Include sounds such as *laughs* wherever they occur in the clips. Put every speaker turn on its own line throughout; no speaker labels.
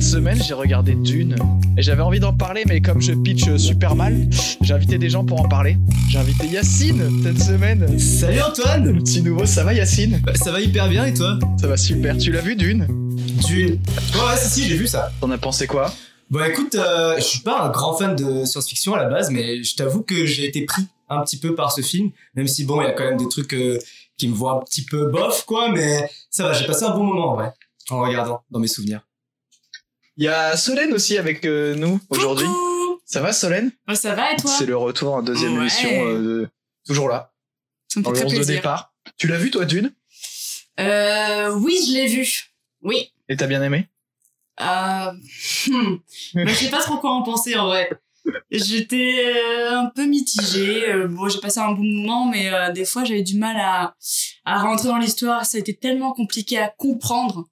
semaine, j'ai regardé Dune et j'avais envie d'en parler, mais comme je pitch euh, super mal, j'ai invité des gens pour en parler. J'ai invité Yacine cette semaine.
Salut Antoine
Petit nouveau, ça va Yacine
Bah, Ça va hyper bien et toi
Ça va super. Tu l'as vu Dune
Dune. Ouais, ouais, si, si, j'ai vu ça.
T'en as pensé quoi
Bon, écoute, euh, je suis pas un grand fan de science-fiction à la base, mais je t'avoue que j'ai été pris un petit peu par ce film, même si bon, il y a quand même des trucs euh, qui me voient un petit peu bof, quoi, mais ça va, j'ai passé un bon moment, ouais, en regardant dans mes souvenirs.
Il y a Solène aussi avec euh, nous aujourd'hui. Ça va Solène
Bah, ça va et toi
C'est le retour en deuxième
Ouais.
émission, euh, de- toujours là,
Ça me
dans
fait
le
très
11 de
plaisir.
départ. Tu l'as vu toi Dune
Euh, oui, je l'ai vu. Oui.
Et t'as bien aimé
Euh, *laughs* hmm. Bah, je sais pas trop quoi en penser en vrai. J'étais euh, un peu mitigée. Euh, bon, j'ai passé un bon moment, mais euh, des fois j'avais du mal à, à rentrer dans l'histoire. Ça a été tellement compliqué à comprendre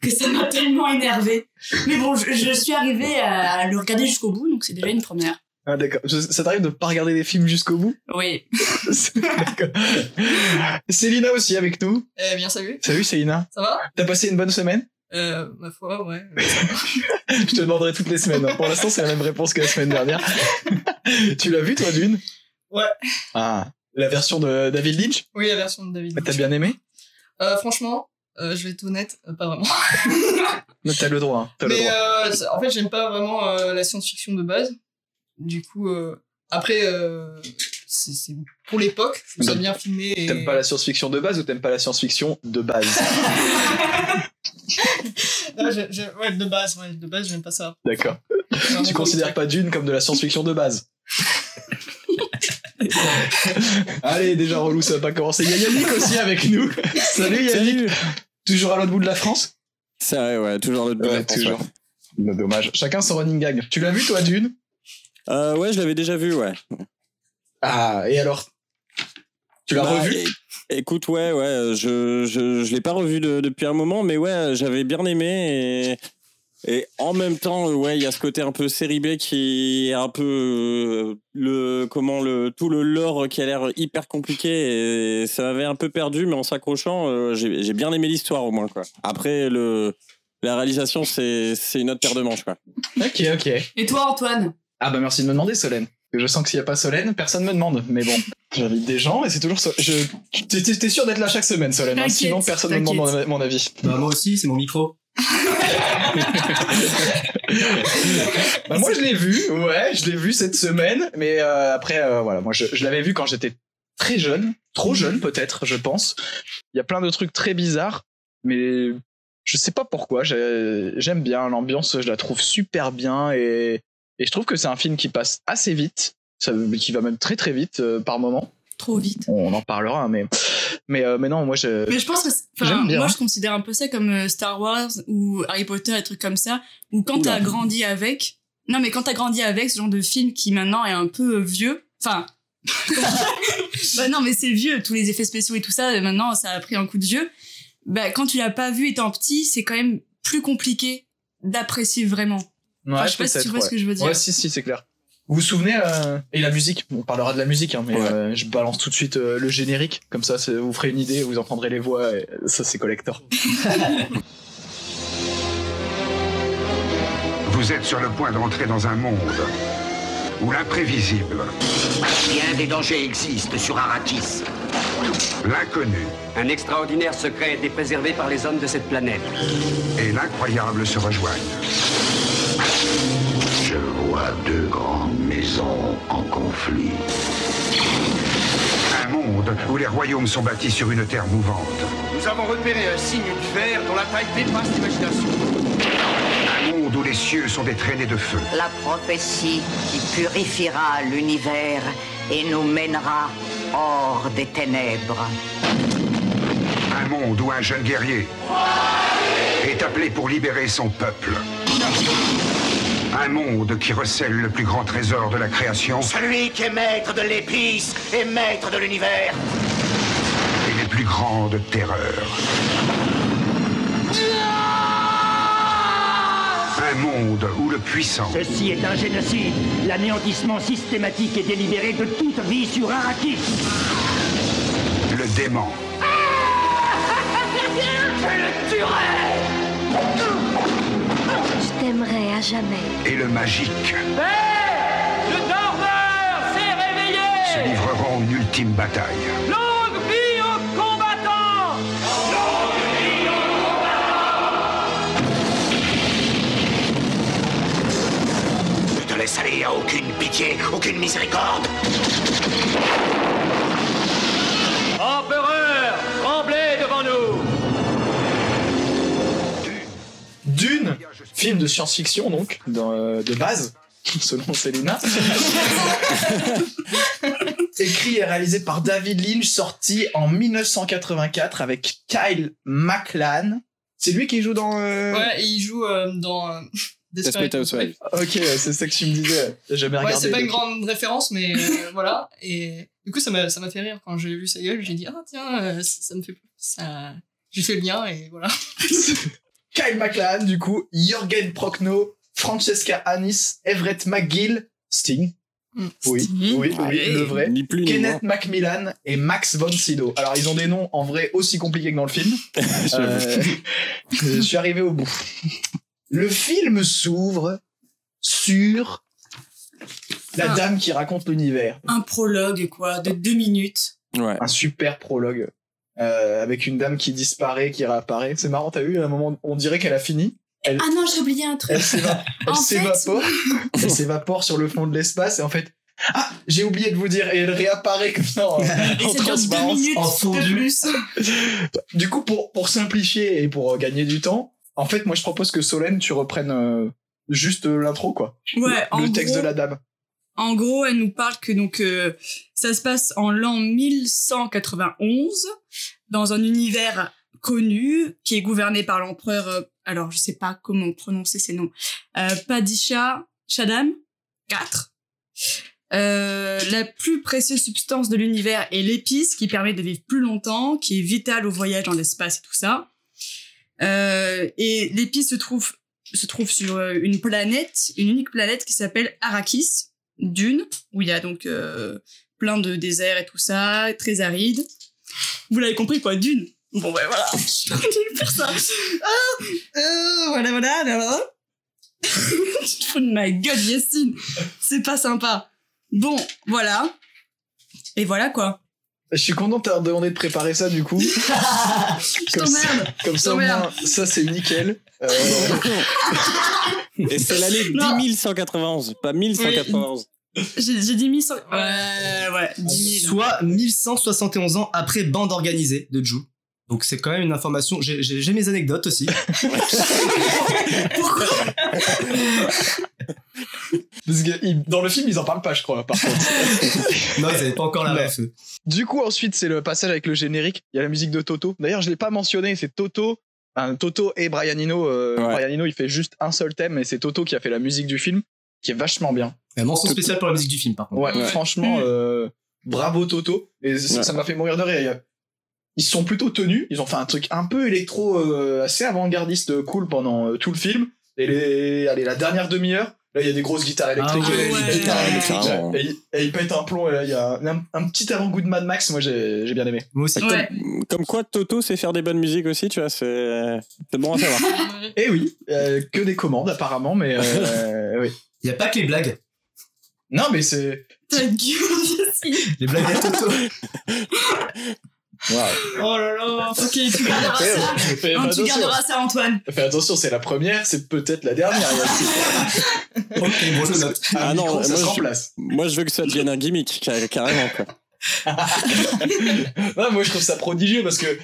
que ça m'a tellement énervée. Mais bon, je, je suis arrivée à, à le regarder jusqu'au bout, donc c'est déjà une première.
Ah d'accord. Je- Ça t'arrive de pas regarder des films jusqu'au bout
Oui.
D'accord. Célina aussi avec nous.
Eh bien, salut,
Salut Célina.
ça va
T'as passé une bonne semaine
euh, Ma foi,
*laughs*
ouais.
Je te demanderai toutes les semaines. hein. Pour l'instant, c'est la même réponse que la semaine
*laughs*
dernière. tu l'as vu, toi, Dune
Ouais.
Ah. La version de David Lynch Bah,
Oui, la version de David.
T'as bien aimé
Euh, franchement, euh, je vais être honnête, euh, pas vraiment.
Non, T'as le droit. hein. T'as le
Mais
droit.
euh, ça- en fait, j'aime pas vraiment euh, la science-fiction de base. Du coup, euh, après, euh, c'est c'est- pour l'époque, je trouve ça
Donc,
bien filmé. Et...
T'aimes pas la science-fiction de base ou t'aimes pas la science-fiction de
*laughs*
base
Non, je- je- ouais, de base, ouais, de base, j'aime pas ça.
D'accord. *laughs*
Vraiment
Tu
pour
considères
le
pas Dune comme de la science-fiction de
*laughs*
base Allez, déjà relou, ça va pas commencer. Il y a Yannick aussi avec nous.
*laughs*
Salut Yannick. Toujours à l'autre bout de la France
C'est vrai, ouais, toujours le
Ouais, toujours. Mais Dommage. Chacun son running gag. Tu l'as vu, toi, Dune
Euh, ouais, je l'avais déjà vu, ouais.
Ah, et alors Tu l'as
Bah,
revu
é- Écoute, ouais, ouais, euh, je je, je l'ai pas revu de- depuis un moment, mais ouais, euh, j'avais bien aimé et et en même temps, euh, ouais, il y a ce côté un peu série B qui est un peu euh, le comment le tout le lore qui a l'air hyper compliqué et ça m'avait un peu perdu, mais en s'accrochant, euh, j'ai j'ai bien aimé l'histoire au moins quoi. Après le la réalisation, c'est c'est une autre paire de manches quoi.
Ok, ok.
Et toi, Antoine
Ah bah merci de me demander, Solène. Je sens que s'il n'y a pas Solène, personne me demande. Mais bon, j'invite des gens et c'est toujours... So- Je... T'es, t'es- t'es sûr d'être là chaque semaine, Solène. hein
T'inquiète,
Sinon, personne ne me demande mon, mon avis.
Bah, moi aussi, c'est mon micro.
*laughs* Bah moi, je l'ai vu. Ouais, je l'ai vu cette semaine. Mais euh, après, euh, voilà. Moi, je, je l'avais vu quand j'étais très jeune. Trop jeune, peut-être, je pense. Il y a plein de trucs très bizarres. Mais je sais pas pourquoi, j'ai- j'aime bien l'ambiance, je la trouve super bien et, et je trouve que c'est un film qui passe assez vite, ça- qui va même très très vite euh, par moment.
Trop vite.
On en parlera, hein, mais mais euh, mais non, moi je
Mais je pense que, c'est- enfin,
J'aime bien.
moi je considère un peu ça comme euh, Star Wars ou Harry Potter et trucs comme ça, où quand t'as
Oula.
grandi avec, non mais quand t'as grandi avec ce genre de film qui maintenant est un peu euh, vieux, enfin, *laughs* bah non mais c'est vieux, tous les effets spéciaux et tout ça, euh, maintenant ça a pris un coup de vieux. Bah quand tu l'as pas vu étant petit, c'est quand même plus compliqué d'apprécier vraiment. Enfin,
Ouais,
je sais pas si tu
peut-être,
vois
ouais.
ce que je veux dire.
Ouais, si si, c'est clair. Vous vous souvenez euh, et la musique, on parlera de la musique, hein, mais
Ouais.
euh, je balance tout de suite euh, le générique, comme ça c'est- vous ferez une idée, vous en prendrez les voix, et ça c'est collector.
Vous êtes sur le point d'entrer dans un monde où l'imprévisible,
Bien des dangers existent sur Arrakis.
l'inconnu
Un extraordinaire secret est préservé par les hommes de cette planète.
et l'incroyable se rejoignent. Je vois deux grandes maisons en conflit. Un monde où les royaumes sont bâtis sur une terre mouvante.
Nous avons repéré un signe de fer dont la taille dépasse l'imagination.
Un monde où les cieux sont des traînées de feu.
La prophétie qui purifiera l'univers et nous mènera hors des ténèbres.
Un monde où un jeune guerrier est appelé pour libérer son peuple. Un monde qui recèle le plus grand trésor de la création
Celui qui est maître de l'épice est maître de l'univers.
et les plus grandes terreurs. Un monde où le puissant
Ceci est un génocide, l'anéantissement systématique et délibéré de toute vie sur Arrakis.
le dément.
Je le tuerai
Je t'aimerai
à jamais.
et le magique
Le dormeur s'est
se
réveillé
livreront en ultime bataille.
Longue vie aux combattants
Ne te laisse aller à aucune pitié, aucune miséricorde.
Empereur, tremblez devant nous
Dune, film de science-fiction donc, dans, euh, de base, *laughs* selon
*laughs*
Selena. Écrit et réalisé par David Lynch, sorti en 1984 avec Kyle MacLan. C'est lui qui joue dans. euh,
Ouais, et il joue euh, dans euh, *laughs*
Desperate Housewives.
Ok, ouais, c'est ça que tu me disais. J'ai jamais
Ouais,
regardé.
c'est pas une
donc.
grande référence, mais
*laughs*
euh, voilà. Et du coup, ça m'a ça m'a fait rire quand j'ai vu sa gueule. J'ai dit ah tiens, euh, ça, ça me fait ça. J'ai fait le lien et voilà. *laughs*
*laughs* Kyle MacLan, du coup, Jorgen Prochnow, Francesca Anis, Everett McGill, Sting.
Mm.
Oui, oui, oui,
Allez.
le vrai.
Ni plus ni moins.
Kenneth Macmillan et Max von Sydow. Alors ils ont des noms en vrai aussi compliqués que dans le film. Euh, je suis arrivé au bout. Le film s'ouvre sur la
Ah.
dame qui raconte l'univers.
Un prologue, quoi, Ah, de deux minutes.
Euh, Ouais.
Un super prologue euh, avec une dame qui disparaît, qui réapparaît. C'est marrant, t'as vu à un moment, on dirait qu'elle a fini. Elle-
Ah non, j'ai oublié un truc.
Elle s'éva- elle
En fait- *laughs*
s'évapore. Elle s'évapore sur le fond de l'espace et en fait. Ah, j'ai oublié de vous dire, et elle réapparaît comme ça en,
*laughs*
en
Et ça dure deux
transparence.
minutes
en
de
fondu.
plus.
Du coup, pour, pour simplifier et pour euh, gagner du temps, en fait, moi, je propose que Solène, tu reprennes euh, juste euh, l'intro, quoi.
Ouais, en
le texte
gros,
de la dame.
En gros, elle nous parle que donc euh, ça se passe en l'an 1191 dans un univers connu qui est gouverné par l'empereur. euh, alors je sais pas comment prononcer ses noms. Euh, Padisha Shaddam IV. Euh, la plus précieuse substance de l'univers est l'épice qui permet de vivre plus longtemps, qui est vitale au voyage dans l'espace et tout ça. Euh, et l'épice se trouve se trouve sur euh, une planète, une unique planète qui s'appelle Arrakis dunes où il y a donc euh, plein de déserts et tout ça, très aride. Vous l'avez compris quoi, dune. Bon ben voilà, *laughs* je suis trop nulle pour ça. Ah, euh, voilà voilà là *laughs* là. tu te fous de ma gueule, Yessine. C'est pas sympa. Bon, voilà. Et voilà quoi.
Je suis content de t'avoir demandé de préparer ça,
*laughs*
du coup.
Je
comme ça,
t'emmerde.
comme ça, au moins,
t'emmerde.
ça, c'est nickel.
*laughs*
Euh,
Et c'est l'année
Non.
10191, pas 1191.
J'ai j'ai dit 1100. Ouais, ouais, 10 000.
Soit 1171 ans après Bande Organisée de Jou. Donc c'est quand même une information. J'ai j'ai- j'ai mes anecdotes *laughs* aussi.
parce que ils- dans le film, ils en parlent pas, je crois, par contre.
non, vous n'avez pas encore la
Ouais.
ref.
Du coup, ensuite, c'est le passage avec le générique. Il y a la musique de Toto. D'ailleurs, je l'ai pas mentionné, c'est Toto. Hein, Toto et Brian Eno. euh,
Ouais.
Brian Eno, il fait juste un seul thème, mais c'est Toto qui a fait la musique du film, qui est vachement bien.
Un mention spéciale pour la musique du film, par contre.
Ouais,
Ouais.
franchement, euh, bravo Toto. Et c-
Ouais.
ça m'a fait mourir de rire. Ils se sont plutôt tenus. Ils ont fait un truc un peu électro, euh, assez avant-gardiste, euh, cool pendant euh, tout le film. Et les, allez, la dernière demi-heure, là, il y a des grosses guitares électriques.
ouais.
et,
Ah
des guitares
ouais.
électriques.
Clairement.
Et il- et il pète un plomb. Et là, il y a un, un petit avant-goût de Mad Max. Moi, j'ai j'ai bien aimé.
Moi aussi.
Ouais.
Comme quoi, Toto sait faire des bonnes musiques aussi, tu vois, c'est c'est bon à savoir.
Et oui, euh, que des commandes apparemment, mais *laughs* euh, oui.
Il n'y a pas que les blagues.
Non, mais c'est.
Ta gueule, Yessine.
Les blagues à Toto.
Oh là là. Ok, tu garderas
Fais-
Ah, ça.
fais-
Hein, tu
attention.
garderas ça, Antoine.
Fais attention, c'est la première, c'est peut-être la dernière.
*laughs* ok, bon, je note.
Un
Ah non,
micro, ça
moi,
se
je-
remplace.
Moi, je veux que ça devienne un gimmick, car- carrément. Quoi.
Non, moi je trouve ça prodigieux parce que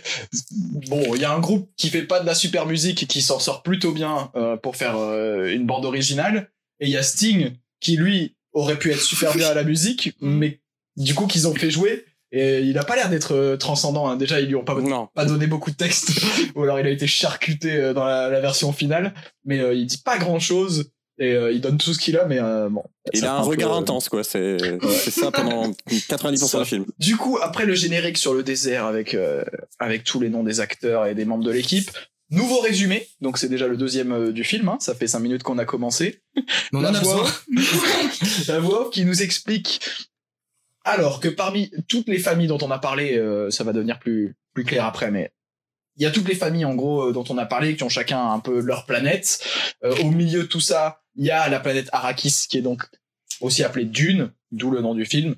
bon, il y a un groupe qui fait pas de la super musique et qui s'en sort plutôt bien euh, pour faire euh, une bande originale, et il y a Sting qui lui aurait pu être super bien à la musique, mais du coup qu'ils ont fait jouer et il a pas l'air d'être euh, transcendant. hein. Déjà ils lui ont pas,
Non.
pas donné beaucoup de texte *laughs* ou alors il a été charcuté euh, dans la, la version finale, mais euh, il dit pas grand chose et euh, il donne tout ce qu'il a, mais euh, bon.
Il
ça
a
fait
un
peu- euh,
regard intense, quoi. C'est c'est ça pendant 90%
Ça-
du film.
Du coup, après le générique sur le désert avec, euh, avec tous les noms des acteurs et des membres de l'équipe, nouveau résumé, donc c'est déjà le deuxième euh, du film, hein, ça fait cinq minutes qu'on a commencé.
Mais on en a besoin.
off, la voix off *laughs* qui nous explique, alors que parmi toutes les familles dont on a parlé, euh, ça va devenir plus, plus clair après, mais il y a toutes les familles en gros euh, dont on a parlé qui ont chacun un peu leur planète. Euh, au milieu de tout ça, il y a la planète Arrakis qui est donc aussi appelée Dune, d'où le nom du film,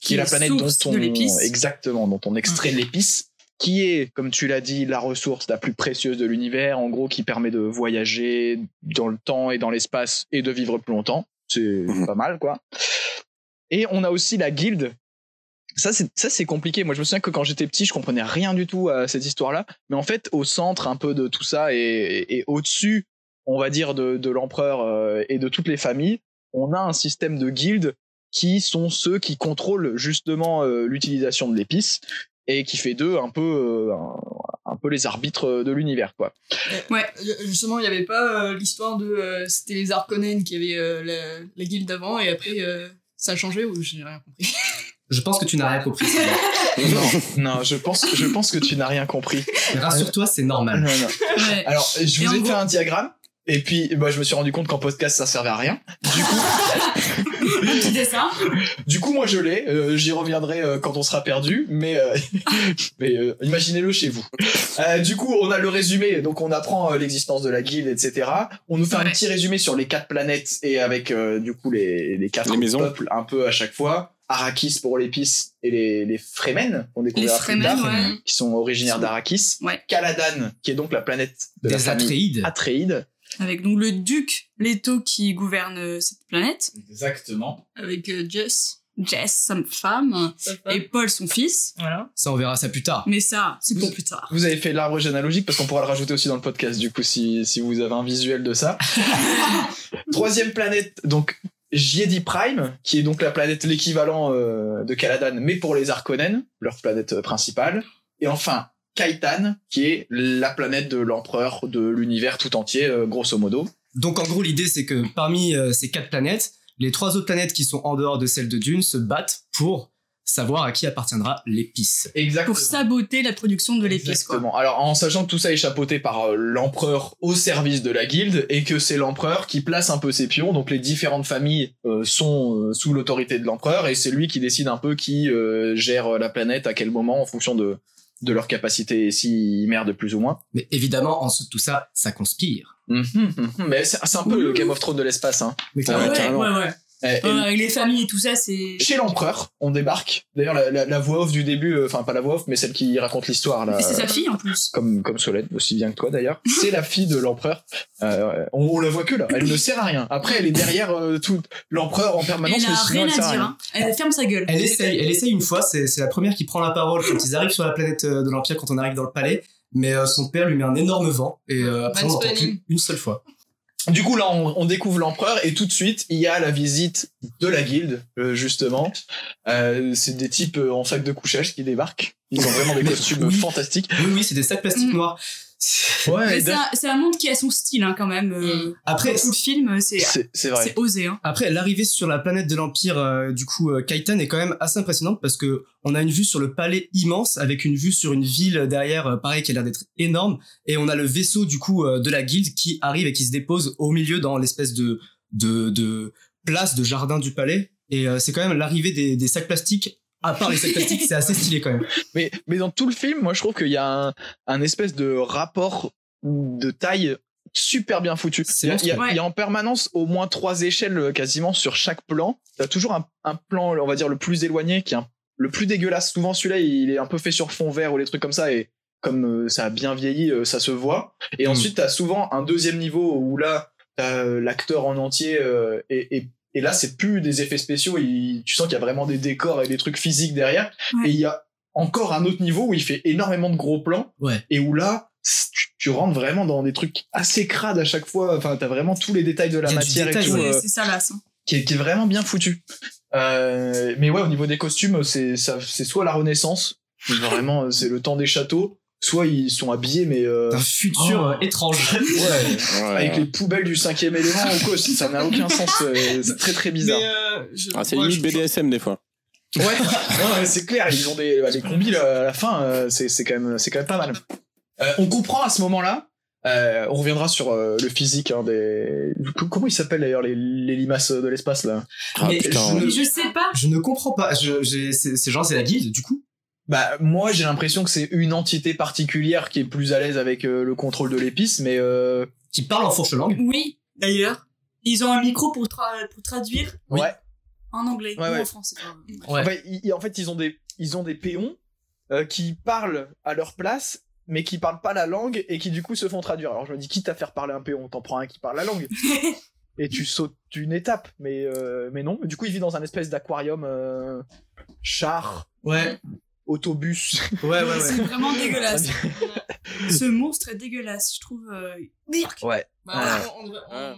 qui est la planète dont
source
on
de l'épice. Mmh.
exactement dont on extrait l'épice, qui est comme tu l'as dit la ressource la plus précieuse de l'univers, en gros qui permet de voyager dans le temps et dans l'espace et de vivre plus longtemps. C'est
Mhm.
pas mal quoi. Et on a aussi la guilde. Ça c'est ça c'est compliqué. Moi je me souviens que quand j'étais petit, je comprenais rien du tout à cette histoire-là, mais en fait au centre un peu de tout ça et, et- et au-dessus, on va dire de, de l'empereur euh, et de toutes les familles, on a un système de guildes qui sont ceux qui contrôlent justement euh, l'utilisation de l'épice et qui fait d'eux un peu euh, un, un peu les arbitres de l'univers quoi.
Euh, Justement, il n'y avait pas euh, l'histoire de. euh, C'était les Arconen qui avaient euh, la, la guilde d'avant et après euh, ça a changé ou j'ai rien compris.
Je pense que tu n'as rien compris.
*laughs*
Sylvain.
*laughs* Non, non, je pense je pense que tu n'as rien compris.
Mais Rassure-toi, c'est normal.
Non, non.
Ouais.
Alors, je
Et
vous
en
ai
gros-
fait un diagramme. Et puis, bah, je me suis rendu compte qu'en podcast, ça servait à rien. Du coup,
Un petit dessin.
du coup moi, je l'ai. Euh, J'y reviendrai euh, quand on sera perdu. Mais, euh, *laughs* mais euh, imaginez-le chez vous. Euh, du coup, on a le résumé. Donc, on apprend euh, l'existence de la guilde, etc. On nous fait un
Ouais.
petit résumé sur les quatre planètes et avec, euh, du coup, les, les quatre
Les maisons.
peuples un peu à chaque fois. Arakis pour l'épice et les, les Fremen qu'on
Les
découvrira plus
Fremen,
tard,
ouais.
qui sont originaires
Sont-
d'Arakis.
Ouais.
Caladan, qui est donc la planète de la
Des
famille
Atreides.
Atreides.
Avec donc le duc Leto qui gouverne euh, cette planète.
Exactement.
Avec euh, Jess.
Jess, sa femme. Et Paul, son fils.
Voilà.
Ça, on verra ça plus tard.
Mais ça, c'est pour plus tard.
Vous avez fait l'arbre généalogique parce qu'on pourra le rajouter aussi dans le podcast du coup si, si vous avez un visuel de ça. Troisième planète, donc Jedi Prime, qui est donc la planète l'équivalent euh, de Caladan, mais pour les Arconen, leur planète euh, principale. Et enfin, Kaitan, qui est la planète de l'empereur de l'univers tout entier, euh, grosso modo.
Donc en gros, l'idée c'est que parmi euh, ces quatre planètes, les trois autres planètes qui sont en dehors de celle de Dune se battent pour savoir à qui appartiendra l'épice.
Exactement.
Pour saboter la production de l'épice, quoi.
Exactement. Alors, en sachant que tout ça est chapeauté par euh, l'empereur au service de la guilde et que c'est l'empereur qui place un peu ses pions, donc les différentes familles euh, sont euh, sous l'autorité de l'empereur et c'est lui qui décide un peu qui euh, gère euh, la planète à quel moment en fonction de de leur capacité et s'ils merdent plus ou moins.
Mais évidemment, en dessous de tout ça, ça conspire.
Mhm, mhm. Mais c'est c'est un peu le Game of Thrones de l'espace. Hein.
Mais
Ah ouais,
ouais, ouais,
carrément.
ouais.
Et- Eh, et
Ouais, Euh, avec les familles et tout ça, c'est.
Chez l'empereur, on débarque. D'ailleurs, la, la- la voix off du début, euh, enfin pas la voix off, mais celle qui raconte l'histoire là.
Et c'est sa fille en plus.
comme, comme Solène, aussi bien que toi d'ailleurs, c'est la fille de l'empereur. Euh, on, on la voit que là, elle ne sert à rien. Après, elle est derrière euh, tout l'empereur en permanence,
elle
mais
a
sinon
rien
elle
à
sert à
dire.
rien.
hein. Elle ferme sa gueule.
Elle essaye, elle essaye une fois, c'est c'est la première qui prend la parole quand ils arrivent sur la planète euh, de l'Empire, quand on arrive dans le palais. Mais euh, son père lui met un énorme vent et euh, après on l'entend
Mansplaining.
plus une seule fois.
Du coup, là, on, on découvre l'empereur et tout de suite, il y a la visite de la guilde, euh, justement. Euh, c'est des types euh, en sac de couchage qui débarquent. Ils ont vraiment des costumes
Oui.
fantastiques.
Oui, oui, c'est des sacs plastiques
Mm.
noirs.
Ouais,
Mais ça, c'est un monde qui a son style hein, quand même. euh,
Après,
dans tout le film, c'est
c'est c'est vrai.
c'est osé. Hein.
Après, l'arrivée sur la planète de l'Empire, euh, du coup, euh, Kaitan est quand même assez impressionnante parce que on a une vue sur le palais immense avec une vue sur une ville derrière, euh, pareil, qui a l'air d'être énorme. Et on a le vaisseau, du coup, euh, de la guilde qui arrive et qui se dépose au milieu dans l'espèce de, de, de place, de jardin du palais. Et euh, c'est quand même l'arrivée des, des sacs plastiques. À part les sacs plastiques, c'est assez stylé
*laughs*
quand même.
Mais, mais dans tout le film, moi, je trouve qu'il y a un, un espèce de rapport de taille super bien foutu.
C'est
Il y, a, il y a-
monstrueux.
il y a en permanence au moins trois échelles euh, quasiment sur chaque plan. T'as toujours un, un plan, on va dire, le plus éloigné, qui est un- le plus dégueulasse. Souvent, celui-là, il est un peu fait sur fond vert ou des trucs comme ça. Et comme euh, ça a bien vieilli, euh, ça se voit. Et
Mm.
ensuite, t'as souvent un deuxième niveau où là, t'as euh, l'acteur en entier euh, et, et et là, c'est plus des effets spéciaux. il- tu sens qu'il y a vraiment des décors et des trucs physiques derrière.
Ouais.
Et il y a encore un autre niveau où il fait énormément de gros plans.
Ouais.
Et où là, c- tu, tu rentres vraiment dans des trucs assez crades à chaque fois. Enfin, t'as vraiment tous les détails de la
Il y a du
matière et
détail,
tout,
ouais.
euh,
C'est c'est ça là. ça.
qui, est, qui est vraiment bien foutu. Euh, mais ouais, au niveau des costumes, c'est ça- c'est soit la Renaissance, vraiment, euh, c'est le temps des châteaux, soit ils sont habillés, mais euh,
Un futur
Oh.
euh, étrange.
ouais, avec
Ouais.
les poubelles du cinquième élément ou quoi. Ça n'a aucun sens. euh, C'est très très bizarre.
Mais, euh, je-
Ah, c'est
moi,
limite
je-
BDSM des fois.
Ouais, *laughs* non, mais c'est clair, ils ont des bah, les combis là, à la fin, euh, c'est c'est quand même c'est quand même pas mal. Euh, on comprend à ce moment-là. euh, on reviendra sur euh, le physique hein, des. co- Comment ils s'appellent d'ailleurs les, les limaces de l'espace là
Ah
Mais
putain.
je-
ouais.
Mais je sais pas.
Je ne comprends pas. Je, j'ai- ces ces gens, c'est la guilde, du coup.
Bah moi j'ai l'impression que c'est une entité particulière qui est plus à l'aise avec euh, le contrôle de l'épice, mais euh,
Qui parle en fourche langue.
Oui, d'ailleurs. Ils ont un micro pour, tra- pour traduire
ouais.
en anglais
Ouais,
ou
ouais.
en français. pardon.
Ouais.
Enfin, ils- ils- en fait, ils ont des, ils ont des péons euh, qui parlent à leur place, mais qui parlent pas la langue et qui du coup se font traduire. Alors je me dis, quitte à faire parler un péon, t'en prends un qui parle la langue et tu sautes une étape. Mais, euh, mais non. Du coup, il vit dans un espèce d'aquarium euh, char,
Ouais,
autobus. *laughs*
ouais, ouais.
C'est
*laughs*
vraiment dégueulasse. Ce monstre est dégueulasse, je trouve. euh, Dirk.
Ouais.
Bah, on- on-
Ouais.
on-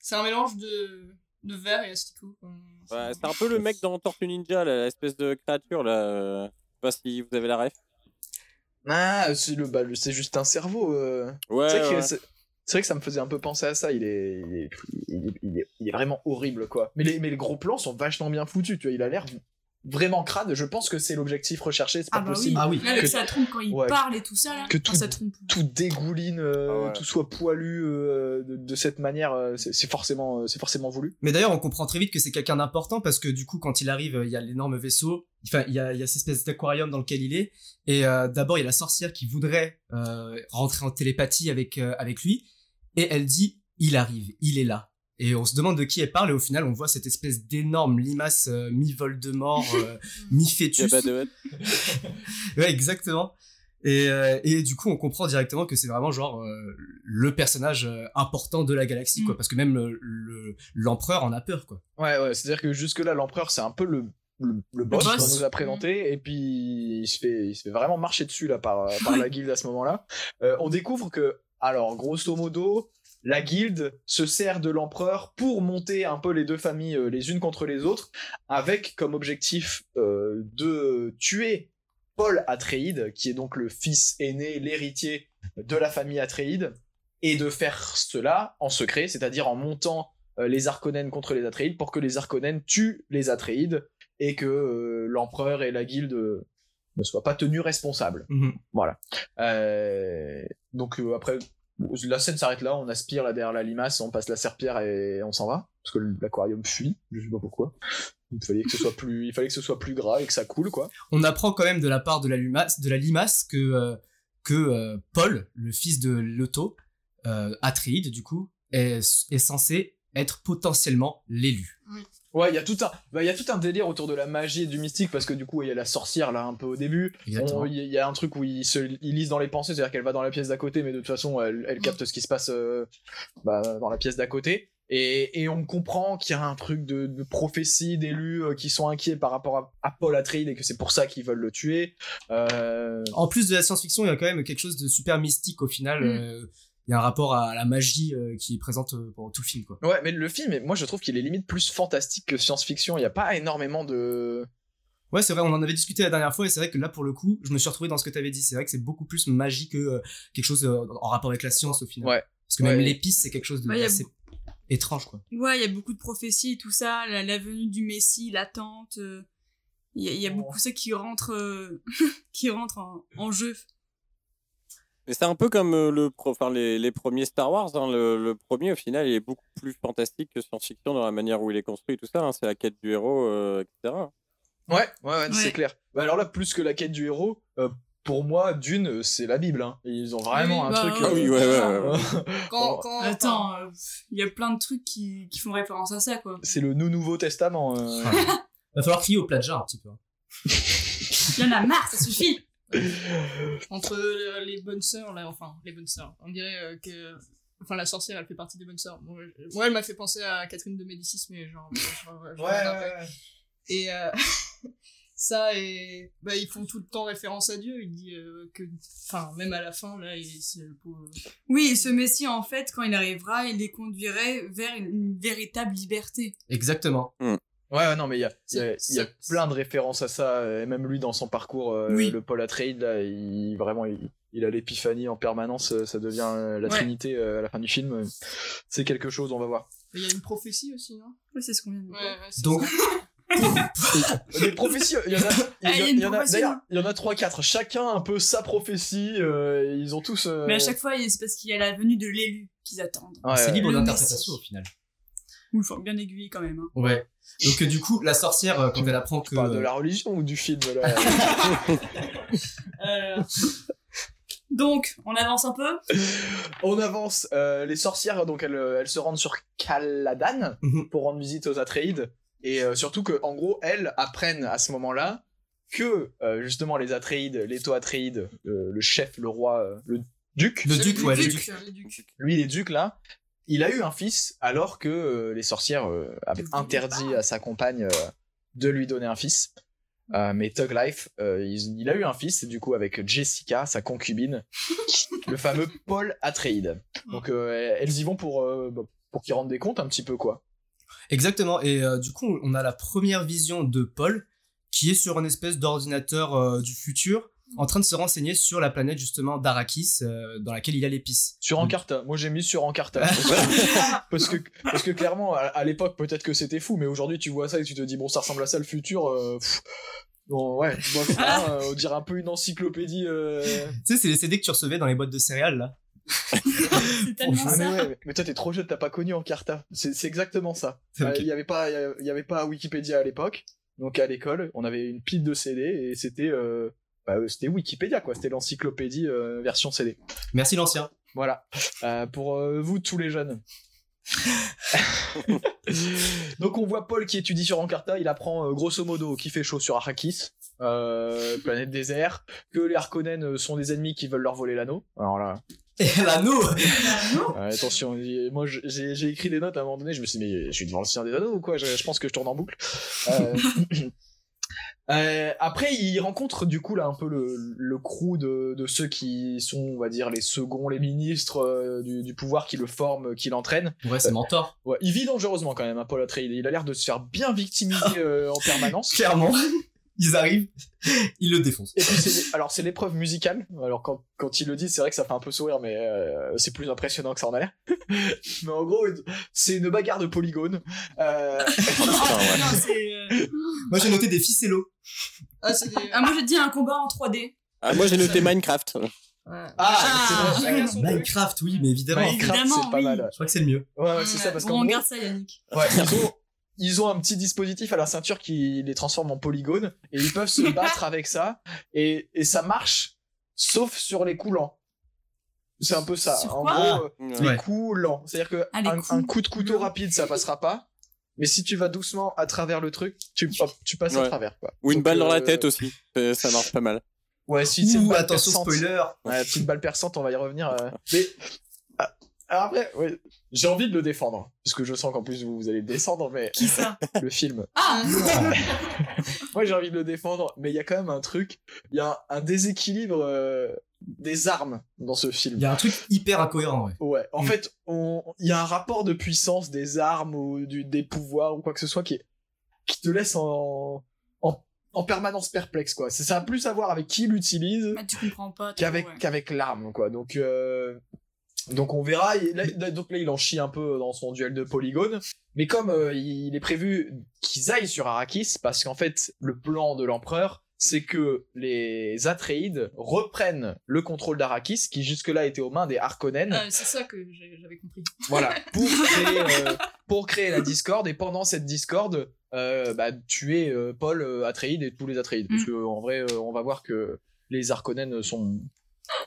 C'est un mélange de, de verre et asticot. quoi.
Ouais, c'est un peu le mec dans Tortue Ninja, là, l'espèce de créature là. euh, Je sais pas si vous avez la ref.
Ah, c'est le, bah, le- c'est juste un cerveau. euh.
Ouais.
C'est vrai que
ouais.
c'est- c'est vrai que ça me faisait un peu penser à ça. Il est, il est, il est- il est- il est vraiment horrible, quoi. Mais les, mais les gros plans sont vachement bien foutus. Tu vois, il a l'air vraiment crade. Je pense que c'est l'objectif recherché. C'est pas
Ah bah oui.
possible.
Ah oui.
Là, avec
Que-
sa trompe, quand il
Ouais.
parle et tout ça, là,
Que
quand
tout-
sa trompe.
Tout dégouline, euh,
Ah ouais.
tout soit poilu euh, de, de cette manière. euh, c'est c'est forcément, euh, c'est forcément voulu.
Mais d'ailleurs, on comprend très vite que c'est quelqu'un d'important parce que du coup, quand il arrive, euh, il y a l'énorme vaisseau, enfin, il y a, il y a cette espèce d'aquarium dans lequel il est. Et euh, d'abord, il y a la sorcière qui voudrait euh, rentrer en télépathie avec, euh, avec lui. Et elle dit Il arrive, il est là. Et on se demande de qui elle parle. Et au final, on voit cette espèce d'énorme limace euh, mi-Voldemort, euh, mi-fœtus.
Jabba the Hutt.
Ouais, exactement. Et, euh, et du coup, on comprend directement que c'est vraiment genre euh, le personnage euh, important de la galaxie,
Mm.
quoi. Parce que même le- le- l'empereur en a peur, quoi.
Ouais, ouais. C'est-à-dire que jusque-là, l'empereur, c'est un peu le, le, le boss
boss.
qu'on nous a présenté. Et puis, il se, fait, il se fait vraiment marcher dessus là, par, euh, par la guilde à ce moment-là. Euh, on découvre que, alors, grosso modo, la guilde se sert de l'empereur pour monter un peu les deux familles euh, les unes contre les autres, avec comme objectif euh, de tuer Paul Atréide, qui est donc le fils aîné, l'héritier de la famille Atréide, et de faire cela en secret, c'est-à-dire en montant euh, les Arconènes contre les Atréides pour que les Arconènes tuent les Atréides et que euh, l'empereur et la guilde euh, ne soient pas tenus responsables. Euh, donc euh, après, la scène s'arrête là, on aspire là derrière la limace, on passe la serpillère et on s'en va parce que l'aquarium fuit, je sais pas pourquoi. Il fallait que ce soit plus, il fallait que ce soit plus gras et que ça coule quoi.
On apprend quand même de la part de la limace, de la limace que euh, que euh, Paul, le fils de Loto, euh, Atréide, du coup, est, est censé être potentiellement l'élu.
Ouais, il y a tout un, bah, il y a tout un délire autour de la magie et du mystique parce que du coup il y a la sorcière là un peu au début. On-
Exactement.
Il y, a un truc où ils se ils lisent dans les pensées, c'est-à-dire qu'elle va dans la pièce d'à côté, mais de toute façon, elle, elle capte ce qui se passe euh, bah, dans la pièce d'à côté. Et, et on comprend qu'il y a un truc de, de prophétie d'élus euh, qui sont inquiets par rapport à, à Paul Atreides et que c'est pour ça qu'ils veulent le tuer. Euh,
En plus de la science-fiction, il y a quand même quelque chose de super mystique au final.
Mm.
euh, il y a un rapport à la magie euh, qui est présente euh, pendant tout le film, quoi.
Ouais, mais le film, moi je trouve qu'il est limite plus fantastique que science-fiction. Il n'y a pas énormément de.
Ouais, c'est vrai, on en avait discuté la dernière fois, et c'est vrai que là, pour le coup, je me suis retrouvé dans ce que t'avais dit. C'est vrai que c'est beaucoup plus magie que euh, quelque chose euh, en rapport avec la science, au final.
Ouais.
Parce que même
Ouais.
l'épice, c'est quelque chose de
Ouais, y a
assez étrange, quoi.
Ouais, il y a beaucoup de prophéties et tout ça, la, la venue du Messie, l'attente. euh, Il y, a- il y a beaucoup ça qui rentre, euh, *laughs* qui rentre en, en jeu.
Mais c'est un peu comme euh, le pro- enfin, les, les premiers Star Wars. hein. Le, le premier, au final, il est beaucoup plus fantastique que science-fiction dans la manière où il est construit, tout ça. hein. C'est la quête du héros, euh, etc.
Ouais, ouais, ouais,
Ouais.
c'est clair. Bah, alors là, plus que la quête du héros, euh, pour moi, d'une, c'est la Bible. hein. Ils ont vraiment
Oui,
un
bah,
truc.
Ah
oui,
euh,
ouais, ouais, ouais.
Quand,
Oh.
*laughs*
quand,
Attends, euh, pff, il y a plein de trucs qui, qui font référence à ça, quoi.
C'est le Nous Nouveau Testament. euh.
Va falloir crier au plat de jarre, un petit peu. hein.
Il y en a marre, ça suffit
entre euh, les bonnes sœurs là enfin les bonnes sœurs on dirait euh, que enfin la sorcière elle fait partie des bonnes sœurs Bon, euh, moi elle m'a fait penser à Catherine de Médicis mais genre je- je- je- je- et euh, *laughs* ça et bah ils font tout le temps référence à Dieu il dit euh, que enfin même à la fin là il c'est le pauvre
Oui, et ce Messie, en fait, quand il arrivera, il les conduirait vers une, une véritable liberté.
Exactement.
Ouais, ouais, non, mais il y a, il y a-
C'est-
il y a
c'est-
plein de références à ça, euh, et même lui dans son parcours, euh,
Oui.
le Paul Atreides, là, il, vraiment, il, il a l'épiphanie en permanence, euh, ça devient euh, la
Ouais.
Trinité euh, à la fin du film. euh, C'est quelque chose, on va voir.
mais il y a une prophétie aussi non
Ouais, c'est ce qu'on vient de dire.
c'est
Donc,
Des prophéties, il y en a, il y
Ah, il y a
en-
une
il y en a,
prophétie,
d'ailleurs,
non
il y en a 3-4, chacun un peu sa prophétie, euh, ils ont tous. euh,
Mais à chaque fois, il- c'est parce qu'il y a la venue de l'élu qu'ils attendent.
Ouais,
c'est
ouais.
libre
Le
d'interprétation, au
Messie.
final.
Ou le fourgue bien aiguillé quand même. hein.
Ouais. Donc euh, du coup, la sorcière, euh, quand elle apprend que...
parle de la religion ou du film là
Euh, *laughs* Donc, on avance un peu. *laughs*
On avance. euh, les sorcières, donc elles, euh, elles se rendent sur Caladan
Mhm.
pour rendre visite aux Atreides. Et euh, surtout que, en gros, elles apprennent à ce moment-là que euh, justement les Atreides, l'éto Atreide, euh, le chef, le roi, euh, le duc,
Le duc, ouais, le duc.
duc. Le duc.
lui les ducs là, il a eu un fils alors que euh, les sorcières euh, avaient interdit à sa compagne euh, de lui donner un fils. Euh, mais Tug Life, euh, il, il a eu un fils du coup avec Jessica, sa concubine, le fameux Paul Atreide. Donc euh, elles y vont pour euh, bah, pour qu'ils rendent des comptes un petit peu quoi.
Exactement. Et euh, du coup, on a la première vision de Paul qui est sur une espèce d'ordinateur euh, du futur en train de se renseigner sur la planète justement d'Arakis euh, dans laquelle il y a l'épice.
Sur
Donc,
Encarta, moi j'ai mis sur Encarta parce que parce que clairement à, à l'époque peut-être que c'était fou, mais aujourd'hui tu vois ça et tu te dis bon ça ressemble à ça le futur. euh, pff, bon, ouais, bon, hein, euh, on dirait un peu une encyclopédie. euh,
Tu sais, c'est les CD que tu recevais dans les boîtes de céréales là.
C'est tellement
Ah, mais,
ça.
ouais, mais- mais toi t'es trop jeune, t'as pas connu Encarta. C'est c'est exactement ça. Euh, Il
Ok.
y avait pas, il y avait- il y avait pas Wikipédia à l'époque. Donc à l'école, on avait une pile de CD et c'était, euh, bah, euh, c'était Wikipédia quoi. C'était l'encyclopédie euh, version CD.
Merci l'ancien.
Voilà. Euh, pour euh, vous tous les jeunes. Donc on voit Paul qui étudie sur Encarta, il apprend euh, grosso modo qu'il fait chaud sur Arrakis, euh, planète désert, que les Harkonnen euh, sont des ennemis qui veulent leur voler l'anneau. Alors là,
Et l'anneau
Ouais, attention, j'ai- moi je- j'ai j'ai écrit des notes à un moment donné, je me suis dit, mais je suis devant le sien des anneaux ou quoi je, je pense que je tourne en boucle. Euh, *coughs* euh, après, il rencontre du coup là un peu le, le crew de, de ceux qui sont, on va dire, les seconds, les ministres euh, du, du pouvoir qui le forment, euh, qui l'entraînent.
Ouais, c'est mentor.
Ouais, il vit dangereusement quand même, hein, Paul Atreides. Il a l'air de se faire bien victimiser euh, en permanence.
Clairement. Ils arrivent, ils le défoncent.
Et puis c'est alors c'est l'épreuve musicale. Alors quand quand il le dit, c'est vrai que ça fait un peu sourire, mais euh, c'est plus impressionnant que ça en a l'air. *laughs* mais en gros, c'est une bagarre de polygones.
*laughs*
Euh, *laughs*
Putain, ouais.
Non, c'est, euh,
Moi j'ai noté des ficellos.
Ah, c'est des.
Ah, moi j'ai dit un combat en 3D.
Ah, moi j'ai noté
*laughs*
Minecraft.
Ouais.
ah, c'est vrai.
chacun son truc.
Minecraft, oui, mais évidemment.
Minecraft,
évidemment,
c'est pas
oui.
mal.
Je crois que c'est le mieux.
Ouais, ouais, c'est ça parce
Bon,
qu'en
on
gros,
regarde ça, Yannick.
ouais, ils ont ils ont un petit dispositif à la ceinture qui les transforme en polygones et ils peuvent
*laughs*
se battre avec ça et et ça marche, sauf sur les coulants. C'est un peu ça.
Sur
en
quoi
gros, euh, les
Ouais.
coups lents. C'est-à-dire que
Ah, les
un,
coups
un coup de couteau rapide, ça passera pas. Mais si tu vas doucement à travers le truc, tu, hop, tu passes à
Ouais.
travers. Quoi.
Ou une
Donc,
balle dans
euh,
la tête aussi. Euh, Ça marche pas mal.
Ouais, si c'est une
Ouh,
balle
attention,
perçante.
spoiler.
*laughs* Ouais, la petite balle perçante, on va y revenir. euh. Mais ah, alors après, ouais, j'ai envie de le défendre. Parce que je sens qu'en plus, vous, vous allez le descendre, mais
*laughs*
Qui ça
le film.
Ah
Moi, j'ai envie de le défendre, mais il y a quand même un truc. Il y a un, un déséquilibre euh, des armes dans ce film.
Il y a un truc hyper incohérent, ouais.
Ouais, en
Mm.
fait, on- il y a un rapport de puissance des armes ou du, des pouvoirs ou quoi que ce soit qui, est- qui te laisse en, en, en permanence perplexe, quoi. Ça ça a plus à voir avec qui l'utilise
Bah, Tu comprends pas. toi,
qu'avec
ouais.
qu'avec l'arme, quoi. Donc, euh, donc on verra. Et là- là- donc là, il en chie un peu dans son duel de polygone. Mais comme euh, il est prévu qu'ils aillent sur Arrakis, parce qu'en fait, le plan de l'empereur, c'est que les Atreides reprennent le contrôle d'Arrakis, qui jusque-là était aux mains des Harkonnen
Euh,
Ah, c'est ça que j'ai- j'avais compris.
*laughs*
voilà, pour créer, euh, pour créer la Discord et pendant cette Discord, euh, bah, tuer euh, Paul euh, Atreide et tous les Atreides.
Mm.
Parce que, en vrai, euh, on va voir que les Arconen sont,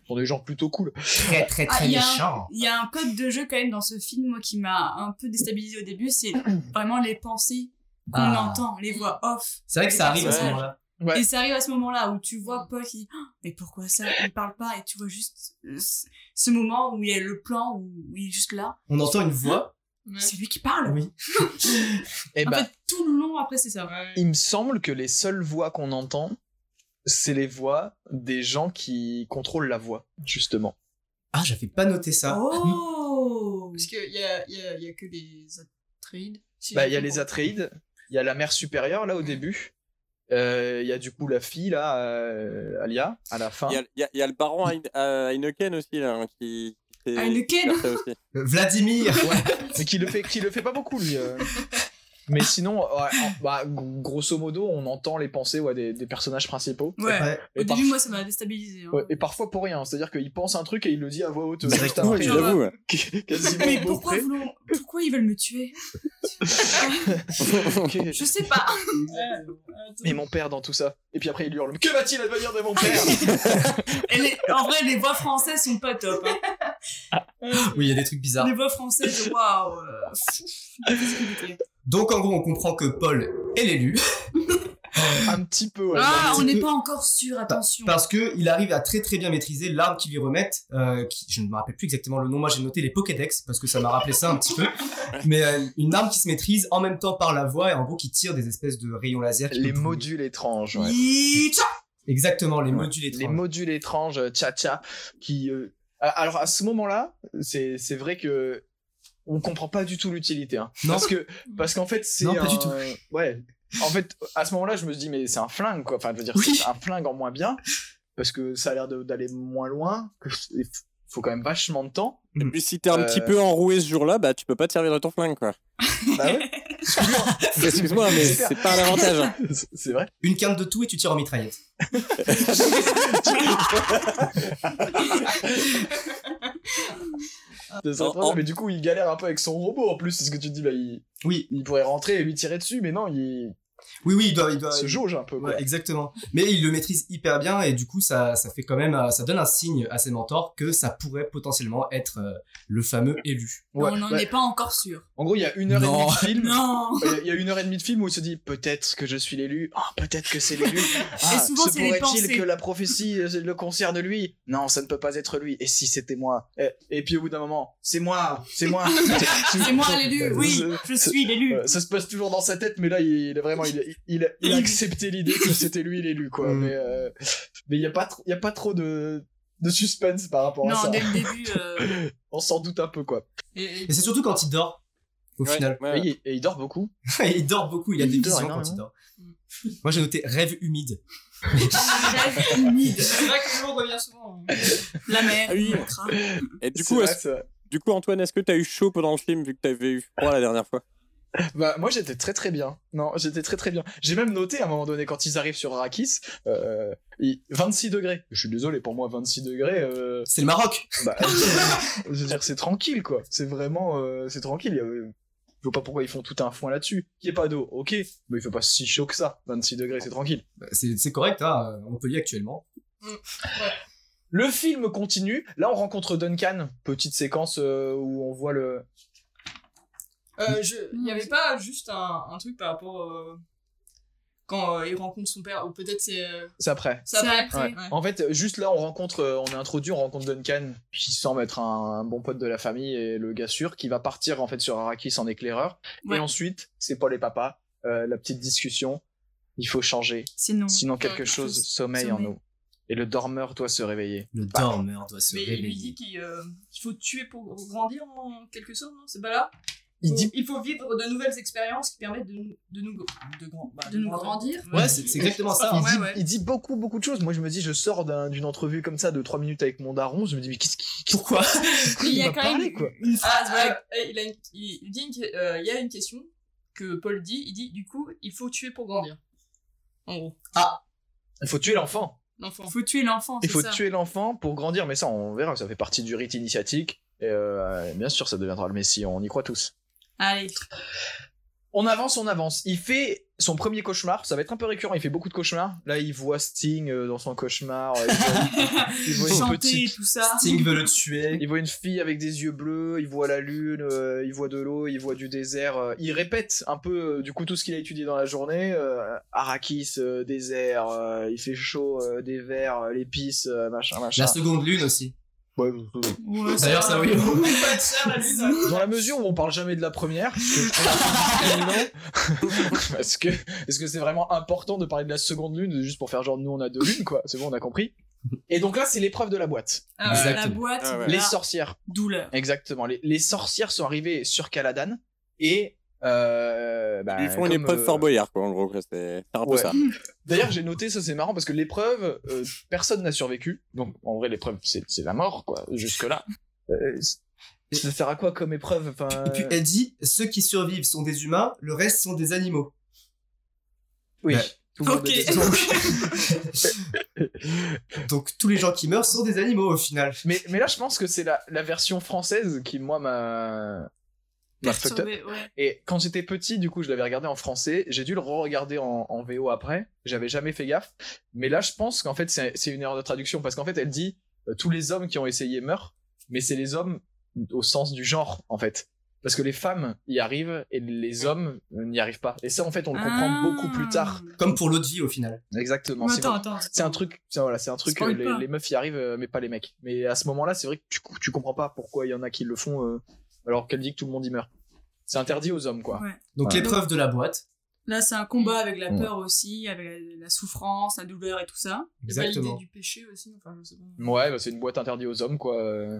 sont des gens plutôt cool.
Très, très,
Ah, il y a un- Il y a un code de jeu quand même dans ce film moi, qui m'a un peu déstabilisé au
*coughs*
début, c'est vraiment les pensées qu'on
Ah.
entend, les voix off.
C'est vrai que ça arrive à ce
Ouais.
moment-là.
Ouais.
Et ça arrive à ce moment-là où tu vois Paul qui dit Ah, mais pourquoi ça Il parle pas et tu vois juste euh, ce- ce moment où il y a le plan où il est juste là,
On entend une voix.
Ouais.
c'est lui qui parle.
Oui.
Et
En
bah,
fait, tout le long après c'est ça.
il me semble que les seules voix qu'on entend, c'est les voix des gens qui contrôlent la voix, justement.
Ah, j'avais pas noté ça.
*laughs*
Oh
Parce qu'il y a, y, a, y a que les Atreides. si
Bah,
j'ai
il y a
compris.
les Atreides, il y a la mère supérieure, là, au début. Euh, Il y a du coup la fille, là, euh, Alia, à la fin.
Il y a- il y, a- il y a le baron Heine- euh, Heineken aussi, là, hein, qui. qui fait-
Ah, Heineken
*laughs*
qui fait ça aussi.
Euh, Vladimir
Mais qui le fait, qui le fait pas beaucoup, lui. euh. Mais sinon, ouais, en- bah, g- grosso modo, on entend les pensées ouais, des, des personnages principaux.
Ouais. Au
Et, par-
début, moi, ça m'a déstabilisé. hein.
ouais, et parfois pour rien. C'est-à-dire qu'ils pensent un truc et ils le disent à voix haute. euh, juste
Ouais,
après.
je
*laughs*
j'avoue. ouais.
Quasiment
Mais
au mot
pourquoi,
près.
voulons- pourquoi ils veulent me tuer
Ok.
Je sais pas.
Mais mon père dans tout ça. Et puis après, il hurle Que va-t-il advenir de mon père
Et les- En vrai, les voix françaises sont pas top. hein.
Oui, il y a des trucs bizarres.
Les voix françaises, waouh. euh,
Donc en gros, on comprend que Paul est l'élu
*laughs*
Un petit peu. ouais.
Ah, on
petit
n'est
peu-
pas encore sûr, attention.
parce que il arrive à très très bien maîtriser l'arme qu'ils lui remettent. euh, qui, je ne me rappelle plus exactement le nom. Moi, j'ai noté les Pokédex parce que ça m'a rappelé ça un petit peu. Mais euh, une arme qui se maîtrise en même temps par la voix et en gros qui tire des espèces de rayons laser. qui
Les
peuvent-
modules étranges. ouais.
Yitcha
Exactement, les
Ouais.
modules étranges.
les modules étranges euh, tcha-tcha qui euh, a- alors à ce moment-là c'est c'est vrai que on comprend pas du tout l'utilité hein.
Non.
parce que parce qu'en fait c'est
Non, pas du
un-
tout.
ouais en fait à ce moment-là je me dis mais c'est un flingue quoi enfin je veux dire
Oui.
c'est un flingue en moins bien parce que ça a l'air de- d'aller moins loin que il faut quand même vachement de temps
Et puis si t'es un
Euh.
petit peu enroué ce jour-là, bah tu peux pas te servir de ton flingue
*laughs*
quoi.
bah
*laughs*
ouais
Excuse-moi, mais
Super.
c'est pas un avantage. hein.
C'est- c'est vrai
Une quinte de tout et tu tires en mitraillette.
C'est ça,
En- en-
mais du coup il galère un peu avec son robot en plus c'est ce que tu dis bah il
Oui,
il pourrait rentrer et lui tirer dessus mais non il
oui, oui, il doit, Bah, il doit.
se jauge un peu quoi.
Ouais, exactement. Mais il le maîtrise hyper bien et du coup, ça, ça fait quand même, euh, ça donne un signe à ses mentors que ça pourrait potentiellement être euh, le fameux élu.
Ouais,
On n'en
bah,
est pas encore sûr.
En gros, il y a une heure et demie
Non.
de film.
*laughs* Non
Euh, Il y a une heure et demie de film où il se dit peut-être que je suis l'élu, Ah, peut-être que c'est
*laughs*
l'élu. Ah,
souvent,
se
c'est les
pourrait-il
pensées.
que la prophétie euh, le concerne lui Non, ça ne peut pas être lui. Et si c'était moi Eh, et, puis au bout d'un moment, c'est moi, c'est moi.
*laughs* C'est moi
*laughs*
l'élu, oui, je suis l'élu.
Mmh.
Euh, ça se passe toujours dans sa tête, mais là, il, il a vraiment, il, il, il a accepté l'idée que c'était lui l'élu, quoi.
Mmh.
Mm.
Mais euh, mais il y a pas, trop- il y a pas trop de de suspense par rapport à
Non,
ça.
dès le début, euh,
*laughs* On s'en doute un peu, quoi.
Et, et-
Et c'est surtout quand il dort. Au
Ouais,
final,
ouais.
Et, il- et il dort beaucoup.
*laughs* il dort beaucoup. Il a
Il
des
dort
visions quand il
énormément.
dort. Moi, j'ai noté rêve humide.
rêve humide,
C'est vrai que le mot revient souvent. hein.
la mer,
Ah oui.
le crâne.
Et du
C'est
coup,
vrai,
est-ce-
c'est vrai.
du coup Antoine, est-ce que t'as eu chaud pendant le film vu que t'avais eu froid la dernière fois
Bah moi j'étais très très bien. Non, j'étais très très bien. J'ai même noté à un moment donné quand ils arrivent sur Arrakis, euh, il- 26 degrés. Je suis désolé pour moi 26 degrés. euh,
C'est le Maroc.
bah, je veux dire c'est tranquille quoi. C'est vraiment euh, c'est tranquille. Il y a- Je vois pas pourquoi ils font tout un foin là-dessus. Il y a pas d'eau, ok, mais il fait pas si chaud que ça. 26 degrés, c'est tranquille.
Bah, C'est c'est correct, hein, on peut y actuellement.
Le film continue. Là, on rencontre Duncan. Petite séquence euh, où on voit le.
Euh, je- Il n'y avait pas juste un, un truc par rapport. euh, quand euh, il rencontre son père, ou peut-être c'est. euh,
C'est après.
ça
C'est
après.
après.
Ouais. En fait, euh, juste là, on rencontre, euh, on est introduit, on rencontre Duncan, qui semble être un, un bon pote de la famille et le gars sûr, qui va partir en fait sur Arrakis en éclaireur.
Ouais.
Et ensuite, c'est Paul et papa, euh, la petite discussion. Il faut changer,
Sinon,
sinon quelque
quelque
chose
chose
sommeille en
sommeille.
nous. Et le dormeur doit se réveiller.
Le dormeur doit se
Mais il lui
réveiller.
dit qu'il euh, qu'il faut tuer pour grandir en quelque sorte, non C'est pas là
Il dit.
il faut vivre de nouvelles expériences qui permettent de, nous- de nous de, grand- bah,
de nous grandir.
Ouais, c'est c'est exactement ça.
Il,
hein.
Ouais,
dit,
ouais.
il dit beaucoup beaucoup de choses. Moi je me dis je sors d'un- d'une entrevue comme ça de 3 minutes avec mon daron, je me dis mais qu'est-ce qui
Pourquoi
pourquoi il m'a parlé, quoi
une
Ah,
phrase, ouais.
ah, et il, a une- il- il dit une que- euh, il y a une question que Paul dit. Il dit du coup, il faut tuer pour grandir. En gros,
Il faut tuer l'enfant.
l'enfant.
Il faut tuer l'enfant,
Il
c'est
faut
ça.
tuer l'enfant pour grandir, mais ça, on verra, ça fait partie du rite initiatique. Et euh, bien sûr, ça deviendra le Messie, on y croit tous.
Allez,
On avance, on avance. Il fait son premier cauchemar, ça va être un peu récurrent, il fait beaucoup de cauchemars. Là, il voit Sting euh, dans son cauchemar, euh, il
*laughs*
voit, il voit une
chanter et
petite...
tout ça.
Sting veut le tuer.
Il voit une fille avec des yeux bleus, il voit la lune, euh, il voit de l'eau, il voit du désert. euh, il répète un peu euh, du coup tout ce qu'il a étudié dans la journée. euh, Arrakis, euh, désert, euh, il fait chaud, euh, des vers, euh, l'épice, euh, machin, machin.
La seconde lune aussi.
Ouais, euh,
Ouais,
D'ailleurs, ça oui.
Dans la mesure où on parle jamais de la première, je
*laughs*
trouve que- *laughs* parce que est-ce que c'est vraiment important de parler de la seconde lune juste pour faire genre nous on a deux lunes quoi C'est bon, on a compris. Et donc là, c'est l'épreuve de la boîte.
Ah, ouais, la
Exactement.
boîte,
Ah ouais.
Les
la
sorcières,
douleur.
exactement. Les, les sorcières sont arrivées sur Caladan et euh, bah,
Ils font
comme,
une épreuve
euh,
Fort Boyard quoi en gros, quoi, c'est c'est un peu
Ouais.
ça.
D'ailleurs, j'ai noté ça, c'est marrant parce que l'épreuve, euh, Euh, personne n'a survécu. Donc en vrai, l'épreuve, c'est c'est la mort quoi, jusque là. Ça sert à quoi comme épreuve enfin, euh,
Et puis elle dit ceux qui survivent sont des humains, le reste sont des animaux.
Oui.
Ouais.
Tout le monde
Ok.
est des-
Donc, Donc, tous les gens qui meurent sont des animaux au final.
mais, mais là, je pense que c'est la, la version française qui, moi, m'a. m'a fucked up.
Perturbé, ouais.
Et quand j'étais petit, du coup, je l'avais regardé en français. J'ai dû le re-regarder en, en VO après. J'avais jamais fait gaffe. Mais là, je pense qu'en fait, c'est c'est une erreur de traduction parce qu'en fait, elle dit euh, tous les hommes qui ont essayé meurent, mais c'est les hommes au sens du genre, en fait. Parce que les femmes y arrivent et les hommes euh, n'y arrivent pas. Et ça, en fait, on le comprend
Ah.
beaucoup plus tard.
Comme pour l'autre vie au final.
Exactement.
Mais
c'est
attends, attends.
c'est un truc ça, voilà c'est un truc
Spoil
euh, les,
pas.
les meufs y arrivent euh, mais pas les mecs mais à ce moment là c'est vrai que tu, tu comprends pas pourquoi il y en a qui le font euh, alors qu'elle dit que tout le monde y meurt c'est interdit aux hommes quoi
Ouais.
Donc
Ouais.
l'épreuve de la boîte.
Là, c'est un combat avec la
Ouais.
peur aussi, avec la, la souffrance, la douleur et tout ça.
C'est pas l'idée
Exactement.
du péché aussi, enfin, je sais pas.
ouais bah, c'est une boîte interdite aux hommes quoi euh,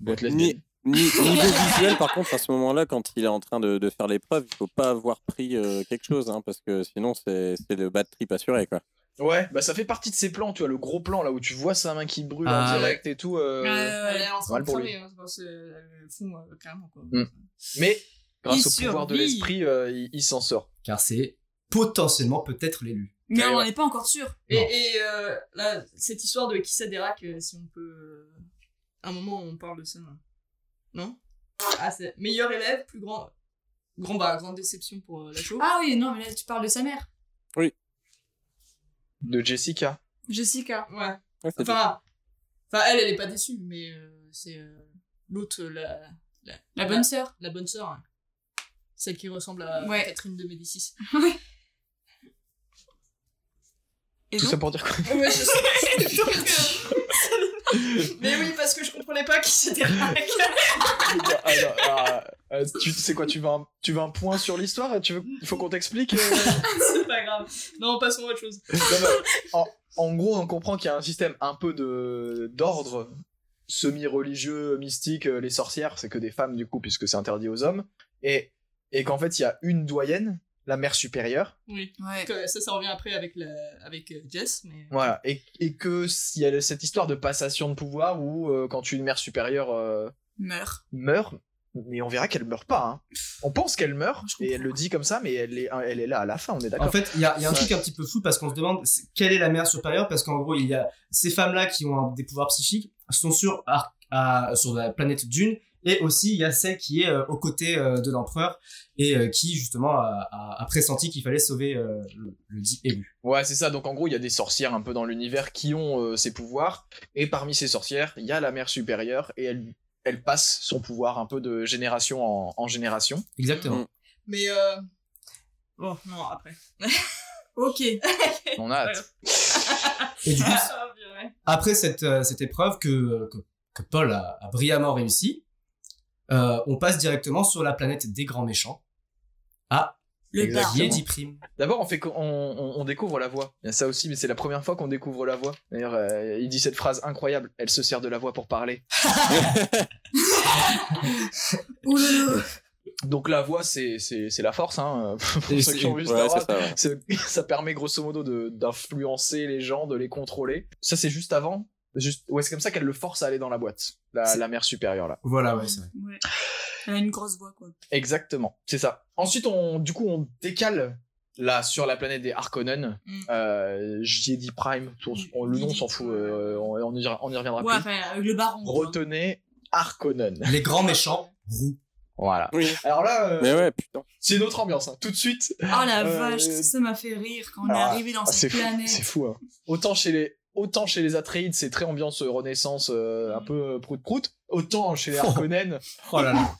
boîte lesbienne
Ni- ni- niveau visuel, par contre, à ce moment-là, quand il est en train de, de faire l'épreuve, il faut pas avoir pris euh, quelque chose, hein, parce que sinon, c'est c'est le bad trip assuré, quoi.
ouais bah ça fait partie de ces plans tu vois le gros plan là où tu vois sa main qui brûle
Ah,
en
ouais.
direct et tout euh,
Elle est en train
mal
de
pour lui.
cramer, hein, c'est pas- c'est- elle fond euh, carrément quoi.
Mm. mais grâce
Il
au pouvoir de
survit.
l'esprit euh, il, il s'en sort
Car c'est potentiellement peut-être l'élu.
Mais
Ouais,
on
ouais.
n'est pas encore sûr.
Et,
Non.
et, euh, là, cette histoire de Kissa Derac, euh, si on peut. euh, à un moment, on parle de ça. hein. Non Ah, c'est meilleur élève, plus grand. Grand bah, grande déception pour euh, la chose.
Ah oui, non, mais là, tu parles de sa mère.
de Jessica
Jessica.
Ouais.
Ouais, c'est
Enfin, enfin, elle, elle est pas déçue, mais euh, c'est euh, l'autre, euh, la, la,
La bonne sœur.
la bonne sœur. hein. Celle qui ressemble à
Ouais.
Catherine de Médicis.
Et
tout
donc,
ça pour dire quoi *laughs*
*laughs* Ouais, je *laughs* sais. Donc, euh, Mais oui, parce que je comprenais pas qui *laughs* c'était. Rack.
Ah, alors, ah, euh, tu sais quoi, tu veux un, tu veux un point sur l'histoire Tu veux, il faut qu'on t'explique. euh
C'est pas grave. Non, passons à autre chose.
Non, mais en, en gros, on comprend qu'il y a un système un peu de d'ordre semi-religieux, mystique. euh, Les sorcières, c'est que des femmes du coup, puisque c'est interdit aux hommes, et et qu'en fait, il y a une doyenne, la mère supérieure,
Oui.
ouais.
Que- Ça, ça revient après avec, la... avec euh, Jess, mais...
voilà, et, et que s'il y a cette histoire de passation de pouvoir où euh, quand une mère supérieure euh,
meurt.
meurt, mais on verra qu'elle meurt pas. hein. On pense qu'elle meurt
Je
et
comprends.
elle le dit comme ça, mais elle est elle est là à la fin. On est d'accord.
En fait, il y a, il y a un
Ouais.
truc un petit peu fou parce qu'on se demande c'est- quelle est la mère supérieure parce qu'en gros, il y a ces femmes-là qui ont un- des pouvoirs psychiques sont sur, Ar- à- sur la planète Dune et aussi il y a celle qui est euh, aux côtés euh, de l'empereur et euh, qui justement a, a- a pressenti qu'il fallait sauver euh, le, le dit élu.
Ouais, c'est ça. Donc en gros, il y a des sorcières un peu dans l'univers qui ont euh, ces pouvoirs. Et parmi ces sorcières, il y a la mère supérieure et elle, elle passe son pouvoir un peu de génération en, en génération.
Exactement.
Mm.
Mais... euh, Bon, non, après.
Ok.
On a hâte.
Et du coup,
Ah, ouais.
après cette, euh, cette épreuve que, euh, que, que Paul a, a brillamment réussi, euh, on passe directement sur la planète des grands méchants à
Le bar.
Exactement.
Yedi Prime.
D'abord, on fait qu'on- on, on, on découvre la voix. Il y a ça aussi, mais c'est la première fois qu'on découvre la voix. D'ailleurs, euh, il dit cette phrase incroyable. Elle se sert de la voix pour parler.
Ouh là là.
Donc la voix, c'est c'est c'est la force. Hein. *laughs* Pour
Et
ceux qui
c'est-
ont vu Star
Ouais,
Wars,
c'est ça, ouais.
C'est- *laughs* ça permet grosso modo de- d'influencer les gens, de les contrôler. Ça, c'est juste avant. Juste... Ouais, c'est comme ça qu'elle le force à aller dans la boîte, la,
C'est-
la mère supérieure là.
Voilà, ouais, c'est vrai.
Ouais. Elle a une grosse voix, quoi.
Exactement, c'est ça. Ensuite, on, du coup, on décale là sur la planète des Harkonnen.
Mm.
Euh, JD Prime, on- on- le nom on s'en fout, euh, on, on y, on y reviendra
Ouais,
plus.
enfin, avec le baron. quoi.
Retenez Harkonnen.
Les grands méchants roux.
Voilà.
Oui.
Alors là, euh,
Mais ouais, putain.
c'est une autre ambiance. hein. Tout de suite,
Oh la
Euh,
vache, ça m'a fait rire quand on est
ah,
arrivé dans
Ah, c'est
cette
fou,
planète.
c'est fou. hein. Autant chez les autant chez les Atreides, c'est très ambiance euh, Renaissance, euh, un
Mm.
peu euh, prout prout. Autant
*laughs*
chez les
Oh.
Harkonnen,
Oh là là.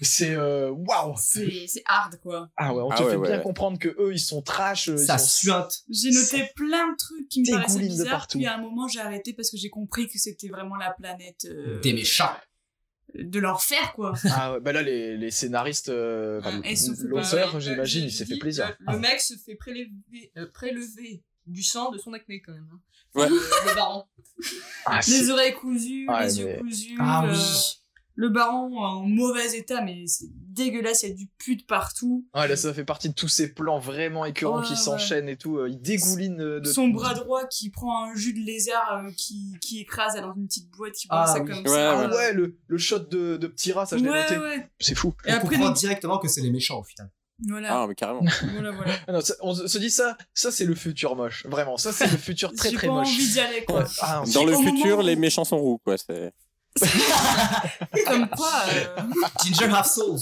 c'est euh, waouh.
C'est c'est hard, quoi.
Ah ouais, on
Ah
te
ouais,
fait
ouais,
bien
ouais.
comprendre que eux ils sont trash, euh,
Ça
ils sont
suinte.
J'ai noté plein de trucs qui me
Dégouline
paraissaient
de
bizarres,
partout.
puis à un moment j'ai arrêté parce que j'ai compris que c'était vraiment la planète euh,
Des méchants.
de l'enfer, quoi.
*laughs* Ah ouais, bah là les, les scénaristes euh,
ah,
enfin,
Ah, Et sauf que,
l'auteur,
Bah,
j'imagine,
euh,
il s'est
dit,
fait plaisir.
euh, Le mec se fait prélever, euh, prélever du sang de son acné, quand même. hein.
Ouais.
Euh, le baron.
Ah, c'est-
Les oreilles cousues,
Ouais,
les yeux
mais-
cousus.
Ah oui.
euh, le baron en mauvais état, mais c'est dégueulasse, il y a du pus de partout.
Ouais, là, ça fait partie de tous ces plans vraiment écœurants
Ouais,
qui
ouais.
s'enchaînent et tout. euh, Il dégouline euh, de.
Son bras droit qui prend un jus de lézard euh, qui, qui écrase dans une petite boîte, qui boit
Ah,
ça
oui.
comme
Ouais,
ça.
Ah ouais, le, le shot de, de petit rat, ça je l'ai
ouais,
noté.
ouais.
C'est fou.
Et
on
après,
comprend
donc-
directement que c'est les méchants au final.
Voilà,
Ah, mais carrément.
voilà, voilà.
Ah non, ça- on se se dit ça, ça c'est le futur moche. Vraiment, ça c'est le
*laughs*
futur très
J'ai
très
pas envie
moche.
d'y aller, quoi.
Ah, non,
Dans le
Au moment
futur,
où-
les méchants sont roux, quoi. C'est...
Comme quoi, euh, *laughs*
Ginger Half Souls.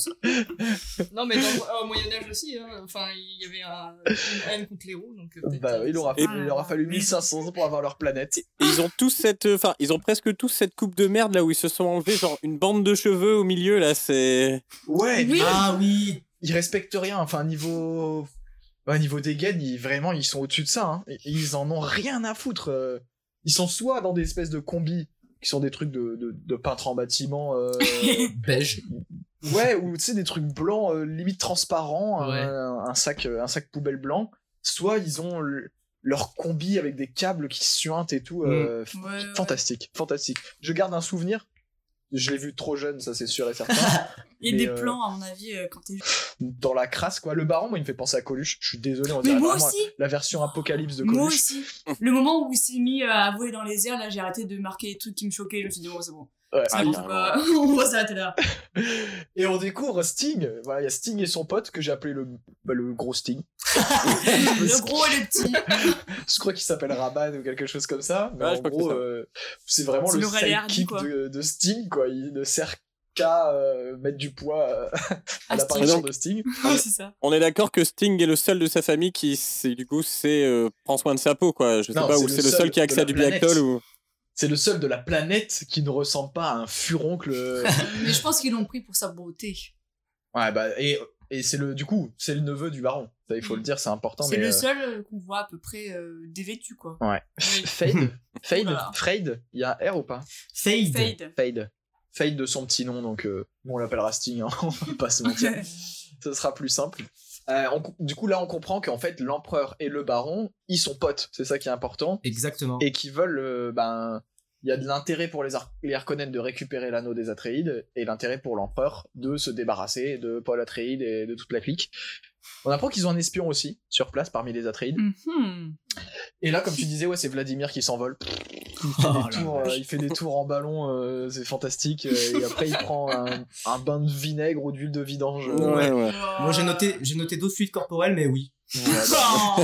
Non, mais dans, au Moyen-Âge aussi, hein, enfin, il y avait un, une haine contre les roues, donc. euh, peut-être,
bah,
euh,
il, aura,
Et-
il
Ah.
aura fallu 1500 ans pour avoir leur planète.
Et ils ont tous cette, euh, enfin, ils ont presque tous cette coupe de merde là où ils se sont enlevés genre une bande de cheveux au milieu là. C'est
Ouais,
Oui.
Ah oui.
ils respectent rien. Enfin, niveau. bah, niveau des gaines, ils, vraiment, ils sont au-dessus de ça. hein. Et- et Ils en ont rien à foutre. euh. Ils sont soit dans des espèces de combis, qui sont des trucs de, de, de peintres en bâtiment. euh,
*laughs*
Beige.
ouais, ou tu sais, des trucs blancs, euh, limite transparents,
Ouais.
un, un sac, euh, un sac poubelle blanc. Soit ils ont le- leur combi avec des câbles qui suintent et tout. euh, f-
Ouais, ouais.
Fantastique, fantastique. Je garde un souvenir. Je l'ai vu trop jeune, ça c'est sûr et certain.
*laughs* il y a
Mais,
des
euh,
plans, à mon avis, euh, quand t'es.
dans la crasse quoi. Le baron, moi, il me fait penser à Coluche. Je suis désolé, on
Mais
dirait
moi
vraiment
aussi!
la version apocalypse de
Moi
Coluche.
aussi. Le moment où il s'est mis euh, à voler dans les airs, là, j'ai arrêté de marquer les trucs qui me choquaient. Je me suis dit, bon, c'est bon.
Ouais.
C'est bon,
Ah,
c'est pas- *laughs* on va s'arrêter
*laughs*
là.
Et on découvre Sting. Voilà, il y a Sting et son pote que j'ai appelé le, bah, le gros Sting.
Le gros et le petit.
Je crois qu'il s'appelle Raban ou quelque chose comme ça. Mais
Ouais, je
en
crois que
gros,
c'est ça.
euh, c'est vraiment
C'est
le
le Ray Hardy,
sidekick
quoi.
de, de Sting quoi. Il ne sert qu'à euh, mettre du poids euh, à
Ah,
l'apparition
Sting.
de Sting.
*laughs* Ouais, c'est ça.
on est d'accord que Sting est le seul de sa famille qui, c'est, du coup, c'est euh, prend soin de sa peau, quoi. Je sais
Non,
pas
c'est
ou
le
c'est le seul qui
seul
a
de
accès à
la
du
planète.
Biactol ou.
C'est le seul de la planète qui ne ressemble pas à un
*laughs*
furoncle.
Mais je pense qu'ils l'ont pris pour sa beauté.
ouais, bah, et, et c'est le, du coup, c'est le neveu du baron. Ça, il faut le dire, c'est important.
C'est
mais, *laughs*
le
euh,
seul euh, qu'on voit à peu près euh, dévêtu, quoi.
Fade Fade
Oula.
Fade Il y a un R ou pas
Fade.
Fade.
Fade. Fade de son petit nom, donc euh, nous, on l'appellera Sting, hein, *laughs* on va pas se mentir.
*laughs*
Ce sera plus simple. Euh, on co- du coup, là, on comprend qu'en fait, l'empereur et le baron, ils sont potes, c'est ça qui est important,
Exactement.
et qui veulent, euh, ben, il y a de l'intérêt pour les, Ar- les Harkonnen de récupérer l'anneau des Atreides, et l'intérêt pour l'empereur de se débarrasser de Paul Atreide et de toute la clique. On apprend qu'ils ont un espion aussi, sur place, parmi les Atreides.
Mhm.
Et là, comme tu disais, ouais, c'est Vladimir qui s'envole.
Oh
des
là
tours,
là.
euh, il fait des tours en ballon, euh, c'est fantastique. euh, et après, il prend un, un bain de vinaigre ou d'huile de vidange. euh,
Ouais, ouais.
Moi j'ai noté, j'ai noté d'autres fluides corporels, mais oui.
Oh.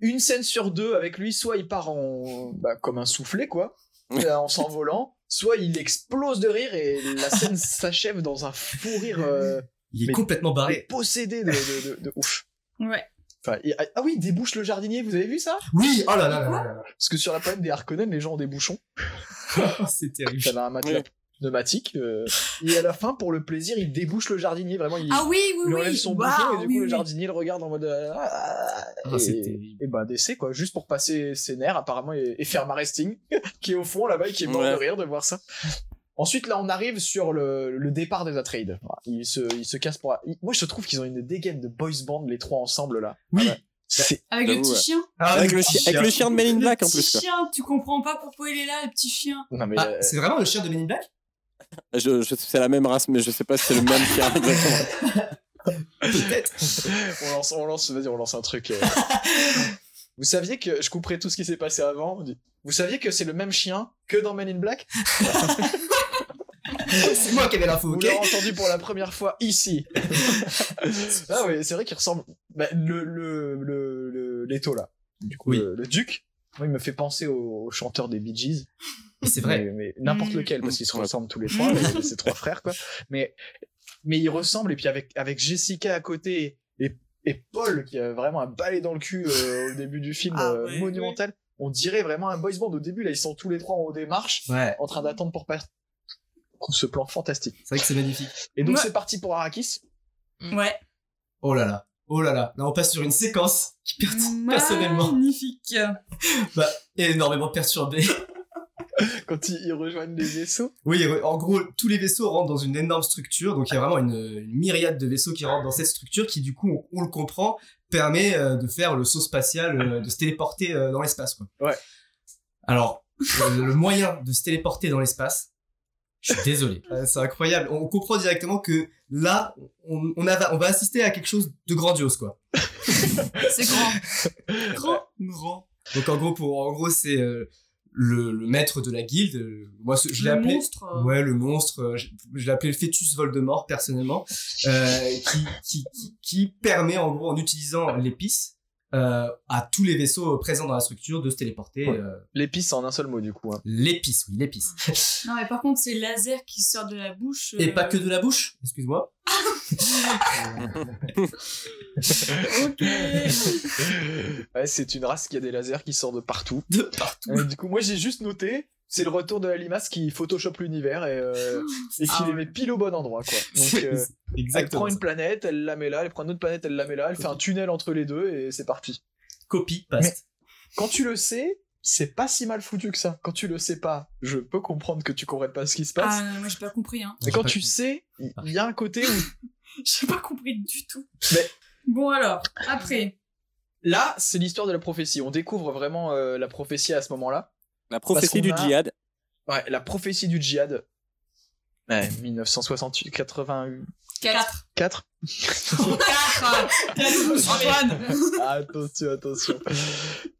Une scène sur deux avec lui, soit il part en, bah, comme un soufflé, quoi, euh, en s'envolant, soit il explose de rire et la scène *laughs* s'achève dans un fou rire euh,
Il est
Mais-
complètement barré.
possédé de, de- de- de ouf.
Ouais.
Enfin, il- ah oui, débouche le jardinier, vous avez vu ça
Oui, oh là là là là là
Parce que sur la planète des Harkonnen, les gens ont des bouchons.
là. *laughs* C'est terrible.
T'avais un matelas
Oui.
pneumatique. euh, et à la fin, pour le plaisir, il débouche le jardinier. Vraiment, il,
Ah oui,
il
oui,
enlève
oui.
son
Waouh,
bouchon et du
oui,
coup, le
oui.
jardinier le regarde en mode. euh, ah,
Ah, c'est
et,
terrible.
et ben, décès, quoi. Juste pour passer ses nerfs, apparemment, et, et faire ma resting, *laughs* qui est au fond là-bas et qui est mort
Ouais.
de rire de voir ça. Ensuite, là, on arrive sur le, le départ des Atreides. Voilà, Ils se, ils se cassent pour. ils- moi, je trouve qu'ils ont une dégaine de boys band, les trois ensemble, là.
Oui.
Ah ouais. C'est
Avec le
J'avoue,
petit
ouais.
chien.
Ah,
Avec, le
petit
chien, avec le chien de Men in
Le
Black en
petit
plus. Quoi.
chien, tu comprends pas pourquoi il est là, le petit chien.
non mais
Ah,
euh,
c'est vraiment le chien de Men in Black
Je, je- c'est la même race, mais je sais pas si c'est le même
*laughs*
chien exactement. *laughs*
Peut-être.
*laughs* on lance, on lance, vas-y, on lance un truc. euh.
*laughs*
Vous saviez que je couperai tout ce qui s'est passé avant. on dit, Vous saviez que c'est le même chien que dans Men in Black
*laughs*
*laughs*
c'est moi qui avais l'info,
Vous
ok
l'avez entendu pour la première fois
*laughs*
ici. ah oui, c'est vrai qu'il ressemble. bah, le le le le l'étau, là. Du coup,
Oui.
le, le duc. Moi, il me fait penser au, au chanteur des Bee Gees.
euh,
C'est vrai.
Mais, mais n'importe
Mm.
lequel, parce qu'ils se
Ouais.
ressemblent tous les trois, les- ces trois frères, quoi. Mais, mais ils ressemblent, et puis avec, avec Jessica à côté et, et Paul, qui a vraiment un balai dans le cul euh, au début du film,
Ah
euh,
ouais,
monumental, on dirait vraiment un boys band. Au début, là, ils sont tous les trois en haut des marches,
Ouais,
en train d'attendre pour passer. Je trouve ce plan fantastique.
c'est vrai que c'est magnifique.
Et donc,
Ouais.
c'est parti pour Arrakis.
*laughs* Ouais.
Oh là là. Oh là là. Là, on passe sur une séquence qui per- *laughs* personnellement
Magnifique.
est énormément perturbée.
Quand ils, ils rejoignent les vaisseaux,
Oui, ouais, en gros, tous les vaisseaux rentrent dans une énorme structure, donc il y a vraiment une, une myriade de vaisseaux qui rentrent dans cette structure qui, du coup, on, on le comprend, permet euh, de faire le saut spatial, euh, de se téléporter euh, dans l'espace. Quoi.
Ouais.
Alors, euh, le moyen de se téléporter dans l'espace, Je suis *laughs* désolé. Euh, C'est incroyable. On comprend directement que là, on, on, a- on va assister à quelque chose de grandiose, quoi.
C'est grand.
Grand, grand. Donc en gros, pour, en gros, c'est euh, le, le maître de la guilde. euh, Moi, ce- je l'ai
Le
appelé.
monstre, euh.
Ouais, le monstre. euh, Je, je l'ai appelé le fœtus Voldemort personnellement, euh, qui, qui, qui, qui permet en gros, en utilisant l'épice, euh, à tous les vaisseaux présents dans la structure de se téléporter.
Ouais.
euh,
L'épice en un seul mot, du coup. hein.
l'épice, oui, l'épice.
Non, mais par contre, c'est le laser qui sort de la bouche.
Et
euh,
pas que de la bouche. Excuse-moi. *laughs*
*laughs* Ouais, c'est une race qui a des lasers qui sortent de partout.
De partout.
Euh, du coup, moi, j'ai juste noté, c'est le retour de la limace qui photoshop l'univers et, euh, et qui
Ah
les
ouais.
met pile au bon endroit,
*laughs*
quoi. Donc, euh, elle prend
*laughs* Exactement.
une planète, elle la met là, elle prend une autre planète, elle la met là, elle fait un tunnel entre les deux et c'est parti.
Copie, paste.
Quand tu le sais, c'est pas si mal foutu que ça. Quand tu le sais pas, je peux comprendre que tu comprennes pas ce qui se passe.
Ah, non, moi j'ai pas compris, hein. *laughs*
Mais quand tu sais, il y a un côté où
J'ai pas compris du tout.
Mais-
Bon, alors, après.
Là, c'est l'histoire de la prophétie. On découvre vraiment euh, la prophétie à ce moment-là.
La prophétie
qu'on
du
a-
djihad.
Ouais, la prophétie du djihad. Ouais, 1968, 84.
4. 4
*laughs*
*laughs*
Antoine
Ah, attention, attention.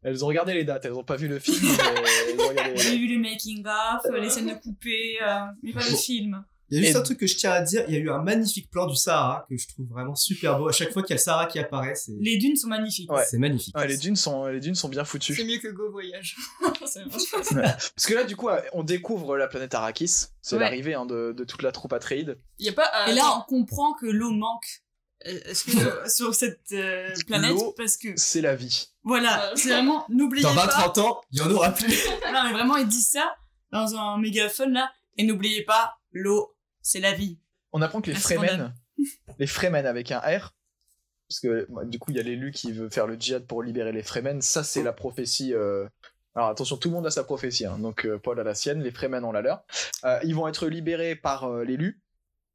Elles ont regardé les dates, elles ont pas vu le film. mais elles ont regardé les
J'ai
dates.
*laughs*
vu le making-of, les scènes de coupées, euh, mais pas le film.
Il y a juste
Et-
un truc que je tiens à dire, il y a eu un magnifique plan du Sahara que je trouve vraiment super beau. À chaque fois qu'il y a le Sahara qui apparaît, c'est
Les dunes sont magnifiques.
Ouais.
c'est magnifique.
Ouais, les dunes sont, les dunes sont bien foutues.
C'est mieux que
*laughs*
Go Voyage. C'est vrai.
Parce que là, du coup, on découvre la planète Arrakis. C'est
Ouais.
l'arrivée hein, de, de toute la troupe Atreide.
Il y a pas. euh,
Et là, on comprend que l'eau manque
Est-ce que.
sur, sur cette euh, planète
L'eau.
parce que
C'est la vie.
Bah,
voilà, c'est
*laughs*
vraiment n'oubliez
Dans
pas.
20-30 ans, il y en aura plus. *laughs*
Non mais vraiment, ils disent ça dans un mégaphone là et n'oubliez pas, l'eau, c'est la vie.
On apprend que les
Ah,
Fremen, *laughs* les Fremen avec un R, parce que bah, du coup il y a l'élu qui veut faire le djihad pour libérer les Fremen, ça c'est la prophétie. euh, Alors attention, tout le monde a sa prophétie, hein, donc euh, Paul a la sienne, les Fremen ont la leur. Euh, ils vont être libérés par euh, l'élu,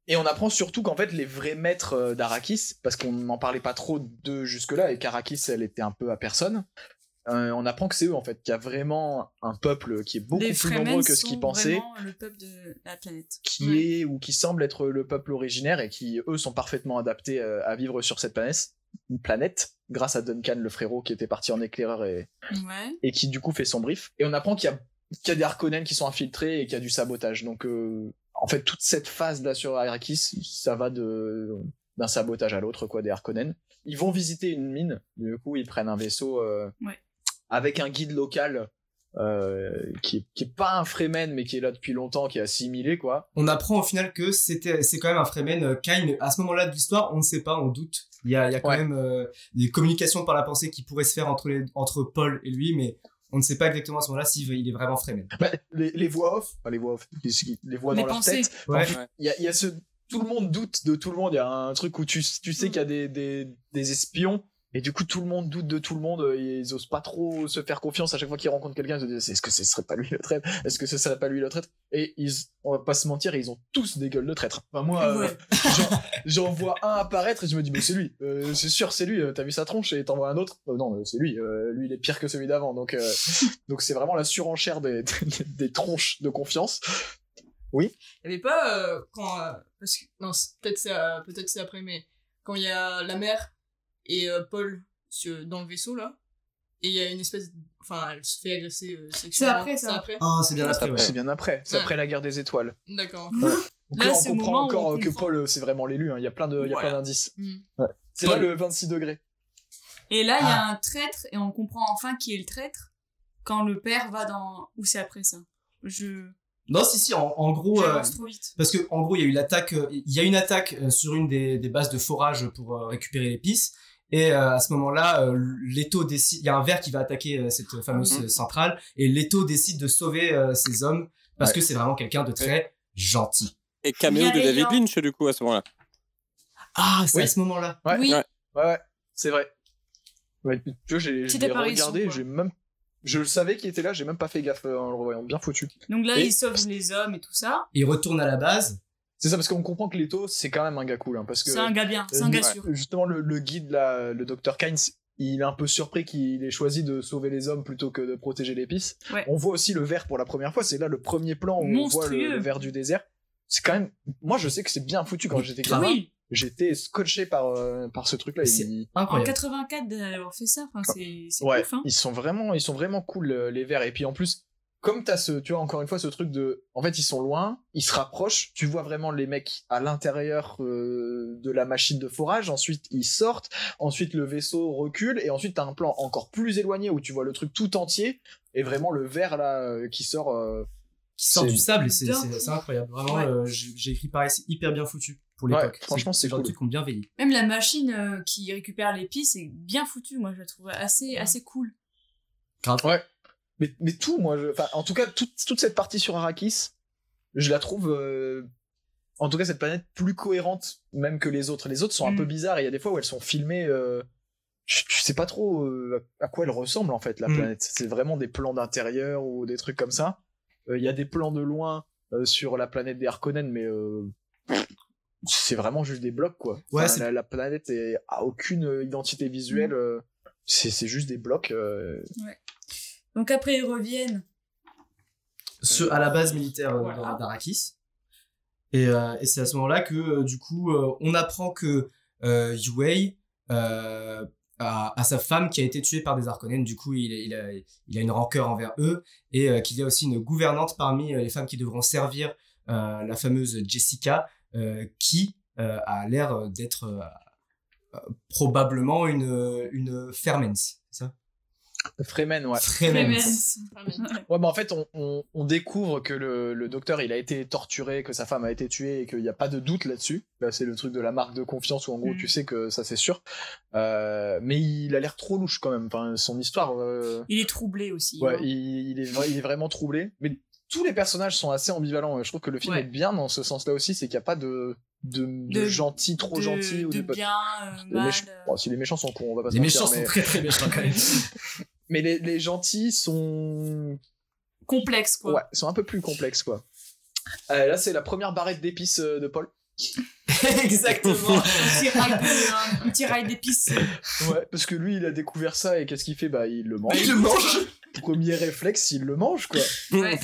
et on apprend surtout qu'en fait les vrais maîtres euh, d'Arakis, parce qu'on n'en parlait pas trop d'eux jusque-là, et qu'Arakis elle était un peu à personne. euh, on apprend que c'est eux en fait, qu'il y a vraiment un peuple qui est beaucoup
les
plus
Fremen
nombreux que ce
sont
qu'ils pensaient
vraiment le peuple de la planète.
qui est ou qui semble être le peuple originaire et qui eux sont parfaitement adaptés euh, à vivre sur cette planète, une planète grâce à Duncan le frérot qui était parti en éclaireur et,
Ouais.
et qui du coup fait son brief et on apprend qu'il y a qu'il y a des Harkonnen qui sont infiltrés et qu'il y a du sabotage donc euh, en fait toute cette phase là sur Arrakis ça va de d'un sabotage à l'autre quoi des Harkonnen ils vont visiter une mine du coup ils prennent un vaisseau euh,
Ouais.
avec un guide local euh, qui, est, qui est pas un Fremen mais qui est là depuis longtemps qui est assimilé quoi
On apprend au final que c'était, c'est quand même un Fremen euh, Kain. À ce moment-là de l'histoire, on ne sait pas, on doute. Il y a, il y a quand
Ouais.
même euh, des communications par la pensée qui pourraient se faire entre, les- entre Paul et lui, mais on ne sait pas exactement à ce moment-là s'il il est vraiment Fremen.
Bah, les, les voix off, enfin, les voix off, les- les voix
Les
dans
pensées.
leur tête.
Ouais.
Il y a, il y a ce, tout le monde doute de tout le monde. Il y a un truc où tu, tu sais qu'il y a des, des, des espions et du coup tout le monde doute de tout le monde. et Ils osent pas trop se faire confiance à chaque fois qu'ils rencontrent quelqu'un. Ils se disent est-ce que ce serait pas lui le traître Est-ce que ce serait pas lui le traître Et ils, on va pas se mentir, ils ont tous des gueules de traître. Enfin moi, euh,
Ouais.
j'en- j'en vois un apparaître et je me dis mais c'est lui. Euh, c'est sûr c'est lui. Euh, T'as vu sa tronche et t'en vois un autre. Euh, non mais c'est lui. Euh, lui il est pire que celui d'avant. Donc euh, donc c'est vraiment la surenchère des, des, des tronches de confiance.
Il y avait pas euh, quand euh, parce que non c'est- peut-être c'est euh, peut-être c'est après mais quand il y a la mère et euh, Paul sur- dans le vaisseau là et il y a une espèce de- enfin elle se fait agresser euh, sexuellement.
après, ça.
après
Ah, c'est bien après, ouais.
C'est bien après. C'est
Ouais.
après la guerre des étoiles.
d'accord
Donc
Là,
là, on
c'est le
comprend
moment où on
encore euh, que
comprend.
Paul, euh, c'est vraiment l'élu. hein. Il y a plein de, il y a
Voilà.
plein d'indices.
Mm.
Ouais. C'est là
Paul.
le 26 degrés.
Et là, il y a
Ah.
un traître et on comprend enfin qui est le traître quand le père va dans ou c'est après ça. Je
Non, si, si, en, en gros, euh,
j'avance trop vite.
Parce que en gros, il y a eu l'attaque, euh, il y a une attaque euh, sur une des, des bases de forage pour euh, récupérer l'épice. Et euh, à ce moment-là, euh, l'étau décide. Il y a un ver qui va attaquer euh, cette fameuse
Mhm.
euh, centrale, et l'étau décide de sauver euh, ses hommes parce
Ouais.
que c'est vraiment quelqu'un de très gentil.
Et caméo
Il y a
de David
Rayan.
Lynch, du coup, à ce moment-là.
Ah, c'est
Oui.
à ce moment-là.
Ouais.
oui,
Ouais.
Ouais, ouais, c'est vrai. Ouais, puis, tu vois, j'ai, je
Petite
l'ai
apparition,
regardé,
quoi.
j'ai même, je le savais qu'il était là, j'ai même pas fait gaffe euh, en le revoyant. Bien foutu.
donc là
Et-
il sauve les hommes et tout ça.
Il retourne à la base.
C'est ça parce qu'on comprend que Leto, c'est quand même un gars cool, hein, parce que
C'est un gars bien, c'est
euh,
un gars
ouais.
sûr.
justement le, le guide là, le docteur Kynes. Il est un peu surpris qu'il ait choisi de sauver les hommes plutôt que de protéger l'épice.
Ouais.
On voit aussi le verre pour la première fois. C'est là le premier plan où on voit le,
Monstrueux.
le verre du désert. c'est quand même. Moi, je sais que c'est bien foutu quand j'étais gamin.
Oui,
J'étais scotché par, euh, par ce truc-là.
C'est
Ils,
en
Incroyable.
84 d'avoir fait ça, enfin, c'est c'est
ouais,
ouf, hein.
ils sont vraiment, ils sont vraiment cool euh, les verts. Et puis en plus, comme t'as ce, tu vois encore une fois ce truc de, en fait, ils sont loin, ils se rapprochent. Tu vois vraiment les mecs à l'intérieur euh, de la machine de forage. Ensuite, ils sortent. Ensuite, le vaisseau recule. Et ensuite, t'as un plan encore plus éloigné où tu vois le truc tout entier et vraiment le vert là euh, qui sort. euh,
Qui sort
C'est-
du sable, c'est
J'adore.
c'est- c'est incroyable. Vraiment,
Ouais.
euh, j'ai j'ai écrit pareil, c'est hyper bien foutu pour
Ouais,
l'époque.
franchement, c'est
genre de
cool.
trucs qui ont bien veillé.
Même la machine euh, qui récupère les pistes est bien foutue, moi je la trouve assez, assez cool.
Mais, mais tout, moi, je, enfin, en tout cas, toute, toute cette partie sur Arrakis, je la trouve, euh, en tout cas, cette planète plus cohérente même que les autres. Les autres sont un
Mm.
peu bizarres. et Il y a des fois où elles sont filmées, euh, je, je sais pas trop euh, à quoi elles ressemblent en fait la
Mm.
planète. C'est vraiment des plans d'intérieur ou des trucs comme ça. Euh, Il y a des plans de loin euh, sur la planète des Harkonnen, mais euh, c'est vraiment juste des blocs quoi.
Ouais,
Enfin,
c'est- Mm.
la, la planète est- a aucune euh, identité visuelle. euh, c'est c'est juste des blocs. euh,
Donc après ils reviennent.
ce, à la base militaire euh,
Voilà.
d'Ar- d'Arrakis. Et, euh, et c'est à ce moment-là que, euh, du coup, euh, on apprend que euh, Yuei euh, a, a sa femme qui a été tuée par des Harkonnen. Du coup, il, il a, il a une rancœur envers eux et euh, qu'il y a aussi une gouvernante parmi euh, les femmes qui devront servir, euh, la fameuse Jessica, euh, qui euh, a l'air euh, d'être euh, euh, probablement une, une Fermens, c'est ça
Fremen, ouais.
Fremens.
Ouais, mais en fait, on, on- on découvre que le, le docteur, il a été torturé, que sa femme a été tuée et qu'il n'y a pas de doute là-dessus. Là, c'est le truc de la marque de confiance où, en gros,
Mm.
tu sais que ça, c'est sûr. Euh, mais il a l'air trop louche quand même. Enfin, son histoire, euh,
*laughs* Il est troublé aussi.
ouais,
hein.
il, il est, vra- il est vraiment troublé. Mais tous les personnages sont assez ambivalents. Je trouve que le film
Ouais.
est bien dans ce sens-là aussi, c'est qu'il n'y a pas de, de, de
De-
gentil, trop
de,
gentil. ou
de
de pas-
bien, euh,
Les
mal.
méch-
euh,
Bon, si les méchants sont cons, on va pas se
Les
mentir,
méchants
mais,
sont très très méchants quand même.
*laughs*
*laughs*
mais les, les gentils sont
complexe quoi.
Ouais, ils sont un peu plus complexes, quoi. Euh, là, c'est la première barrette d'épices euh, de Paul.
Exactement.
Un petit rail de- un petit rail d'épices.
Ouais, parce que lui, il a découvert ça et qu'est-ce qu'il fait Bah, il le mange.
Il le mange.
*laughs* Premier réflexe, il le mange, quoi.
*laughs*
Ouais.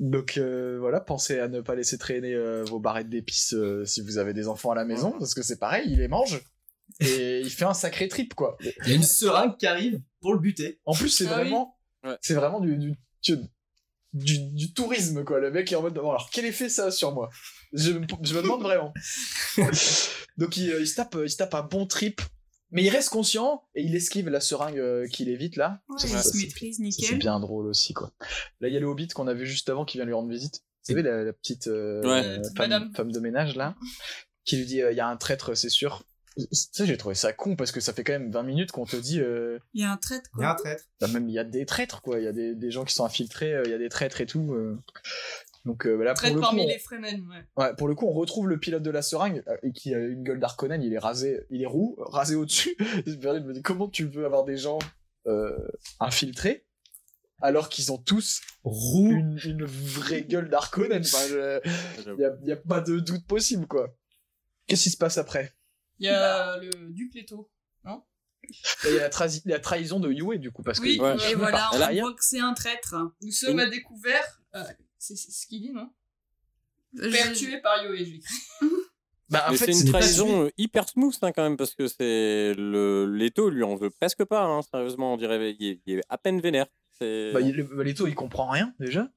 Donc euh, voilà, pensez à ne pas laisser traîner euh, vos barrettes d'épices euh, si vous avez des enfants à la maison, parce que c'est pareil, il les mange et il fait un sacré trip, quoi.
Il y a une seringue qui arrive pour le buter.
En plus, c'est
Ah
vraiment,
oui. Ouais.
c'est vraiment du, du, tu- du, du tourisme, quoi. Le mec est en mode, bon, alors quel effet ça a sur moi je, me- je me
*laughs*
demande vraiment. Donc il, euh, il se tape, euh, il se tape un bon trip, mais il reste conscient et il esquive la seringue euh, qu'il évite là.
Ouais,
Ça,
il
ça,
se
c'est- ça,
maîtrise
c'est
nickel.
bien drôle aussi, quoi. Là, il y a le Hobbit qu'on a vu juste avant qui vient lui rendre visite. Vous savez, la, la petite, euh,
Ouais.
euh,
La petite
femme,
madame.
femme de ménage, là, qui lui dit, euh, il y a un traître, c'est sûr. Ça, j'ai trouvé ça con parce que ça fait quand même 20 minutes qu'on te dit, euh,
Il y a un trait
Il y a un
quoi.
traître.
bah, même il y a des traîtres, quoi. Il y a des, des gens qui sont infiltrés, euh, il y a des traîtres et tout. euh. Donc euh, là, pour
Traite
le, coup,
parmi
on-
les Fremen, ouais.
ouais, pour le coup, on retrouve le pilote de la seringue euh, et qui a une gueule d'Arconen. Il est rasé, il est roux, euh, rasé au-dessus. *laughs* Je me dis, comment tu peux avoir des gens euh, infiltrés alors qu'ils ont tous
Roux.
une, une vraie gueule d'Arconen Enfin, bah, je-
Ah,
il n'y a, il y a pas de doute possible, quoi. Qu'est-ce qui se passe après
Il y a le duc Leto.
Il y a la, trahi- la trahison de Yue, du coup, parce
Oui,
que
Ouais.
Et voilà,
Là,
on
il y a-
voit que c'est un traître.
Nous sommes à découvert. euh, c'est c'est ce qu'il dit, non
Je-
Pertué par Yoé, j'ai écrit.
Bah, en
Mais
fait,
c'est
ce
une
n'est pas
trahison euh, hyper smooth hein, quand même parce que c'est le Leto lui en veut presque pas hein, sérieusement on dirait il est, il est à peine vénère. C'est-
Bah, il, le- Leto, il comprend rien déjà.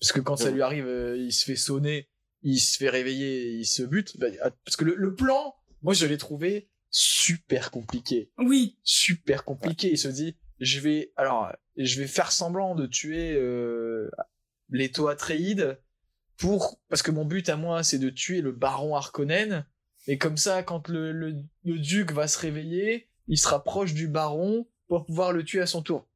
Parce que quand ça
Ouais.
lui arrive, euh, il se fait sonner, il se fait réveiller, il se bute. Bah, ah, parce que le, le plan, moi je l'ai trouvé super compliqué.
Oui,
Super compliqué. Il se dit, je vais, alors, je vais faire semblant de tuer euh, Leto Atreides pour, parce que mon but à moi, c'est de tuer le baron Harkonnen. Et comme ça, quand le, le, le duc va se réveiller, il se rapproche du baron pour pouvoir le tuer à son tour.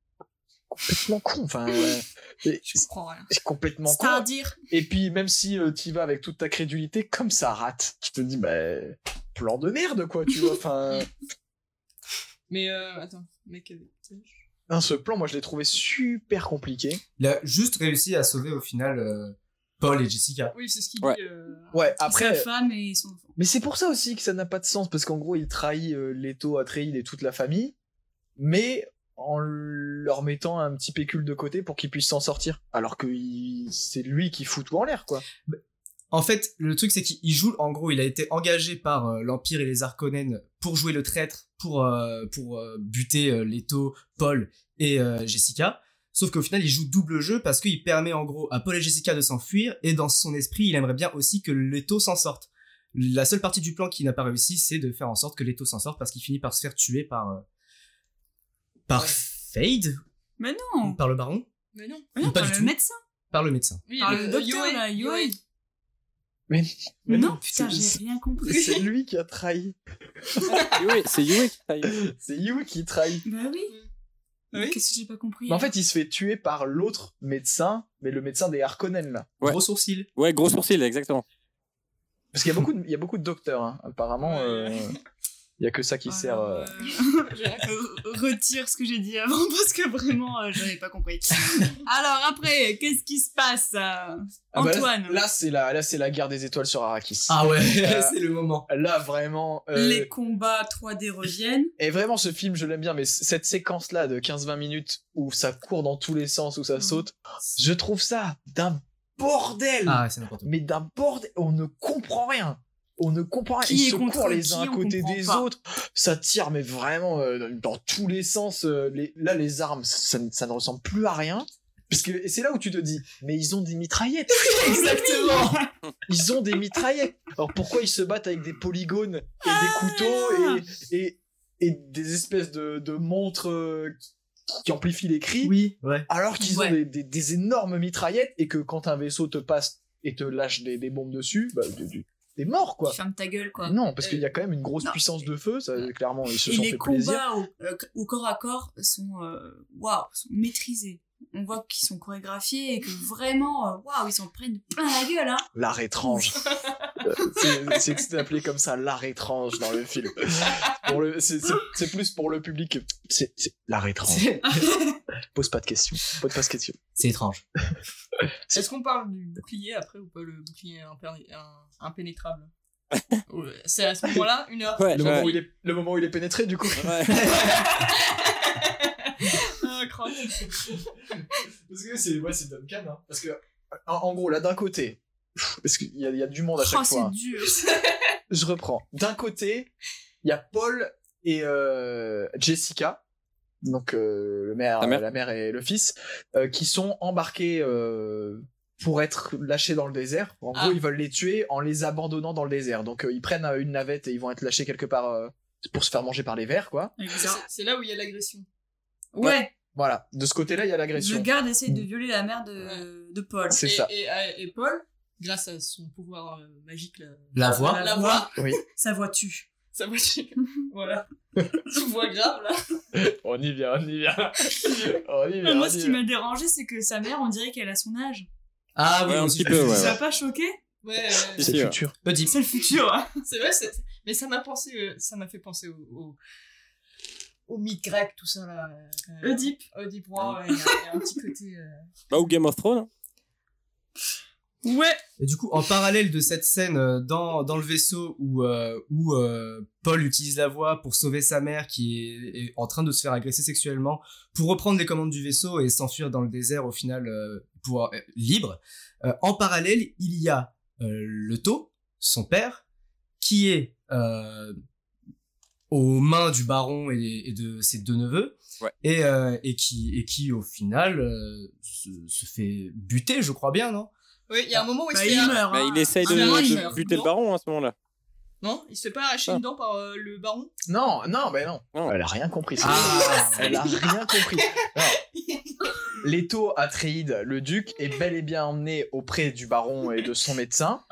Complètement con, enfin. ouais. Et
Je comprends rien.
c'est complètement
c'est
con.
à dire.
Et puis, même si euh, t'y vas avec toute ta crédulité, comme ça rate, tu te dis, bah, plan de merde, quoi, tu vois. Enfin,
Mais euh, attends, mec, euh, tu sais, je-
hein, ce plan, moi, je l'ai trouvé super compliqué.
Il a juste réussi à sauver au final euh, Paul et Jessica.
oui, c'est ce qu'il
Ouais.
dit. euh,
Ouais,
Après, sa
après.
femme et son enfant.
Mais c'est pour ça aussi que ça n'a pas de sens, parce qu'en gros, il trahit euh, Leto, Atreides et toute la famille, mais en leur mettant un petit pécule de côté pour qu'ils puissent s'en sortir. Alors que il- c'est lui qui fout tout en l'air, quoi.
En fait, le truc, c'est qu'il joue, en gros, il a été engagé par euh, l'Empire et les Arconen pour jouer le traître, pour, euh, pour euh, buter euh, Leto, Paul et euh, Jessica. Sauf qu'au final, il joue double jeu parce qu'il permet en gros à Paul et Jessica de s'enfuir et dans son esprit, il aimerait bien aussi que Leto s'en sorte. La seule partie du plan qui n'a pas réussi, c'est de faire en sorte que Leto s'en sorte parce qu'il finit par se faire tuer par. euh, par Fade
Mais non
Par le baron
Mais non.
Mais non,
Pas
par
du
le
tout.
médecin
Par le médecin.
Oui,
Par le docteur,
Yoei,
là, Yoei.
Yoei.
Mais, mais
Non, putain,
c'est-
j'ai rien
c'est-
compris.
C'est lui qui a trahi.
Yui, c'est Yui qui taille.
C'est Yui qui trahit.
Bah oui.
Ah
Oui.
Qu'est-ce que j'ai pas compris hein
Mais en fait, il se fait tuer par l'autre médecin, mais le médecin des Harkonnen, là.
Ouais.
Gros
*laughs*
sourcil.
Ouais, gros sourcil, exactement.
Parce qu'il y a beaucoup de, il y a beaucoup de docteurs, hein. apparemment. euh, Il y a que ça qui sert.
Alors,
euh,
euh, je retire ce que j'ai dit avant *laughs* parce que vraiment, euh, j'avais pas
*laughs*
compris. Alors après, qu'est-ce qui se passe euh,
Ah bah là,
Antoine
Là, c'est la, là, c'est la guerre des étoiles sur Arrakis.
Ah ouais,
Euh,
*laughs* c'est le moment.
Là, vraiment. euh,
Les combats 3D reviennent.
Et vraiment, ce film, je l'aime bien, mais c- cette séquence-là de 15-20 minutes où ça court dans tous les sens, où ça
Mhm.
saute, je trouve ça d'un bordel.
Ah ouais, c'est n'importe quoi.
Mais d'un bordel, on ne comprend rien. On ne comprend rien.
Qui
Ils
est
se
contre
courent
qui,
les uns à
on
côté
comprend
des
pas.
autres. Ça tire, mais vraiment euh, dans tous les sens. euh, les- Là, les armes, ça, ne- ça ne ressemble plus à rien. Parce que et c'est là où tu te dis, mais ils ont des mitraillettes.
Exactement.
Ils ont des mitraillettes. Alors pourquoi ils se battent avec des polygones et
Ah
des couteaux et, et, et des espèces de, de montres euh, qui- qui amplifient les cris
Oui, ouais.
alors qu'ils
Ouais.
ont des, des- des énormes mitraillettes et que quand un vaisseau te passe et te lâche des, des bombes dessus, bah, tu- tu- t'es mort quoi.
Tu fermes ta gueule quoi.
Non, parce qu'il
Euh,
y a quand même une grosse
non.
puissance de feu, ça, clairement, ils se
Et
sont
les
fait plaisir.
combats au, euh, au corps à corps sont euh, waouh, sont maîtrisés. On voit qu'ils sont chorégraphiés et que vraiment euh, waouh, ils s'en prennent plein la gueule hein.
L'art
*laughs*
étrange. Euh, c'est- c'est c'est appelé comme ça, l'art étrange dans le film. Pour le- c'est- c'est c'est plus pour le public. C'est c'est l'art étrange.
C'est-
Pose pas de questions. Pose pas de questions.
C'est étrange.
Est-ce qu'on parle du bouclier après ou pas le bouclier imperné-
*laughs*
un- impénétrable Ouais, C'est à ce moment-là, une *laughs* heure.
Ouais,
Le
ouais.
moment, où il est, le moment où il est pénétré, du coup.
Ouais.
Ah, crotte.
*laughs* Parce que c'est ouais, c'est Duncan. Hein. Parce que, en, en gros, là, d'un côté, pff, parce qu'il y, a- il y a du monde à chaque fois.
Oh, c'est
hein.
dur.
je reprends. D'un côté, il y a Paul et euh, Jessica, donc euh, le maire,
La
la
mère.
mère, et le fils, euh, qui sont embarqués euh, pour être lâchés dans le désert. En
Ah.
gros, ils veulent les tuer en les abandonnant dans le désert. Donc, euh, ils prennent euh, une navette et ils vont être lâchés quelque part euh, pour se faire manger par les vers, quoi.
C'est- *laughs* C'est là où il y a l'agression.
Ouais,
Voilà. De ce côté-là, il y a
le
l'agression.
garde essaye de violer la mère de, de Paul.
C'est
Et-
ça.
Et, et- et Paul, grâce à son pouvoir euh, magique, là,
La voix.
la voix,
Sa voix tue.
sa voix, *laughs*
*laughs*
voilà, Sa voix grave là.
On y vient, on y vient.
*laughs*
on y
Ah,
vient.
moi,
on
ce
y
qui
vient.
m'a dérangé, c'est que sa mère, on dirait qu'elle a son âge.
Ah oui, *laughs*
Ouais, un
on
petit
s'y
peu, ouais.
Ça l'a pas choqué
Ouais,
Si,
euh,
C'est
si,
le
ouais.
futur.
Oedipe.
C'est le futur. hein.
*laughs* c'est vrai, c'est- mais ça m'a pensé, euh, ça m'a fait penser au, au, au mythe grec, tout ça là. euh, quand même.
Oedipe.
Oedipe, roi, ouais, il y, a il y a un petit côté. euh,
Bah, ou Game of Thrones.
Ouais.
Et du coup, en parallèle de cette scène euh, dans, dans le vaisseau où, euh, où euh, Paul utilise la voix pour sauver sa mère qui est, est en train de se faire agresser sexuellement, pour reprendre les commandes du vaisseau et s'enfuir dans le désert au final euh, pour, euh, libre, euh, en parallèle, il y a euh, le taux, son père, qui est euh, aux mains du baron et, et de ses deux neveux,
Ouais.
et, euh, et, qui, et qui au final euh, se, se fait buter, je crois bien, non
Oui, il y a un moment où il
Bah,
se fait.
il
ar-
meurt.
Bah,
hein.
il essaye de,
Ah, non, il
de
meurt.
buter le
Non.
baron hein, à ce moment-là.
Non, il se fait pas arracher
Ah.
une dent par euh, le baron.
Non, non, mais non.
Non.
Elle a rien compris. ça.
Ah,
Elle a rien compris.
*laughs*
Non. Leto Atreide, le duc, est bel et bien emmené auprès du baron et de son médecin,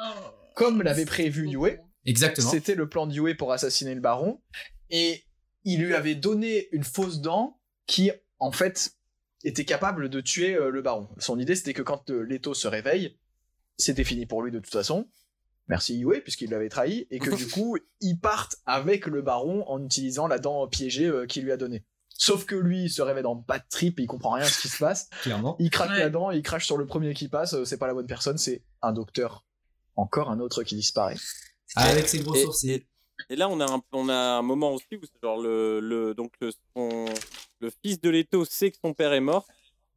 comme l'avait prévu Yue.
exactement.
C'était le plan de Yue pour assassiner le baron. Et il lui avait donné une fausse dent qui, en fait, était capable de tuer euh, le baron. Son idée, c'était que quand euh, Leto se réveille, c'était fini pour lui de toute façon. Merci Yue, puisqu'il l'avait trahi,
*laughs*
et que du coup, ils partent avec le baron en utilisant la dent piégée euh, qu'il lui a donnée. Sauf que lui, il se réveille dans pas de trip, il comprend rien à ce qui se passe.
Clairement.
Il craque
Ouais.
la dent, il crache sur le premier qui passe, euh, c'est pas la bonne personne, c'est un docteur. Encore un autre qui disparaît.
Avec ses gros
Et-
sourcils.
et- Et là, on a un, on a un moment aussi où c'est genre le, le donc le, son- le fils de Leto sait que son père est mort,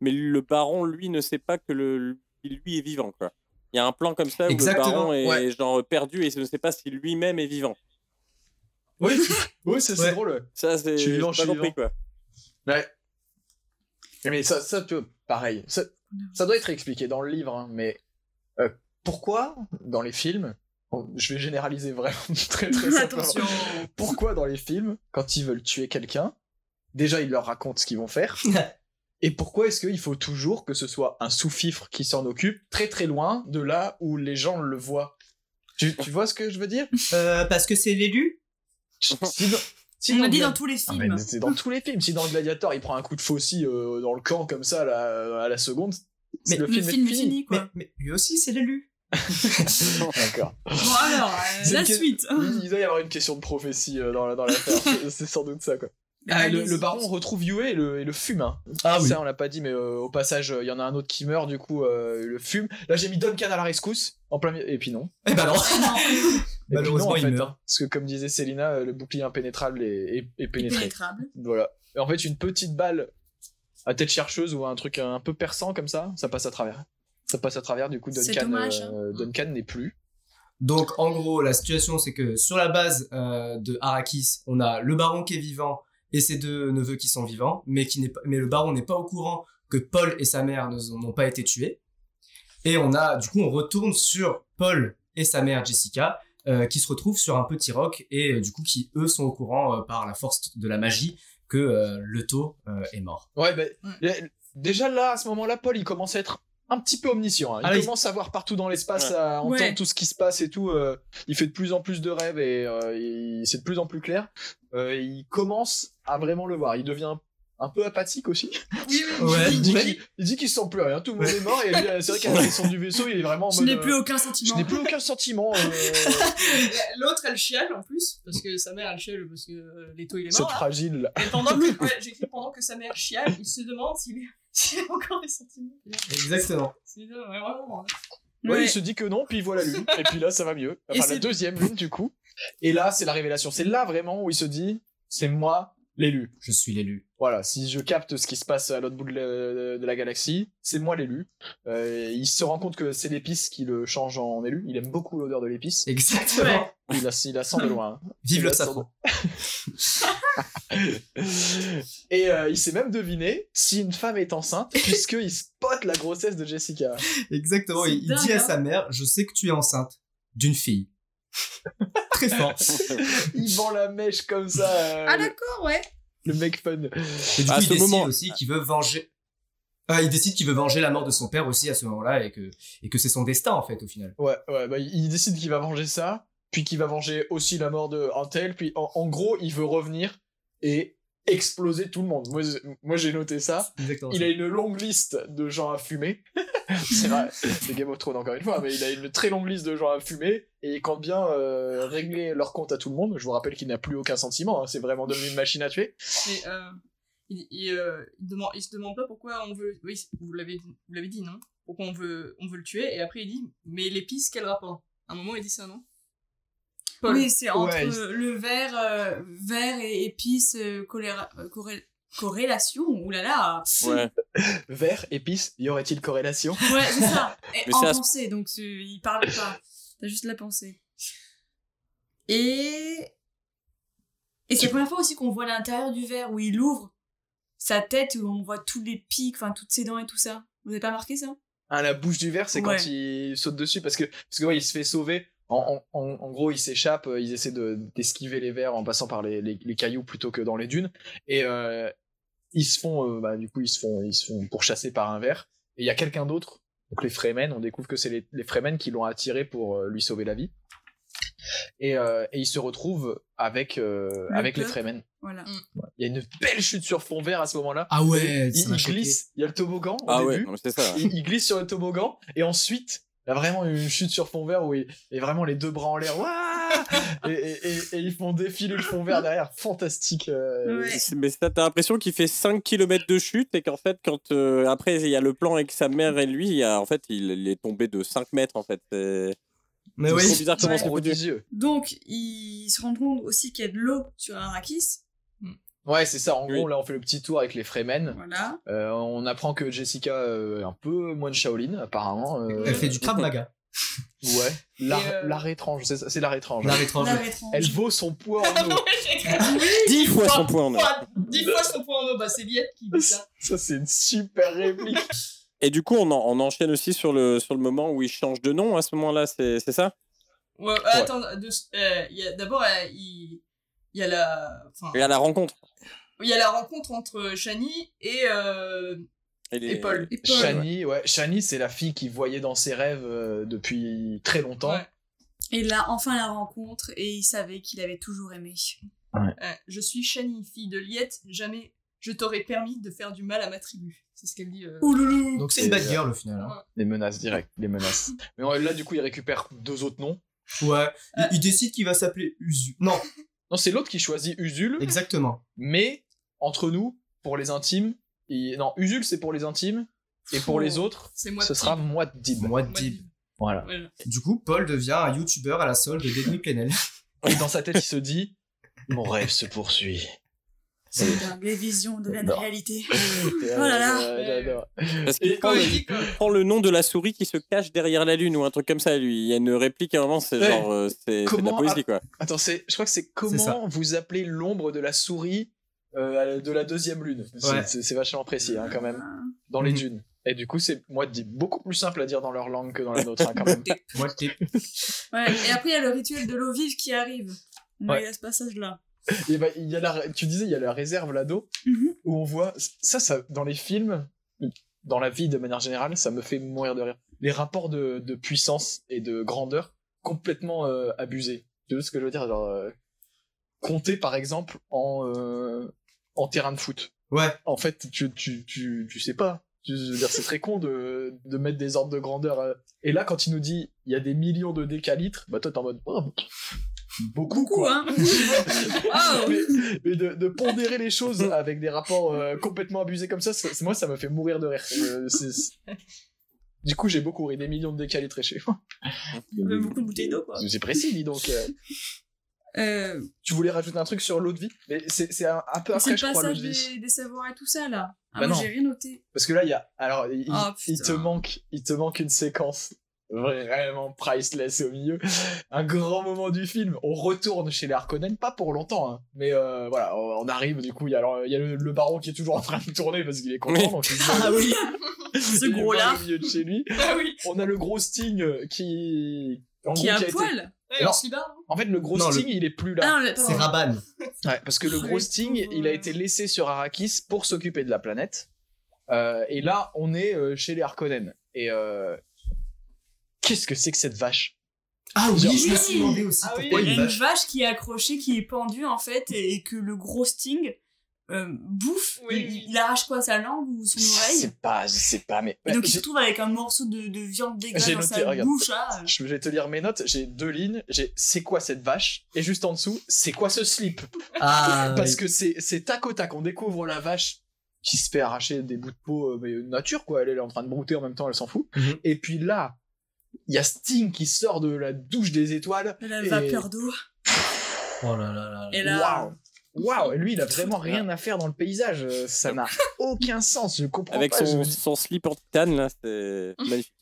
mais le baron lui ne sait pas que le lui est vivant quoi. Il y a un plan comme ça où
Exactement,
le baron est
ouais.
genre perdu et je ne sais pas si lui-même est vivant.
Oui, oui ça, c'est
Ouais.
drôle. ouais.
Ça, c'est
Je suis
j'ai
vivant,
pas
je suis
compris, quoi.
Ouais. Mais ça, ça tu vois, pareil. Ça, ça doit être expliqué dans le livre, hein, mais euh, pourquoi dans les films, bon, je vais généraliser vraiment *laughs* très très simplement.
Attention.
Pourquoi dans les films, quand ils veulent tuer quelqu'un, déjà ils leur racontent ce qu'ils vont faire Et pourquoi est-ce qu'il faut toujours que ce soit un sous-fifre qui s'en occupe très très loin de là où les gens le voient tu, tu vois ce que je veux dire
*laughs* Euh, parce que c'est l'élu
Si dans- si
On
dans
le dit
Gla-
dans tous les
Ah, mais
films.
c'est dans tous les films. Si dans Gladiator, il prend un coup de faucille euh, dans le camp comme ça là, à la seconde,
Mais
le,
Le
film,
film est
fini. Ah,
fini,
mais,
quoi.
mais lui aussi c'est l'élu
D'accord.
Bon, alors, euh,
C'est
la
une que-
suite.
Il doit y avoir une question de prophétie euh, dans, la- *laughs* dans l'affaire. C'est- c'est sans doute ça, quoi. Ah, et le,
Allez-y.
le baron retrouve Yue et le, et le fume. hein.
ah
Ça, on l'a pas dit, mais euh, au passage, euh, il y en a un autre qui meurt, du coup, euh, il le fume. Là, j'ai mis Duncan à la rescousse, en plein milieu. Et puis non.
eh ben non
Et puis non,
malheureusement
en
il
fait,
meurt
hein. Parce que, comme disait Célina, euh, le bouclier impénétrable est, est- est pénétré.
Impénétrable.
Voilà. Et en fait, une petite balle à tête chercheuse ou un truc un peu perçant comme ça, ça passe à travers. Ça passe à travers, du coup,
C'est
Duncan,
dommage, hein.
euh, Duncan n'est plus.
*laughs* Donc en gros, la situation c'est que sur la base euh, de Arrakis, on a le baron qui est vivant et ses deux neveux qui sont vivants, mais qui n'est pas, mais le baron n'est pas au courant que Paul et sa mère ne- n'ont pas été tués. Et on a du coup on retourne sur Paul et sa mère Jessica euh, qui se retrouvent sur un petit roc et euh, du coup qui eux sont au courant euh, par la force de la magie que euh, le taux euh, est mort.
Ouais, ben, le- déjà là, à ce moment-là, Paul, il commence à être un petit peu omniscient. hein. Il
Ah oui.
commence à voir partout dans l'espace, à entendre
Ouais.
tout ce qui se passe et tout. euh, il fait de plus en plus de rêves et euh, il- c'est de plus en plus clair. Euh, il commence à vraiment le voir. Il devient un peu apathique aussi. *laughs*
Ouais,
il dit
ouais.
qu'il il dit qu'il se sent plus rien. Tout le monde est mort et lui, euh, c'est
*laughs*
vrai qu'à la descente du vaisseau, il est vraiment en
Je
mode,
n'ai
euh,
plus aucun
je
sentiment.
n'ai plus aucun sentiment.
*laughs*
euh,
L'autre, elle chiale en plus, parce que sa mère, elle chiale parce que euh, Leto, il est
Cette
mort. là.
fragile.
Et pendant que, ouais, j'écris pendant que sa mère chiale, il se demande s'il est- *laughs* s'il a encore des sentiments.
Exactement.
C'est euh, ouais, vraiment. hein.
Ouais,
Ouais.
il se dit que non, puis il voit la lune. et puis là, ça va mieux.
Et
Enfin, la
c'est-
deuxième lune, du coup. Et là, c'est la révélation. C'est là vraiment où il se dit c'est moi l'élu.
Je suis l'élu.
Voilà, si je capte ce qui se passe à l'autre bout de la, de la galaxie, c'est moi l'élu. Euh, il se rend compte que c'est l'épice qui le change en élu. Il aime beaucoup l'odeur de l'épice.
Exactement.
Ouais.
Il la, il la sent de loin. hein.
*laughs*
Vive
Il
le
la sent
safran.
de- Et euh, il s'est même deviné si une femme est enceinte, puisqu'il spot la grossesse de Jessica.
Exactement,
C'est
il, il
dingue,
dit à
hein.
sa mère, je sais que tu es enceinte d'une
*laughs*
fille. Très fort.
Il vend la mèche comme ça. euh,
Ah, d'accord, ouais.
*laughs* le mec fun.
Et du
À
coup, il
ce
décide
moment-
aussi qu'il veut venger. Ah, il décide qu'il veut venger la mort de son père aussi à ce moment-là et que, et que c'est son destin en fait au final.
Ouais, ouais, bah, il décide qu'il va venger ça, puis qu'il va venger aussi la mort de un tel, puis en, en gros, il veut revenir et exploser tout le monde. Moi, j'ai- moi, j'ai noté ça.
Exactement.
Ah. Il a une longue liste de gens à fumer. *laughs* c'est vrai, c'est Game of Thrones encore une fois, mais il a une très longue liste de gens à fumer et il compte bien euh, régler leur compte à tout le monde. Je vous rappelle qu'il n'a plus aucun sentiment, hein, c'est vraiment devenu une machine à tuer.
Mais euh, il, il, euh, il demande, il se demande pas pourquoi on veut. Oui, vous l'avez dit- vous l'avez dit, non Pourquoi on veut, on veut le tuer Et après, il dit Mais l'épice, quel rapport À un moment, il dit ça, non Paul. *laughs*
Oui, c'est entre
Ouais, il-
euh, le vert, euh, vert et épices, euh, choléra- euh, corré- corrélation. Oulala.
Ouais.
Vert, épice, y aurait-il corrélation
Ouais,
*laughs*
c'est ça. Et
Mais
en
c'est à-
pensée, donc c'est- il parle pas. T'as juste la pensée. Et. Et c'est la première fois aussi qu'on voit l'intérieur du verre où il ouvre sa tête, où on voit tous les pics, enfin toutes ses dents et tout ça. Vous avez pas marqué ça
Hein, la bouche du verre, c'est quand
Ouais.
il saute dessus parce que parce que ouais, il se fait sauver. En, en- en- en gros, il s'échappe. euh, Ils essaient de- d'esquiver les vers en passant par les, les- les cailloux plutôt que dans les dunes. Et euh, ils se font, euh, bah, du coup, ils se font, ils se font pourchasser par un verre. Et il y a quelqu'un d'autre. Donc les Fremen, on découvre que c'est les, les Fremen qui l'ont attiré pour euh, lui sauver la vie. Et, euh, et il se retrouve avec euh,
Le
avec les
peuple.
Fremen.
Voilà.
Il y a une belle chute sur fond vert à ce moment-là.
Ah ouais,
il,
ça m'a
il
choqué.
glisse. Il y a le toboggan au
Ah
début
ouais, non, mais c'est ça.
*laughs* il, il glisse sur le toboggan et ensuite il y a vraiment une chute sur fond vert où il est vraiment les deux bras en l'air Ouah et, et- et- et ils font défiler le fond vert derrière fantastique euh,
Ouais.
C'est- Mais ça, t'as l'impression qu'il fait 5 km de chute et qu'en fait, quand euh, après il y a le plan avec sa mère et lui, il y a, en fait, il, il est tombé de 5 mètres en fait. C'est
Mais
c'est
oui,
trop bizarre comment
Ouais.
c'est
gros
foutu.
des yeux.
Donc ils se rendent compte aussi qu'il y a de l'eau sur Arrakis.
ouais c'est ça en
Oui.
gros là on fait le petit tour avec les Fremen
Voilà.
Euh, on apprend que Jessica euh, est un peu moine Shaolin apparemment euh,
elle fait du Krav Maga.
Ouais. L'art,
euh,
l'art étrange, c'est, ça, c'est l'art étrange.
L'art étranger.
L'art étrange.
Elle vaut son poids en eau.
Dix fois son point en or.
10 fois son point en eau, bah c'est Liette qui dit
*laughs*
ça.
Ça, *laughs* c'est une super réplique.
Et du coup, on, en- on enchaîne aussi sur le, sur le moment où il change de nom à ce moment-là, c'est c'est ça
Ouais, attends, de- euh, il y a- d'abord, euh, il il y a la. enfin,
Et à la rencontre.
Il y a la rencontre entre Shani et, euh,
Il est-
et Paul.
Shani, ouais. Shani, c'est la fille qui voyait dans ses rêves euh, depuis très longtemps.
Ouais.
Et là, enfin la rencontre, et il savait qu'il avait toujours aimé.
Euh, je suis Shani, fille de Liette, jamais je t'aurais permis de faire du mal à ma tribu. C'est ce qu'elle dit. euh.
Ouloulou
Donc c'est une bad girl au final. hein.
Les menaces directes, les menaces. Mais ouais, là, du coup, il récupère deux autres noms.
Ouais. Il, il décide qu'il va s'appeler Usu.
*laughs*
Non,
Non, c'est l'autre qui choisit Usul,
exactement.
mais entre nous, pour les intimes, il- non, Usul, c'est pour les intimes, et pour les autres,
C'est moi
ce
qui-
sera Muad'Dib.
Moi,
moi
Dib.
qui-
Voilà.
Ouais,
Du coup, Paul devient un youtubeur à la solde de Denis Plenel.
Et dans sa tête, il se dit *laughs* Mon rêve se poursuit.
C'est dingue, les visions de la
Non.
réalité.
Euh,
Oh là là.
euh, j'adore.
Parce
Et
qu'il prend,
quand
le-
il
dit que-
il prend le nom de la souris qui se cache derrière la lune ou un truc comme ça, lui. Il y a une réplique à un moment, c'est
Ouais.
genre. euh, c'est c'est de la
Comment
poésie, quoi.
Attends, c'est, je crois que c'est
ça.
comment vous appelez l'ombre de la souris euh, de la deuxième lune. C'est,
Ouais.
c'est- c'est vachement précis, hein, quand même,
Ah.
dans les
Mhm.
dunes. Et du coup, c'est moi dit beaucoup plus simple à dire dans leur langue que dans la nôtre, hein, quand même.
Moi, le type.
Ouais, et après, il y a le rituel de l'eau vive qui arrive. Mais
Ouais.
il y a ce passage-là.
Et ben, il y a la, tu disais, il y a la réserve là-dos
Mhm.
où on voit ça, ça dans les films, dans la vie de manière générale, ça me fait mourir de rire. Les rapports de, de puissance et de grandeur complètement euh, abusés. Tu vois ce que je veux dire, genre euh, compter par exemple en euh, en terrain de foot.
Ouais.
en fait, tu, tu, tu, tu sais pas. Tu- je veux dire, c'est très con de, de mettre des ordres de grandeur. euh. Et là, quand il nous dit il y a des millions de décalitres, bah toi, t'es en mode oh, beaucoup,
Beaucoup,
quoi.
hein
Ah
*laughs* mais mais de, de pondérer les choses *laughs* avec des rapports euh, complètement abusés comme ça, c'est- moi, ça me fait mourir de rire. Je- c'est- c'est- Du coup, j'ai beaucoup ri des millions de décalitres chez moi.
Mais Beaucoup de bouteilles d'eau, quoi.
Ah, C'est précis, dis donc. euh.
Euh,
*laughs* Tu voulais rajouter un truc sur l'eau de vie Mais c'est c'est un, un peu après,
c'est le
je crois, l'eau de
passage
vie.
des, des savoirs et tout ça, là. Ah,
Bah
moi,
non.
j'ai rien noté.
Parce que là, il y a. Alors, il,
Oh,
il
putain.
te manque, il te manque une séquence vraiment priceless au milieu. Un grand moment du film. On retourne chez les Harkonnen, pas pour longtemps, hein. mais euh, voilà, on on arrive. Du coup, il y a, alors, il y a le, le baron qui est toujours en train de tourner parce qu'il est content.
Oui.
donc il- *laughs*
Ah oui
il
Ce
est
gros-là
au milieu de chez lui.
*laughs* Ah oui.
On a le gros Sting euh, qui. en
qui
gros, qui a
a un
été-
poil
Ouais, alors Slibar,
En fait, le gros
Non, le-
Sting, il est plus là.
Ah non, le-
C'est
pardon.
Rabanne.
Ouais, parce que le
Ah,
gros
le
Sting,
pauvre.
il a été laissé sur Arrakis pour s'occuper de la planète. Euh, et là, on est euh, chez les Harkonnen. Et euh, qu'est-ce que c'est que cette vache
Ah oui,
Oui.
je me suis demandé aussi
Ah oui.
pourquoi
Il y a
une
une
vache.
vache qui est accrochée, qui est pendue en fait, et, et que le gros Sting euh, bouffe.
Oui,
il,
oui.
il arrache quoi sa langue ou son
Je sais
oreille
pas, je sais pas, mais.
Et donc il se
J'ai-
retrouve avec un morceau de, de viande dégueulasse
J'ai
dans
noté,
sa
regarde.
bouche. ah, euh, là.
je vais te lire mes notes. J'ai deux lignes. J'ai c'est quoi cette vache Et juste en dessous, c'est quoi ce slip
Ah,
*laughs* Parce
oui.
que c'est c'est tac au tac. On découvre la vache qui se fait arracher des bouts de peau, euh, mais nature quoi. Elle, elle est en train de brouter en même temps, elle s'en fout.
Mhm.
Et puis là, il y a Sting qui sort de la douche des étoiles.
La
Et-
vapeur d'eau.
Oh là là là. là.
Et là,
Waouh. Waouh, lui,
*laughs*
il a vraiment rien à faire dans le paysage. euh, Ça n'a aucun sens. Je comprends
Avec
pas.
son,
je-
son slip en titane, là, c'est magnifique.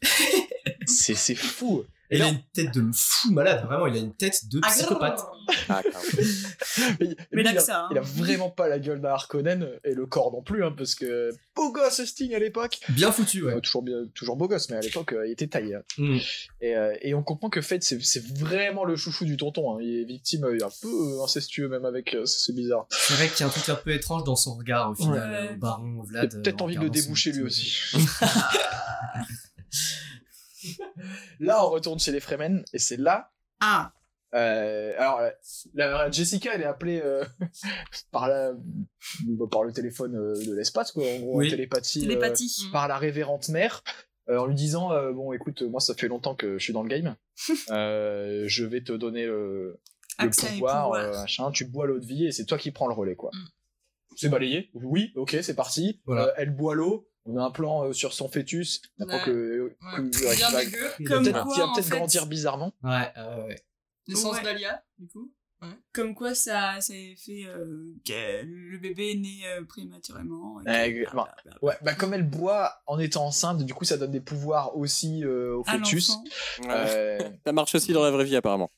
C'est c'est fou.
Et il a une tête de fou malade, vraiment, il a une tête de psychopathe.
Ah, grave.
Mais, lui,
là
il,
que
a,
ça, hein.
il a vraiment pas la gueule d'un Harkonnen et le corps non plus, hein, parce que beau gosse Sting à l'époque.
Bien foutu, ouais.
Euh, toujours, bien, toujours beau gosse, mais à l'époque, euh, il était taillé. hein.
Mm.
Et, euh, et on comprend que Fed, c'est c'est vraiment le chouchou du tonton. hein. Il est victime, euh, il est un peu euh, incestueux même avec. euh, c'est bizarre.
C'est vrai qu'il y a un truc un peu étrange dans son regard au final,
Ouais.
euh, au baron, au
Il a
Vlad. euh,
peut-être
en
envie de le
regardant son
déboucher lui
petit-
aussi. là, on retourne chez les Fremen et c'est là
Ah,
Euh, alors, euh, la, Jessica, elle est appelée euh, *laughs* par, la, bah, par le téléphone euh, de l'espace, quoi, en gros,
Oui.
en télépathie, euh,
Mm.
télépathie.
par la révérente mère, euh, en lui disant euh, Bon, écoute, moi, ça fait longtemps que je suis dans le
*laughs*
game, Euh, je vais te donner le, le
Accès et
pouvoir,
pouvoir.
euh, machin, tu bois l'eau de vie et c'est toi qui prends le relais, quoi.
Mm.
C'est balayé Oui, ok, c'est parti.
Voilà.
Euh, elle boit l'eau, on a un plan euh, sur son fœtus, on apprend
Ouais.
que. euh, que- ouais,
Bien
qu'il va-
dégueu.
Il a
Comme
peut-être-
quoi,
qu'il va
en
peut-être
fait-
grandir bizarrement.
Ouais, euh, ouais.
L'essence
Ouais.
d'Alia, du coup. Ouais.
Comme quoi ça, ça a fait euh, que le bébé est né euh, prématurément. et que
Euh,
blablabla.
Ouais, bah comme elle boit en étant enceinte, du coup ça donne des pouvoirs aussi euh, au
À
fœtus.
l'enfant.
*laughs* Euh,
Ça marche aussi dans la vraie vie, apparemment.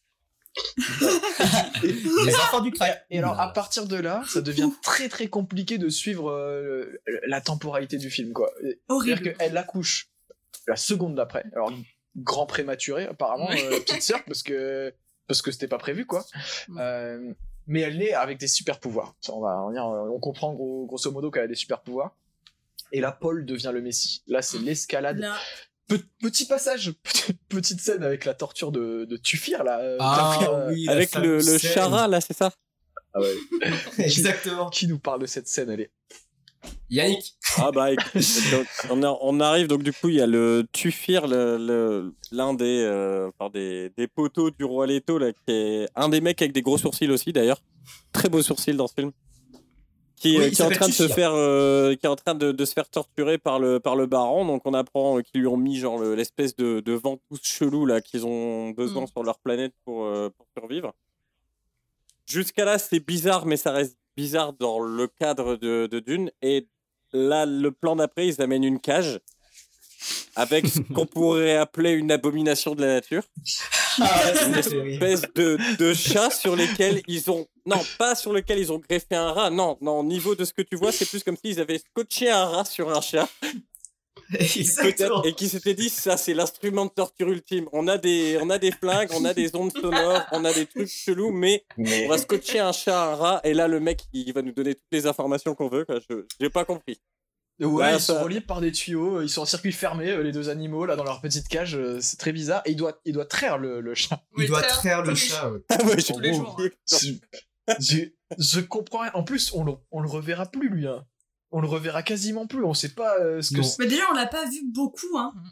Les enfants du crack.
et alors à partir de là, ça devient très très compliqué de suivre euh, la temporalité du film quoi.
Horrible.
C'est-à-dire qu'elle accouche la seconde d'après. Alors, grand prématuré, apparemment,
Ouais.
euh, petite sœur, parce que parce que c'était pas prévu, quoi.
Ouais.
Euh, mais elle naît avec des super pouvoirs. Ça, on va en venir, euh, on comprend gros- grosso modo qu'elle a des super pouvoirs. Et là, Paul devient le Messie. Là, c'est l'escalade.
Là,
Pe- petit passage, *laughs* petite scène avec la torture de, de Tufir, là. euh,
Ah
euh,
oui, la
Avec le,
fameuse
le
scène.
chara, là, c'est ça
ah ouais.
*laughs* Exactement.
Qui nous parle de cette scène Elle est
Yannick.
Ah bah, écoute, donc, on, a- on arrive, donc du coup, il y a le Tufir, le- le- l'un des, euh, enfin, des, des poteaux du roi Leto, là, qui est un des mecs avec des gros sourcils aussi, d'ailleurs. Très beaux sourcils dans ce film. Qui,
Oui,
euh,
il
qui est en
s'appelle
train de se
Tufir.
faire, euh, qui est en train de, de se faire torturer par le, par le baron. Donc on apprend euh, qu'ils lui ont mis genre le- l'espèce de, de ventouse chelou là qu'ils ont besoin
Mm.
sur leur planète pour, euh, pour survivre. Jusqu'à là, c'est bizarre, mais ça reste bizarre dans le cadre de, de Dune. Et là, le plan d'après, ils amènent une cage avec ce qu'on pourrait appeler une abomination de la nature.
Ah, ouais, *laughs* c'est
Une
une théorie.
espèce de, de chat sur lesquels ils ont. Non, pas sur lequel ils ont greffé un rat. Non, non, au niveau de ce que tu vois, c'est plus comme s'ils avaient scotché un rat sur un chat.
Exactement.
peut-être, Et qui s'étaient dit, ça, c'est l'instrument de torture ultime. On a, des, on a des flingues, on a des ondes sonores, on a des trucs chelous, mais on va scotcher un chat à un rat. Et là, le mec, il va nous donner toutes les informations qu'on veut. quoi. Je j'ai pas compris. *laughs*
Ouais,
Bah,
ils sont
ça-
reliés par des tuyaux, euh, ils sont en circuit fermé, euh, les deux animaux, là, dans leur petite cage, euh, c'est très bizarre. Et il doit, il doit traire le, le chat.
Il doit
traire
traire le
tous les-
chat. ouais.
Ah ouais,
Tous les
j'ai-
jours, hein.
Je, je, je comprends rien. En plus, on le, on le reverra plus, lui. hein. On le reverra quasiment plus, on sait pas euh, ce que
Non.
c'est.
Mais déjà, on l'a pas vu beaucoup, hein.
Mm.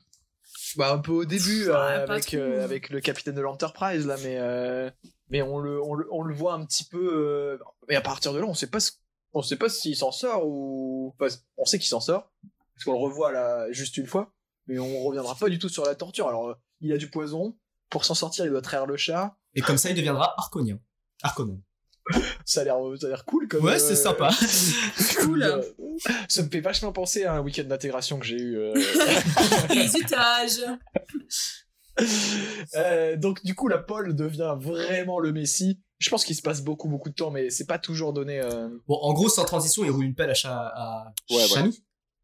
Bah, un peu au début,
Ouais,
euh,
pas
avec,
trop.
euh, avec le capitaine de l'Enterprise, là, mais, euh, mais on, le, on, le, on le voit un petit peu. euh, et à partir de là, on sait pas, ce- on sait pas s'il s'en sort ou. enfin, on sait qu'il s'en sort, parce qu'on le revoit là juste une fois, mais on reviendra pas du tout sur la torture. Alors, euh, il a du poison, pour s'en sortir, il doit traire le chat.
Et comme ça, il deviendra Arconien. Arconan.
Ça a l'air, euh, ça a l'air cool comme.
Ouais, c'est
euh, *laughs*
sympa.
Cool.
euh, *laughs* Ça me fait vachement penser à un week-end d'intégration que j'ai eu.
*laughs*
euh,
*laughs* Les étages.
Euh, donc du coup, la Paul devient vraiment le Messi. Je pense qu'il se passe beaucoup beaucoup de temps, mais c'est pas toujours donné. euh,
Bon, en gros, sans transition, il roule une pelle à, chat, à
Ouais, voilà.
Chanou.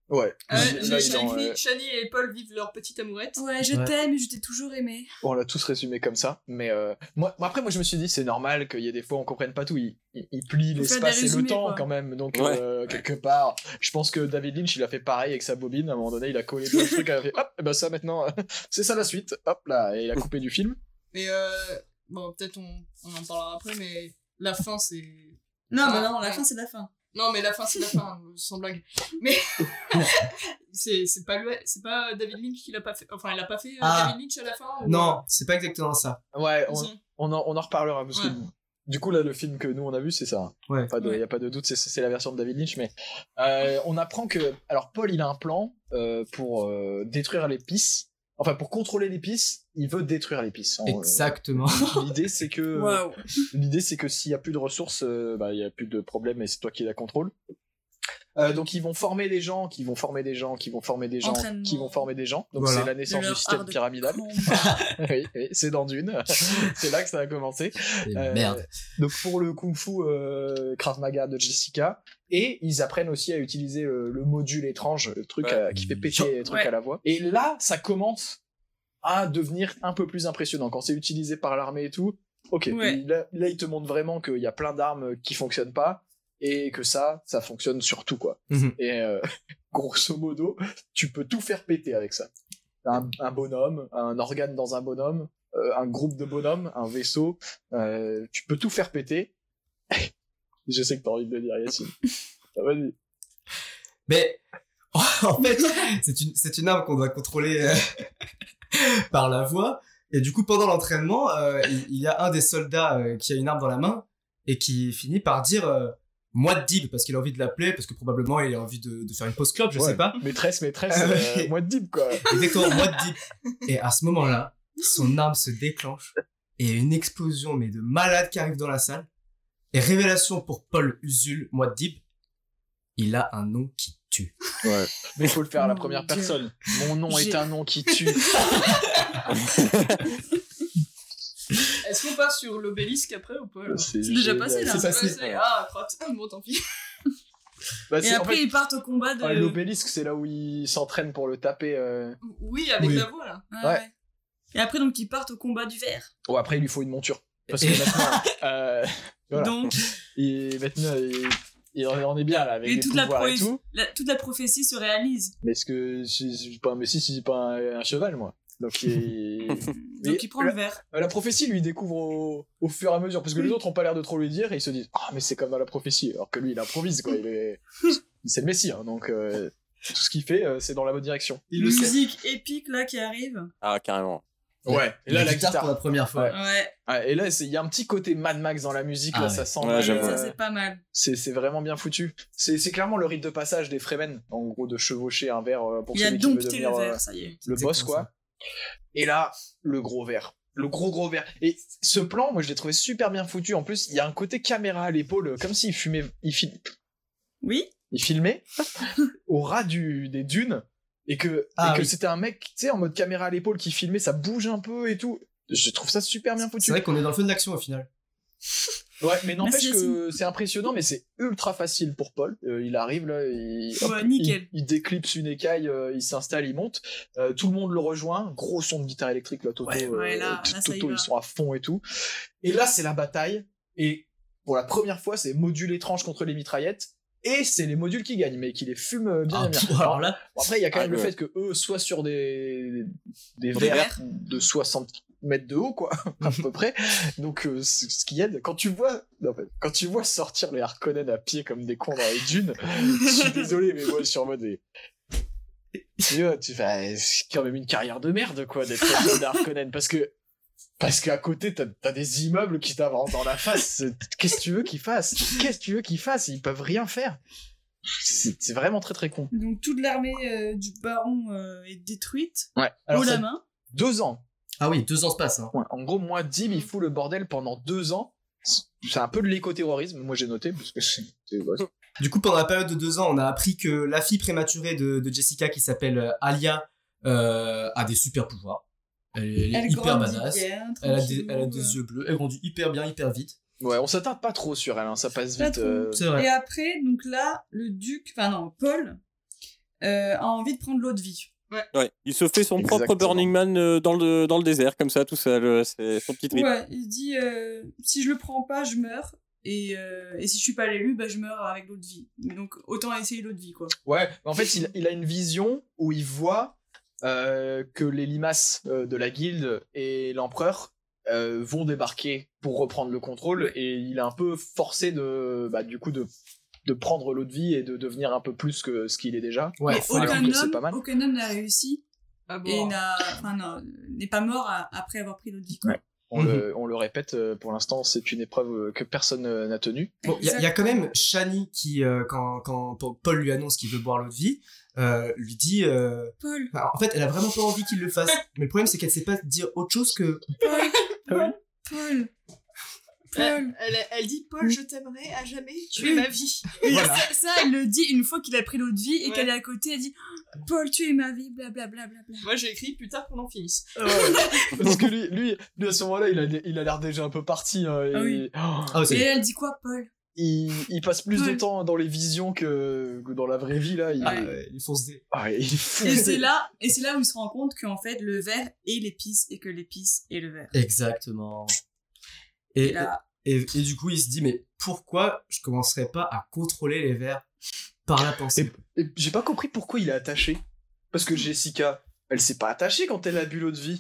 Ouais.
Ah
Là,
ouais,
il
Shani
est en, euh,
Shani et Paul vivent leur petite amourette.
Ouais, je
Ouais.
t'aime, je t'ai toujours aimé.
On l'a tous résumé comme ça, mais euh, moi, moi, après moi je me suis dit c'est normal qu'il y ait des fois on comprenne pas tout. Il, il- il plie
Faut faire
l'espace
des
et le
résumés,
temps
quoi.
quand même, donc
Ouais.
euh, quelque part, je pense que David Lynch il a fait pareil avec sa bobine. À un moment donné, il a collé plein de trucs, il a fait hop, et ben ça maintenant, *laughs* c'est ça la suite. Hop là, et il a coupé du film.
Mais euh, bon, peut-être on, on en parlera après, mais la fin c'est.
Non,
Ouais.
mais non, la fin, c'est la fin.
Non, mais la fin c'est la fin, hein, sans blague. Mais *laughs* c'est c'est pas lui- c'est pas David Lynch qui l'a pas fait. Enfin, il l'a pas fait euh,
Ah.
David Lynch à la fin. ou- euh,
Non, c'est pas exactement ça.
Ouais, on,
Si.
on en, on en reparlera parce que
Ouais.
du coup là le film que nous on a vu c'est ça.
Ouais.
Pas de,
Ouais.
y a pas de doute c'est, c'est la version de David Lynch mais euh, on apprend que alors Paul il a un plan euh, pour euh, détruire l'épice. Enfin pour contrôler l'épice, il veut détruire l'épice. En- *laughs*
Exactement.
euh, L'idée c'est
*laughs*
que
Waouh.
l'idée c'est que s'il y a plus de ressources, euh, bah, il y a plus de problème et c'est toi qui la contrôle. Euh, donc ils vont former des gens, qui vont former des gens, qui vont former des gens,
Entraînement.
qui vont former des gens. Donc
Voilà.
c'est la naissance
leur
du système
art de
pyramidal. *laughs*
bah.
oui, oui, c'est dans Dune. *laughs* c'est là que ça a commencé.
Et
Euh,
Merde.
Donc pour le kung fu euh, Krav Maga de Jessica et ils apprennent aussi à utiliser euh, le module étrange, le truc
Ouais.
euh, qui fait péter les trucs
Ouais.
à la voix. Et là, ça commence à devenir un peu plus impressionnant quand c'est utilisé par l'armée et tout. Ok,
Ouais.
là, là, ils te montrent vraiment qu'il y a plein d'armes qui fonctionnent pas et que ça, ça fonctionne sur tout quoi.
Mhm.
Et euh, *laughs* grosso modo, tu peux tout faire péter avec ça. Un, un bonhomme, un organe dans un bonhomme, euh, un groupe de bonhommes, un vaisseau, euh, tu peux tout faire péter. *laughs* Je sais que t'as envie de le dire,
*laughs*
Yacine. Ah, vas-y.
Mais *laughs* en fait, c'est une, c'est une arme qu'on doit contrôler euh, *laughs* par la voix. Et du coup, pendant l'entraînement, euh, il, il y a un des soldats euh, qui a une arme dans la main et qui finit par dire euh, Moi de Dib, parce qu'il a envie de l'appeler, parce que probablement il a envie de, de faire une pause clope, je
Ouais.
sais pas.
Maîtresse, maîtresse,
Ah,
euh,
oui. *laughs*
moi de deep, quoi.
Exactement, moi de Dib. Et à ce moment-là, son arme se déclenche Et il y a une explosion, mais de malade qui arrive dans la salle. Et révélation pour Paul Usul, moi Deep, il a un nom qui tue.
Mais il faut le faire à la
Mon
première
Dieu.
personne. Mon nom est
J'ai-
un nom qui tue.
Est-ce qu'on part sur l'obélisque après ou
Euh,
pas là
C'est
C'est déjà
génial.
passé là
C'est passé.
Ah, crotte. *laughs* Bon, tant pis.
Bah,
Et
c'est- en
après, euh,
fait,
ils partent au combat de.
ah, L'obélisque, c'est là où il s'entraîne pour le taper. euh.
Oui, avec
Oui.
la voix là.
Ouais, ouais. Et après, donc, ils partent au combat du verre.
Oh, après, il lui faut une monture. Parce que
*laughs*
maintenant, euh, Voilà.
Donc,
il, maintenant, il, il en en est bien là avec
Et
les
toute la
pouvoirs et
proé-
tout.
la- toute la prophétie se
*laughs*
réalise.
Mais ce que si- si je suis pas un messie, si je suis pas un, un cheval moi. Donc
*laughs*
il...
Donc,
Mais
il prend
la-
le verre.
La prophétie, lui, il découvre au, au fur et à mesure, parce que les autres ont pas l'air de trop lui dire, et ils se disent Ah, mais c'est comme dans la prophétie, alors que lui, il improvise, quoi. Il est... C'est le Messie, hein, donc euh, tout ce qu'il fait, euh, c'est dans la bonne direction.
Il le sait.
Musique épique, là, qui arrive.
Ah, carrément.
Ouais, et là, la
pour
guitare.
la première fois.
Ouais.
Ouais,
Ah, et là, c'est- il y a un petit côté Mad Max dans la musique,
Ah
là,
ouais.
ça sent.
Ouais,
le-
j'avoue.
ça, c'est pas mal.
c'est c'est vraiment bien foutu. C'est c'est clairement le rite de passage des Fremen, en gros, de chevaucher un verre euh, pour
Il a
celui qui veut
dompté
devenir
le
euh,
verre, ça y est.
le boss,
Exactement
quoi. Et là, le gros verre. Le gros gros verre. Et ce plan, moi, je l'ai trouvé super bien foutu. En plus, il y a un côté caméra à l'épaule, comme s'il fumait, il, fil-
Oui,
il filmait au ras du, des dunes, et que,
Ah,
et que
oui.
c'était un mec, tu sais, en mode caméra à l'épaule qui filmait, ça bouge un peu et tout. Je trouve ça super bien
C'est
foutu.
vrai qu'on est dans le feu de l'action au final.
Ouais, mais n'empêche
Merci,
que c'est impressionnant, mais c'est ultra facile pour Paul. Euh, il arrive là, il, hop,
Ouais, nickel.
il, il déclipse une écaille, euh, il s'installe, il monte. Euh, tout le monde le rejoint. Gros son de guitare électrique, là, Toto,
Ouais,
euh,
ouais, là,
t-
là, ça y
Toto
va.
ils sont à fond et tout. Et là, c'est la bataille. Et pour la première fois, c'est module étrange contre les mitraillettes. Et c'est les modules qui gagnent, mais qui les fument euh, bien,
Ah,
bien.
pff,
Alors,
*laughs* alors là,
Bon, après, il y a quand
Ah,
même le
ouais.
fait que eux soient sur des, des
Des
verres de 60 mètres de haut, quoi, *laughs* à peu près. Donc, euh, ce ce qui aide. Quand tu vois, non, mais quand tu vois sortir les Harkonnen à pied comme des cons dans les *laughs* dunes, je suis désolé, mais moi, je suis en mode. des- Tu vois, tu fais, ah, c'est quand même une carrière de merde, quoi, d'être un Harkonnen, parce que. Parce qu'à côté, t'as as des immeubles qui t'avancent dans la face. Qu'est-ce que tu veux qu'ils fassent Qu'est-ce que tu veux qu'ils fassent Ils peuvent rien faire. C'est c'est vraiment très très con.
donc toute l'armée euh, du baron euh, est détruite,
Ouais.
haut
Alors, ça
la main.
deux ans.
ah oui, deux ans se passent. Hein.
Ouais, En gros, moi, Dib,
Mm.
il fout le bordel pendant deux ans. C'est un peu de l'écoterrorisme, moi j'ai noté, parce que c'est. *laughs* c'est- ouais, c'est-
Du coup, pendant la période de deux ans, on a appris que la fille prématurée de, de Jessica, qui s'appelle euh, Alia, euh, a des super pouvoirs. Elle, elle est hyper
grandit
badass.
bien,
Elle a, des,
tranquillou,
elle a des yeux bleus. Elle grandit hyper bien, hyper vite.
Ouais, on s'attarde pas trop sur elle, hein, ça passe
Pas
vite.
trop.
euh,
C'est
euh. Et
vrai.
après, donc là, le duc, enfin non, Paul, euh, a envie de prendre l'eau de vie.
Ouais. Il se fait son propre
Exactement.
Burning Man euh, dans le, dans le désert, comme ça, tout seul. euh, C'est son petit trip.
Ouais, il se dit euh, si je le prends pas, je meurs. Et, euh, et si je suis pas l'élu, bah, je meurs avec l'eau de vie. Donc autant essayer l'eau de vie, quoi.
Ouais, en fait, il, il a une vision où il voit euh, que les limaces euh, de la guilde et l'empereur euh, vont débarquer pour reprendre le contrôle et il est un peu forcé de, bah, du coup, de, de prendre l'eau de vie et de devenir un peu plus que ce qu'il est déjà.
Ouais,
Mais
faut les
aucun
rendre, c'est pas
homme,
mal.
aucun homme n'a réussi
Ah bon
et n'a- enfin, n'a- n'est pas mort à- après avoir pris l'eau de vie. quoi.
Ouais. On,
Mhm.
le, on le répète, euh, pour l'instant, c'est une épreuve euh, que personne euh, n'a tenue.
Bon, il y, a- il y a quand même Shani qui, euh, quand, quand Paul lui annonce qu'il veut boire l'eau de vie, euh, lui dit. euh,
Paul,
Alors, en fait, elle a vraiment pas envie qu'il le
*laughs*
fasse. Mais le problème, c'est qu'elle sait pas dire autre chose que.
Paul, Paul, Paul, Paul.
Elle, elle dit Paul, je t'aimerai à jamais, tu es
Oui.
ma vie.
Et
Voilà.
ça, ça, elle le dit une fois qu'il a pris l'eau de vie et
Ouais.
qu'elle est à côté, elle dit Paul, tu es ma vie, blablabla. Bla, bla, bla.
Moi j'ai écrit plus tard qu'on en finisse.
Parce que lui, lui, lui, à ce moment-là, il a, il a l'air déjà un peu parti. hein, et-
Ah oui.
Oh,
Ah,
Et
c'est.
elle dit quoi, Paul
il, il passe plus de
Ouais.
temps dans les visions que, que dans la vraie vie, là. Il,
Ah, euh, il fonce des.
Ah, il est fou.
Et c'est là, et c'est là où il se rend compte qu'en fait, le verre est l'épice et que l'épice est le verre.
Exactement. Et,
Et là,
Et, et du coup, il se dit, mais pourquoi je commencerai pas à contrôler les vers par la pensée
Et J'ai pas compris pourquoi il est attaché. Parce
Mm.
que Jessica, elle s'est pas attachée quand elle a bu l'eau de vie.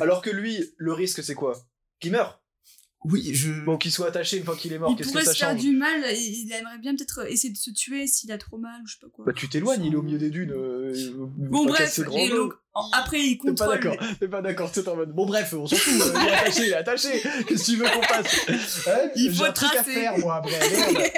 Alors que lui, le risque, c'est quoi Qu'il meure.
Oui, je.
Bon, qu'il soit attaché une fois qu'il est mort,
il
euh, qu'est-ce que
pourrait
ça
se faire
change
du mal, et il aimerait bien peut-être essayer de se tuer s'il a trop mal ou je sais pas quoi.
Bah, tu t'éloignes, il est au milieu des dunes. euh, euh,
Bon,
pas
bref,
casser grand
et
chose.
donc, en- après,
T'es
il
pas
contrôle.
d'accord, t'es pas d'accord, t'es en mode. Bon, bref, on s'en fout, euh, il est attaché, il est attaché, qu'est-ce que tu veux qu'on
*laughs*
fasse Hein
Il
J'ai
faut
un truc à
tracer.
faire, moi, après,
*laughs*
merde.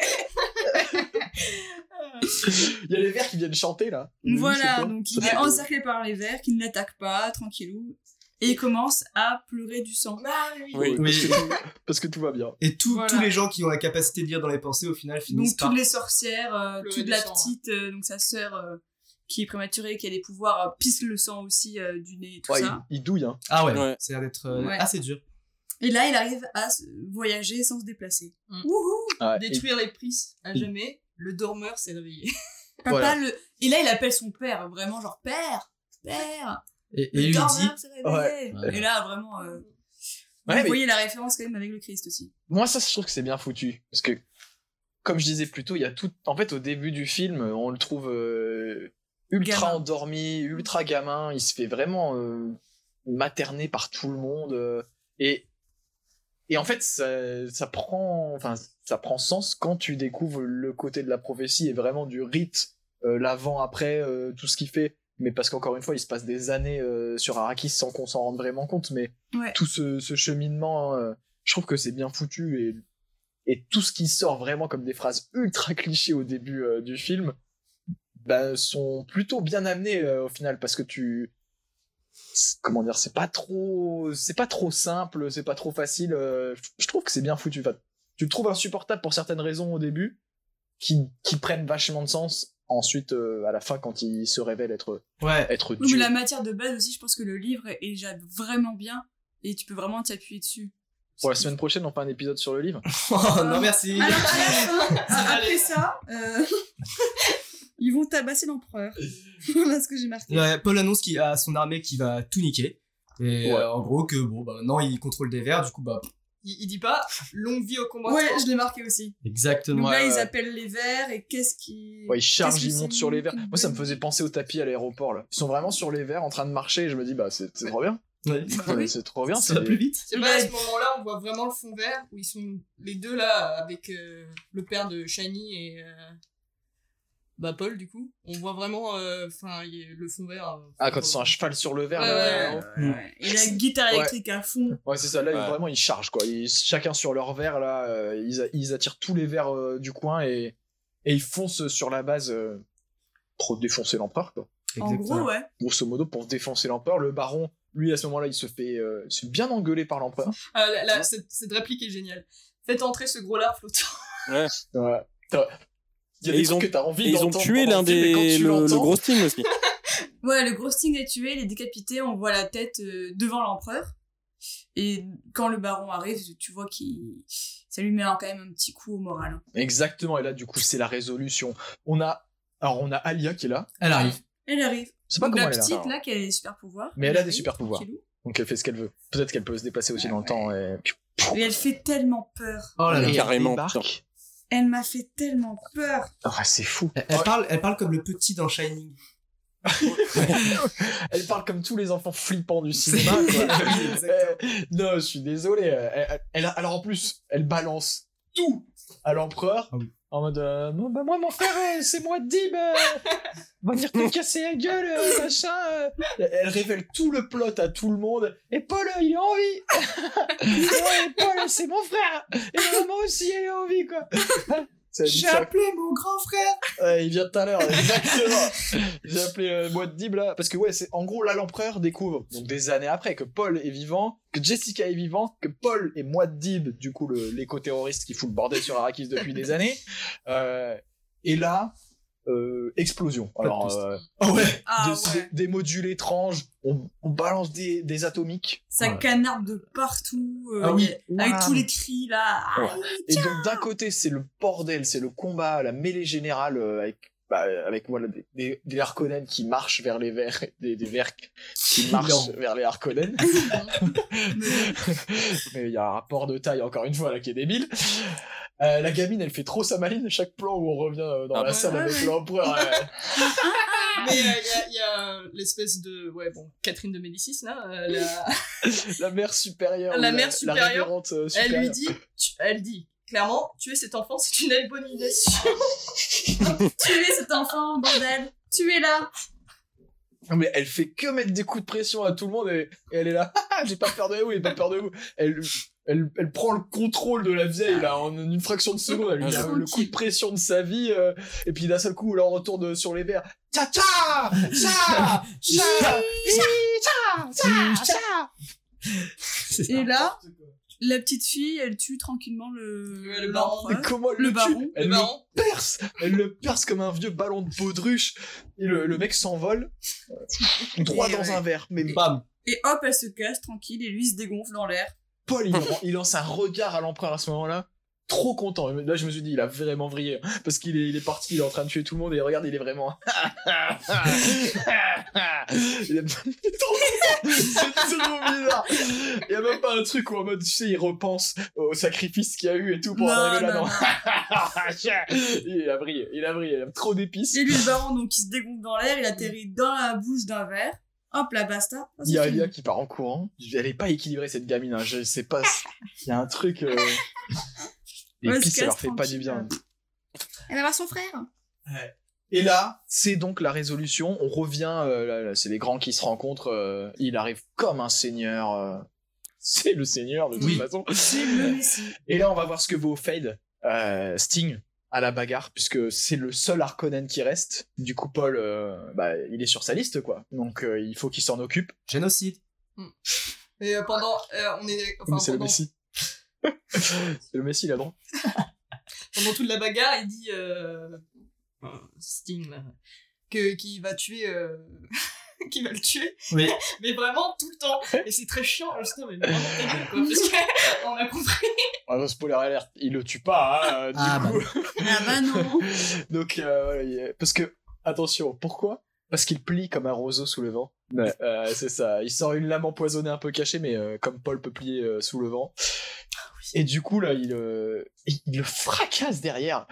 Il y a les verts qui viennent chanter, là.
Voilà,
Je sais pas.
donc il est encerclé par les vers qui ne l'attaquent pas, tranquillou. et commence à pleurer du sang.
Bah,
Oui.
Oui, parce que tout va bien.
Et tous-
Voilà.
tous les gens qui ont la capacité de lire dans les pensées, au final, finissent
Donc
par.
toutes les sorcières, euh,
Pleurer
toute
du
la
sang,
petite, euh, donc sa sœur euh, qui est prématurée, qui a des pouvoirs, euh, pisse le sang aussi euh, du nez et tout
Ouais, il,
ça.
il douille, hein.
Ah ouais,
Ouais.
ça a l'air d'être euh,
Ouais.
assez dur.
Et là, il arrive à se- voyager sans se déplacer.
Mm.
Wouhou
Ouais, Ah, et- Mm.
Détruire les prises à jamais, le dormeur s'est
*laughs*
réveillé.
Papa
Voilà.
le... Et là, il appelle son père, vraiment genre père, père.
Et,
Le
et lui dit.
dormeur s'est réveillé. Et là, vraiment. euh,
Ouais,
vous
mais-
voyez la référence quand même avec le Christ aussi.
Moi, ça, je trouve que c'est bien foutu. Parce que, comme je disais plus tôt, il y a tout. En fait, au début du film, on le trouve euh, ultra
Gamin.
endormi, ultra gamin. Il se fait vraiment euh, materner par tout le monde. euh, et, et en fait, ça, ça prend, enfin, ça prend sens quand tu découvres le côté de la prophétie et vraiment du rite, euh, l'avant, après, euh, tout ce qu'il fait. Mais parce qu'encore une fois, il se passe des années euh, sur Arrakis sans qu'on s'en rende vraiment compte. Mais
Ouais.
tout ce, ce cheminement, euh, je trouve que c'est bien foutu et et tout ce qui sort vraiment comme des phrases ultra clichés au début euh, du film bah, sont plutôt bien amenés euh, au final parce que tu c'est- comment dire c'est pas trop c'est pas trop simple c'est pas trop facile euh, je- je trouve que c'est bien foutu Enfin, tu le trouves insupportable pour certaines raisons au début qui, qui prennent vachement de sens ensuite euh, à la fin quand il se révèle être
Ouais.
être
Oui,
Dieu
mais la matière de base aussi, je pense que le livre est déjà vraiment bien et tu peux vraiment t'appuyer dessus.
pour la semaine prochaine on fait un épisode sur le livre
*laughs* Oh, non, merci.
Alors, à la
*laughs*
fin, euh, après ça, euh, *laughs* ils vont tabasser l'empereur. *laughs* voilà ce que j'ai marqué.
Ouais, Paul annonce qu'il a son armée qui va tout niquer.
Ouais.
Et euh, en gros, que bon, bah, maintenant il contrôle des vers, du coup, bah.
Il, il dit pas longue vie au combat.
Ouais, je l'ai marqué aussi.
Exactement.
Donc
Ouais,
là,
ouais.
ils appellent les verts et qu'est-ce qui.
Ouais, ils chargent,
Qu'est-ce que
ils montent
c'est
sur les verres.
qu'une
Moi, ça me
bonne-
faisait penser au tapis à l'aéroport, là. Ils sont vraiment sur les verres en train de marcher et je me dis, bah, c'est c'est trop bien.
Ouais.
Bah oui.
C'est trop bien.
Ça
c'est-
va plus vite.
Bah,
C'est vrai, à ce moment-là, on voit vraiment le fond vert où ils sont les deux là avec euh, le père de Shani et euh, bah, Paul, du coup. On voit vraiment euh, enfin le fond vert. euh,
Ah, quand ils sont à cheval sur le verre,
Ouais,
là,
ouais,
ouais,
Ouais. Et la guitare
Ouais.
électrique à fond.
c'est ça. Là,
Ouais.
vraiment, ils chargent, quoi. Ils- chacun sur leur verre, là, euh, ils, a- ils attirent tous les verres euh, du coin et, et ils foncent sur la base euh, pour défoncer l'empereur, quoi.
En gros, ouais.
Grosso modo, pour défoncer l'empereur. Le baron, lui, à ce moment-là, il se fait euh, il se fait bien engueuler par l'empereur.
Ah, là, là, cette, cette réplique est géniale. Faites entrer ce gros là flottant.
Ouais. T'as- Il y a
Et
des
ils
trucs
ont-
que t'as envie
Et ils ont
d'entendre
tué
pendant
l'un
le film, mais quand
des.
tu
Le, le
l'entends-
gros team aussi.
Ouais, le gros Sting est tué, il est décapité, on voit la tête euh, devant l'empereur. Et quand le baron arrive, tu vois qu'il. Ça lui met un- quand même un petit coup au moral. hein.
Exactement, et là du coup c'est la résolution. On a alors on a Alia qui est là,
Elle arrive.
Elle arrive.
c'est pas
Donc
comment
la
elle est
petite
là,
là, qui a des super pouvoirs.
Mais elle a des
arrive,
super pouvoirs.
tranquillou.
donc elle fait ce qu'elle veut. Peut-être qu'elle peut se déplacer aussi
Ah
dans le temps et
Et elle fait tellement peur.
Oh là là.
Et elle
Carrément,
débarque.
Elle m'a fait tellement peur.
Ah, c'est fou.
Elle, elle parle, elle parle comme le petit dans Shining.
Elle parle comme tous les enfants flippants du cinéma. quoi.
Exactement.
Euh, non, je suis désolé. euh, Elle- elle- elle a- alors en plus, elle balance tout à l'empereur.
Ah oui.
En mode, euh, Bon, bah, moi, mon frère, euh, c'est moi, Dib, euh, va venir te casser la gueule, euh, machin. euh. Elle- Elle révèle tout le plot à tout le monde. Et Paul, euh, il est en vie. Ouais, Paul, euh, c'est mon frère. Et ma maman aussi, elle est en vie, quoi. Ça dit
J'ai
ça,
appelé mon grand frère.
Ouais, il vient tout à l'heure, exactement. J'ai appelé euh, Boîte Dib là, parce que ouais, c'est en gros là l'empereur découvre, donc des années après, que Paul est vivant, que Jessica est vivante, que Paul est Moite Dib, du coup le- l'éco-terroriste qui fout le bordel sur Arrakis depuis des années. Euh, et là, euh, explosion.
de
Alors,
twist.
euh, ah ouais,
Ah
des,
ouais.
des modules étranges, on, on balance des, des atomiques.
Ça
Ouais.
canarde de partout. euh,
Ah oui.
il y a- Avec
Ouah.
tous les cris là. Ah,
Et donc d'un côté, c'est le bordel, c'est le combat, la mêlée générale euh, avec bah, avec voilà des, des, des Harkonnen qui marchent vers les verts, des, des verts
*laughs*
qui marchent vers les Harkonnen. *laughs* Mais il y a un rapport de taille encore une fois là qui est débile. Euh, la gamine, elle fait trop sa maline. Chaque plan où on revient euh, dans
Ah
la
bah,
salle
ouais,
avec
ouais.
l'empereur,
*laughs*
euh,
Mais euh, il y a, y a, euh, l'espèce de. Ouais, bon, Catherine de Médicis là. euh, la-
la mère supérieure,
La
ou
mère supérieure,
révérende, euh,
Elle lui
supérieure.
dit, tu- elle dit clairement, tuer cet enfant, c'est une abomination.
Tuez cet enfant, bordel. Tuez-la.
Non, mais elle fait que mettre des coups de pression à tout le monde et, et elle est là, *laughs* Ah, ah, j'ai pas peur de vous, j'ai pas peur de vous. Elle, elle, elle prend le contrôle de la vieille là en une fraction de seconde, elle lui met le coup de pression de sa vie euh, et puis d'un seul coup là on retourne sur les verres. Ta ta ta ta ta
Et là, la petite fille, elle tue tranquillement le,
Le
leur
baron.
prof.
Mais comment elle
Le
le, tue
baron.
Elle
Le
le
baron.
perce Elle le perce comme un vieux ballon de baudruche. Et le, le mec s'envole euh, droit
Et
dans
ouais.
un verre. Mais
Bam.
Et hop, elle se casse tranquille et lui il se dégonfle dans l'air.
Paul, il, il lance un regard à l'empereur à ce moment-là. Trop content. Là, je me suis dit, il a vraiment vrillé. hein. Parce qu'il est, il est parti, il est en train de tuer tout le monde. Et regarde, il est vraiment. hein. *laughs* il est trop content. C'est trop bizarre. Il y a même pas un truc où en mode, tu sais, il repense au sacrifice qu'il y a eu et tout pour
Non,
arriver là.
non,
Non. il a brillé, il a brillé. Il a trop d'épices.
Et lui, le baron, donc, il se dégonfle dans l'air, il atterrit dans la bouche d'un verre. Hop, la basta. Ah, c'est
Il y a
fini.
Alia qui part en courant. Elle est pas équilibrée cette gamine. hein. Je sais pas. Il y a un truc. euh, Les
Ouais,
pistes,
se
ça leur
casse
fait pas du bien.
tranquille. Elle va voir son frère.
Et là, c'est donc la résolution. On revient. euh, là, là, c'est les grands qui se rencontrent. euh, il arrive comme un seigneur. euh, *laughs* c'est le seigneur de toute
Oui.
façon.
C'est le Messie.
Et là, on va voir ce que vaut Fade euh, Sting à la bagarre, puisque c'est le seul Harkonnen qui reste. Du coup, Paul, euh, bah, il est sur sa liste, quoi. Donc, euh, il faut qu'il s'en occupe.
Génocide.
Et euh, pendant, euh, on est, enfin,
Mais c'est le
pendant,
Messi. *laughs* c'est le Messi, il a droit.
pendant toute la bagarre, il dit euh, euh, Sting là, que qui va tuer, euh, *laughs* qui va le tuer.
Oui.
*laughs* Mais vraiment tout le temps. Et c'est très chiant. Je sais, mais vraiment ta gueule, quoi, parce *laughs* qu'on a compris.
Ah non, spoiler alert, il le tue pas, hein, euh, du
Ah,
coup.
Ah bah non.
Donc, euh, voilà, il est- parce que, attention, pourquoi Parce qu'il plie comme un roseau sous le vent. Euh, c'est ça, il sort une lame empoisonnée un peu cachée, mais euh, comme Paul peut plier euh, sous le vent.
Ah
Et du coup, là, il, euh, il, il le fracasse derrière.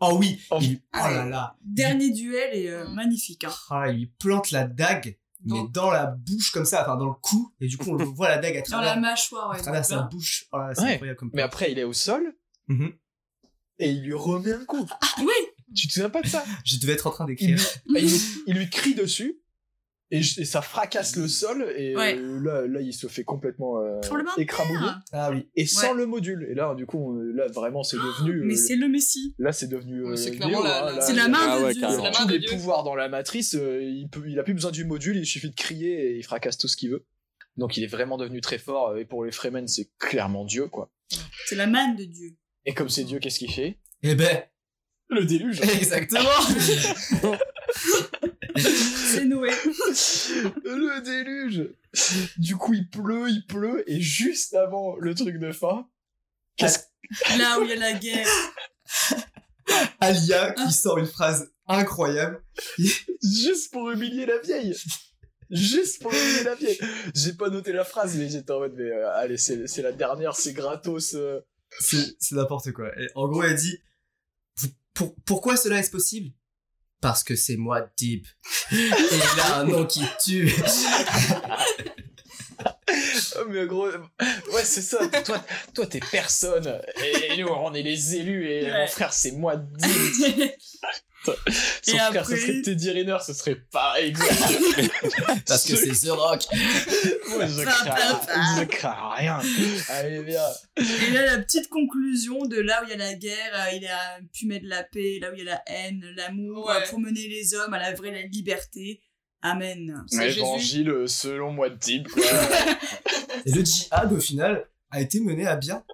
Oh oui.
Oh.
Il- Oh là
Ah,
là.
Dernier duel et euh, magnifique. Hein.
Ah, il lui plante la dague, mais
Dans-
dans la bouche comme ça, enfin dans le cou. Et du coup, on le voit la dague à
Dans la
travers,
mâchoire,
à
ouais.
travers sa bouche. Oh là là, c'est
Ouais.
incroyable comme.
Mais après, il est au sol,
Mhm.
et il lui remet un coup.
Oui.
Tu te souviens pas de ça
Je devais être en train d'écrire.
Et il, il lui crie dessus et, je- et ça fracasse le sol et
Ouais.
euh, là, là il se fait complètement euh,
Tremblement de
écrabouiller
terre.
Ah oui.
et sans le module et là du coup on- là vraiment c'est devenu
Mais
euh,
c'est le Messie.
là c'est devenu euh,
C'est
Neo,
clairement la-
hein,
la-
là,
C'est
il
la
a-
main
Ah
de
ouais,
Dieu.
carrément.
La main
tous
de
les
Dieu.
pouvoirs dans la matrice euh, il, peut, il a plus besoin du module il suffit de crier et il fracasse tout ce qu'il veut donc il est vraiment devenu très fort euh, et pour les Fremen c'est clairement Dieu quoi
C'est la manne de Dieu.
et comme c'est Dieu qu'est-ce qu'il fait *laughs*
Eh ben,
le déluge
exactement.
C'est Noé.
*laughs* le déluge Du coup, il pleut, il pleut, et juste avant le truc de fin, qu'est-ce
Là où il y a la guerre.
*laughs* Alia qui sort une phrase incroyable.
juste pour humilier la vieille Juste pour humilier la vieille J'ai pas noté la phrase, mais j'étais en mode, mais euh, allez, c'est c'est la dernière, c'est gratos. euh.
C'est c'est n'importe quoi. Et en gros, elle dit Vous- pour- Pourquoi cela est possible Parce que c'est moi, Deep. Et là, un nom qui tue.
Oh, mais gros, euh, ouais, c'est ça, *laughs* toi toi, t'es personne, et nous, on est les élus, et
Ouais.
mon frère, c'est moi, Dean. Son
Et
frère, ce
après-
serait Teddy Riner, ce serait pas exact.
Parce que
Je-
c'est The Rock.
Moi, je crains, je crains rien. Allez, viens.
Et là, la petite conclusion de là où il y a la guerre, euh, il a pu mettre la paix, là où il y a la haine, l'amour,
Ouais.
euh, pour mener les hommes à la vraie la liberté. Amen.
C'est Jésus.
Évangile euh, selon moi de type. quoi.
Et le djihad, au final, a été mené à bien.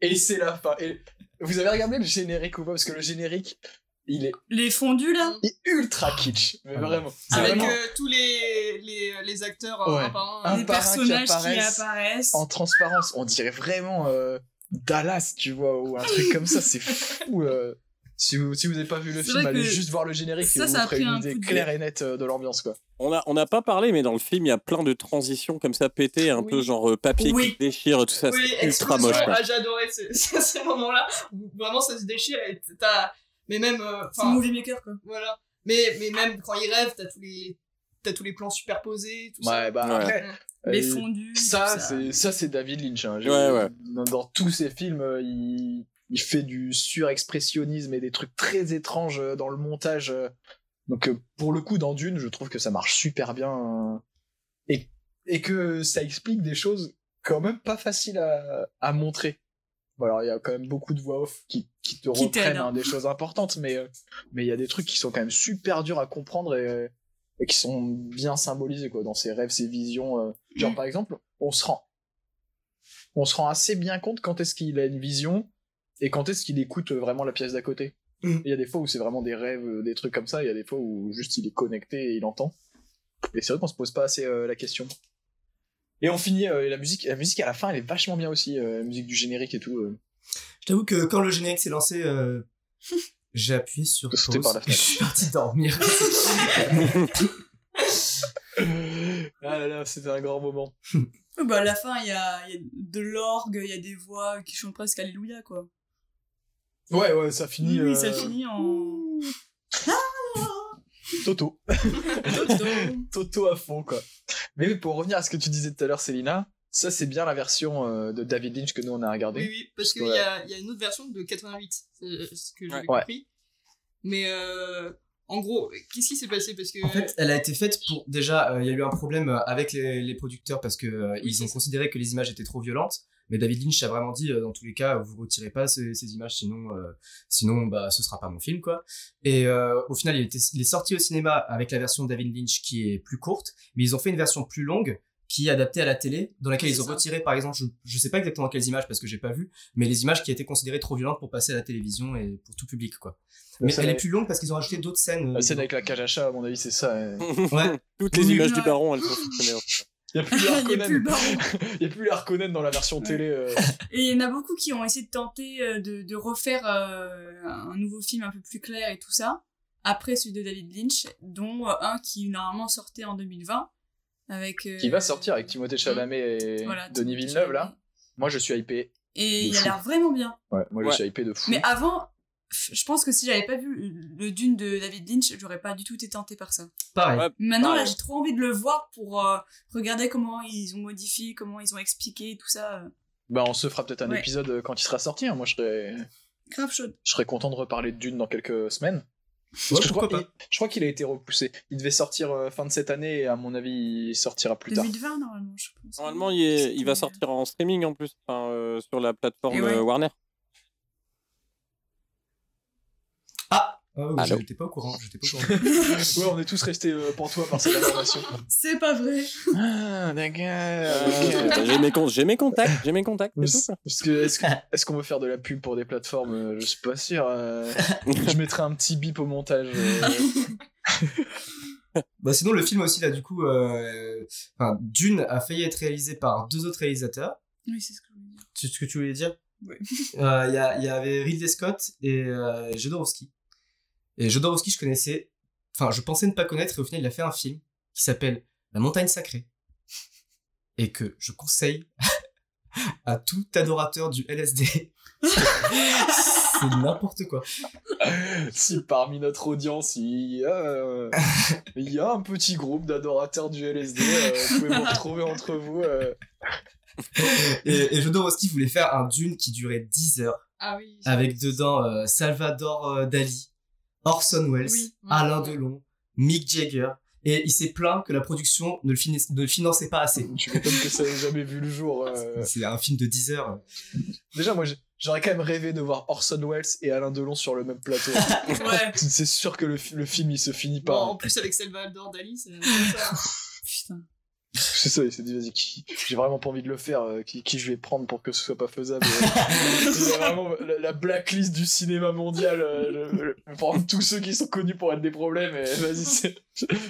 et c'est la fin. Et vous avez regardé le générique ou pas Parce que le générique, il est,
Les fondus, là
il est ultra kitsch. Mais
Ah ouais.
vraiment. C'est
Avec
vraiment
euh, tous les, les, les acteurs euh,
Ouais.
un par
Un
un.
Les
par un qui
personnages qui
apparaissent.
apparaissent.
en transparence. On dirait vraiment euh, Dallas, tu vois, ou un truc comme ça. C'est fou. euh. Si vous si vous n'avez pas vu le
C'est
film,
vrai
allez
que
juste voir le générique
ça,
et vous
ça a
ferez
pris
une
un
idée
coup de-
claire et nette euh, de l'ambiance. quoi.
On n'a on a pas parlé, mais dans le film, il y a plein de transitions comme ça pétées, un
Oui.
peu genre euh, papier qui
Oui.
se déchire, tout ça.
Oui,
c'est ultra
explosion.
moche. quoi.
Ah,
*laughs*
j'adorais ce- *laughs* ce- ces moments-là où vraiment ça se déchire et t'as. Mais même. euh,
C'est le
enfin,
movie maker, quoi.
Voilà. Mais, mais même quand il rêve, t'as tous les, t'as tous les plans superposés, tout ça.
Ouais, bah,
Ouais.
après,
Les
euh,
fondus.
Ça,
tout
c'est ça, c'est David Lynch. hein. J'ai-
Ouais, ouais.
Dans, dans tous ses films, euh, il, il fait du surexpressionnisme et des trucs très étranges euh, dans le montage. euh. Donc, euh, pour le coup, dans Dune, je trouve que ça marche super bien euh, et, et que ça explique des choses quand même pas faciles à, à montrer. Bon, alors, il y a quand même beaucoup de voix off qui, qui te
Qui t'aident,
reprennent
hein.
hein, des choses importantes, mais euh, mais il y a des trucs qui sont quand même super durs à comprendre et euh, et qui sont bien symbolisés quoi dans ses rêves, ses visions. euh. Genre par exemple, on se rend, on se rend assez bien compte quand est-ce qu'il a une vision et quand est-ce qu'il écoute euh, vraiment la pièce d'à côté.
Mm.
Mhm.
Il y a des fois où c'est vraiment des rêves, euh, des trucs comme ça. Il y a des fois où juste il est connecté et il entend. Et c'est vrai qu'on se pose pas assez euh, la question. Et on finit euh, la musique. La musique à la fin, elle est vachement bien aussi. euh, la musique du générique et tout. euh.
Je t'avoue que quand le générique s'est lancé, euh, j'ai appuyé sur
Sauter
pause.
par la
Je
fenêtre.
suis parti dormir.
Ah là là, c'était un grand moment.
Oui, Bah, à la fin, il y a, il y a de l'orgue, il y a des voix qui chantent presque Alléluia, quoi.
Ouais, ouais, ça finit.
Oui, oui, ça
euh,
finit en.
Toto.
Toto.
Toto à fond, quoi. Mais pour revenir à ce que tu disais tout à l'heure, Célina, ça, c'est bien la version euh, de David Lynch que nous, on a
Oui,
regardée.
oui, parce qu'il
Ouais.
y, a, il y a une autre version de 88, c'est ce que j'avais
Ouais.
compris. Mais euh, en gros, qu'est-ce qui s'est passé Parce que.
En fait, elle a été faite pour. Déjà, euh, il y a eu un problème euh, avec les, les producteurs parce que euh,
Oui,
ils ont
c'est ça.
considéré que les images étaient trop violentes. Mais David Lynch a vraiment dit, euh, dans tous les cas, vous retirez pas ces, ces images, sinon, euh, sinon, bah, ce sera pas mon film, quoi. Et euh, au final, il, était- il est sorti au cinéma avec la version de David Lynch qui est plus courte, mais ils ont fait une version plus longue qui est adaptée à la télé, dans laquelle
C'est
ils ont
ça.
retiré, par exemple, je, je sais pas exactement quelles images parce que j'ai pas vu, mais les images qui étaient considérées trop violentes pour passer à la télévision et pour tout public, quoi.
La
Bah,
Mais
scène
elle est
avec-
plus longue parce qu'ils ont rajouté d'autres scènes. euh,
La scène avec la cage à chat, à mon avis, c'est ça. euh.
Ouais.
Toutes les
Oui,
images
ouais.
du baron, elles sont supprimées.
Il *laughs* n'y a plus les
*laughs* Il n'y a plus
Harkonnen.
le baron.
Il n'y a plus les Harkonnen dans la version télé. *laughs* euh.
Et il y en a beaucoup qui ont essayé de tenter euh, de, de refaire euh, un nouveau film un peu plus clair et tout ça, après celui de David Lynch, dont euh, un qui normalement sortait en 2020. Avec, euh,
Qui va sortir avec Timothée Chalamet et
voilà,
Denis
Timothée
Villeneuve, là.
Chalamet.
Moi, je suis hypé.
Et
De
il a
fou.
l'air vraiment bien.
Ouais, moi,
Ouais.
je suis hypé de fou.
Mais avant, f- je pense que si j'avais pas vu le Dune de David Lynch, j'aurais pas du tout été tentée par ça.
Pareil.
Ouais.
Maintenant,
Ah
là,
ouais.
j'ai trop envie de le voir pour euh, regarder comment ils ont modifié, comment ils ont expliqué et tout ça. euh.
Bah, on se fera peut-être un
Ouais.
épisode euh, quand il sera sorti. hein. Moi, je serais...
Grave chaude.
je serais content de reparler de Dune dans quelques semaines.
Ouais,
je crois,
pourquoi pas.
il- je crois qu'il a été repoussé. Il devait sortir euh, fin de cette année et à mon avis, il sortira plus tard.
2020, normalement, je pense.
Normalement, il, est- il va sortir en streaming en plus, enfin, euh, sur la plateforme
Et ouais.
euh, Warner.
Ah oui,
Allô
j'étais pas au courant, j'étais pas au courant. *laughs*
ouais, on est tous restés euh, pantois par cette information.
C'est pas vrai.
ah, d'accord.
Euh, j'ai mes, con- j'ai mes contacts, j'ai mes contacts, c'est tout. quoi.
Parce que Est-ce que- est-ce qu'on veut faire de la pub pour des plateformes euh, Je suis pas sûr. euh, je mettrai un petit bip au montage. euh.
bah sinon le film aussi là du coup, euh, enfin, Dune a failli être réalisé par deux autres réalisateurs.
Oui, c'est ce que je voulais dire.
C'est ce que tu voulais dire
Ouais.
*laughs* Euh, Il y, a- il y avait Ridley Scott et euh, Jodorowsky. Et Jodorowsky je connaissais, enfin je pensais ne pas connaître et au final il a fait un film qui s'appelle La Montagne Sacrée et que je conseille *laughs* à tout adorateur du LSD. *laughs* C'est n'importe quoi.
si parmi notre audience, il y a, euh, il y a un petit groupe d'adorateurs du LSD, euh, vous pouvez vous retrouver entre vous. euh.
*laughs* Et, et Jodorowsky voulait faire un Dune qui durait 10 heures.
Ah oui.
avec dedans euh, Salvador euh, Dali, Orson Welles,
Oui.
Alain
Ouais.
Delon, Mick Jagger. Et il s'est plaint que la production ne le, finis- ne le finançait pas assez.
Tu m'étonnes que ça n'ait jamais vu le jour. euh.
C'est un film de 10 heures.
Déjà, moi, j'- j'aurais quand même rêvé de voir Orson Welles et Alain Delon sur le même plateau.
Ouais.
C'est sûr que le, fi- le film, il se finit
Bon,
par.
en plus, avec Salvador Dali, c'est c'est ça.
Putain.
*laughs* C'est ça, il s'est dit, vas-y, qui- j'ai vraiment pas envie de le faire, euh, qui, qui je vais prendre pour que ce soit pas faisable. *laughs* euh. il y a vraiment la, la blacklist du cinéma mondial, euh, le- le- prendre tous ceux qui sont connus pour être des problèmes, et *laughs* vas-y, c'est-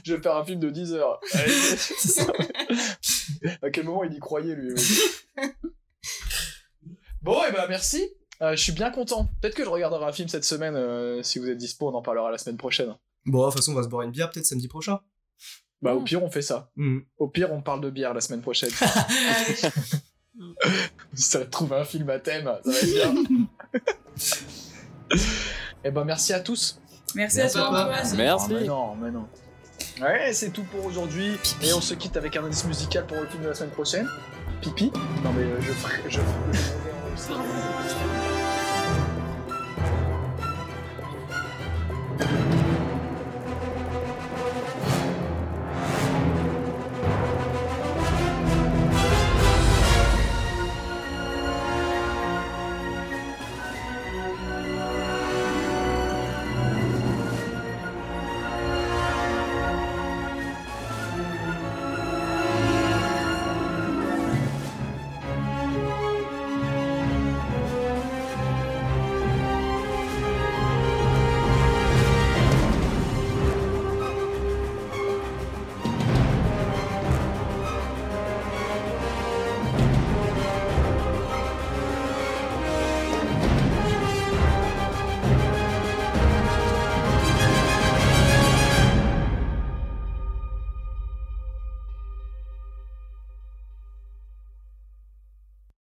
je vais faire un film de 10 heures. Allez, c'est ça. *laughs* à quel moment il y croyait, lui oui. Bon, et ben merci. Euh, je suis bien content. Peut-être que je regarderai un film cette semaine. euh, si vous êtes dispo, on en parlera la semaine prochaine.
Bon, de toute façon, on va se boire une bière peut-être samedi prochain.
Bah, au pire, on fait ça.
Hmm.
Au pire, on parle de bière la semaine prochaine. *laughs*
Allez.
Ça va te trouver un film à thème, ça va être bien. Eh ben merci à tous.
Merci,
Merci
à
à
toi,
toi.
Antoine.
Ah,
Merci.
mais non, mais non. Ouais, c'est tout pour aujourd'hui. Et on se quitte avec un indice musical pour le film de la semaine prochaine. Pipi. Non mais euh, je ferai. Je... je-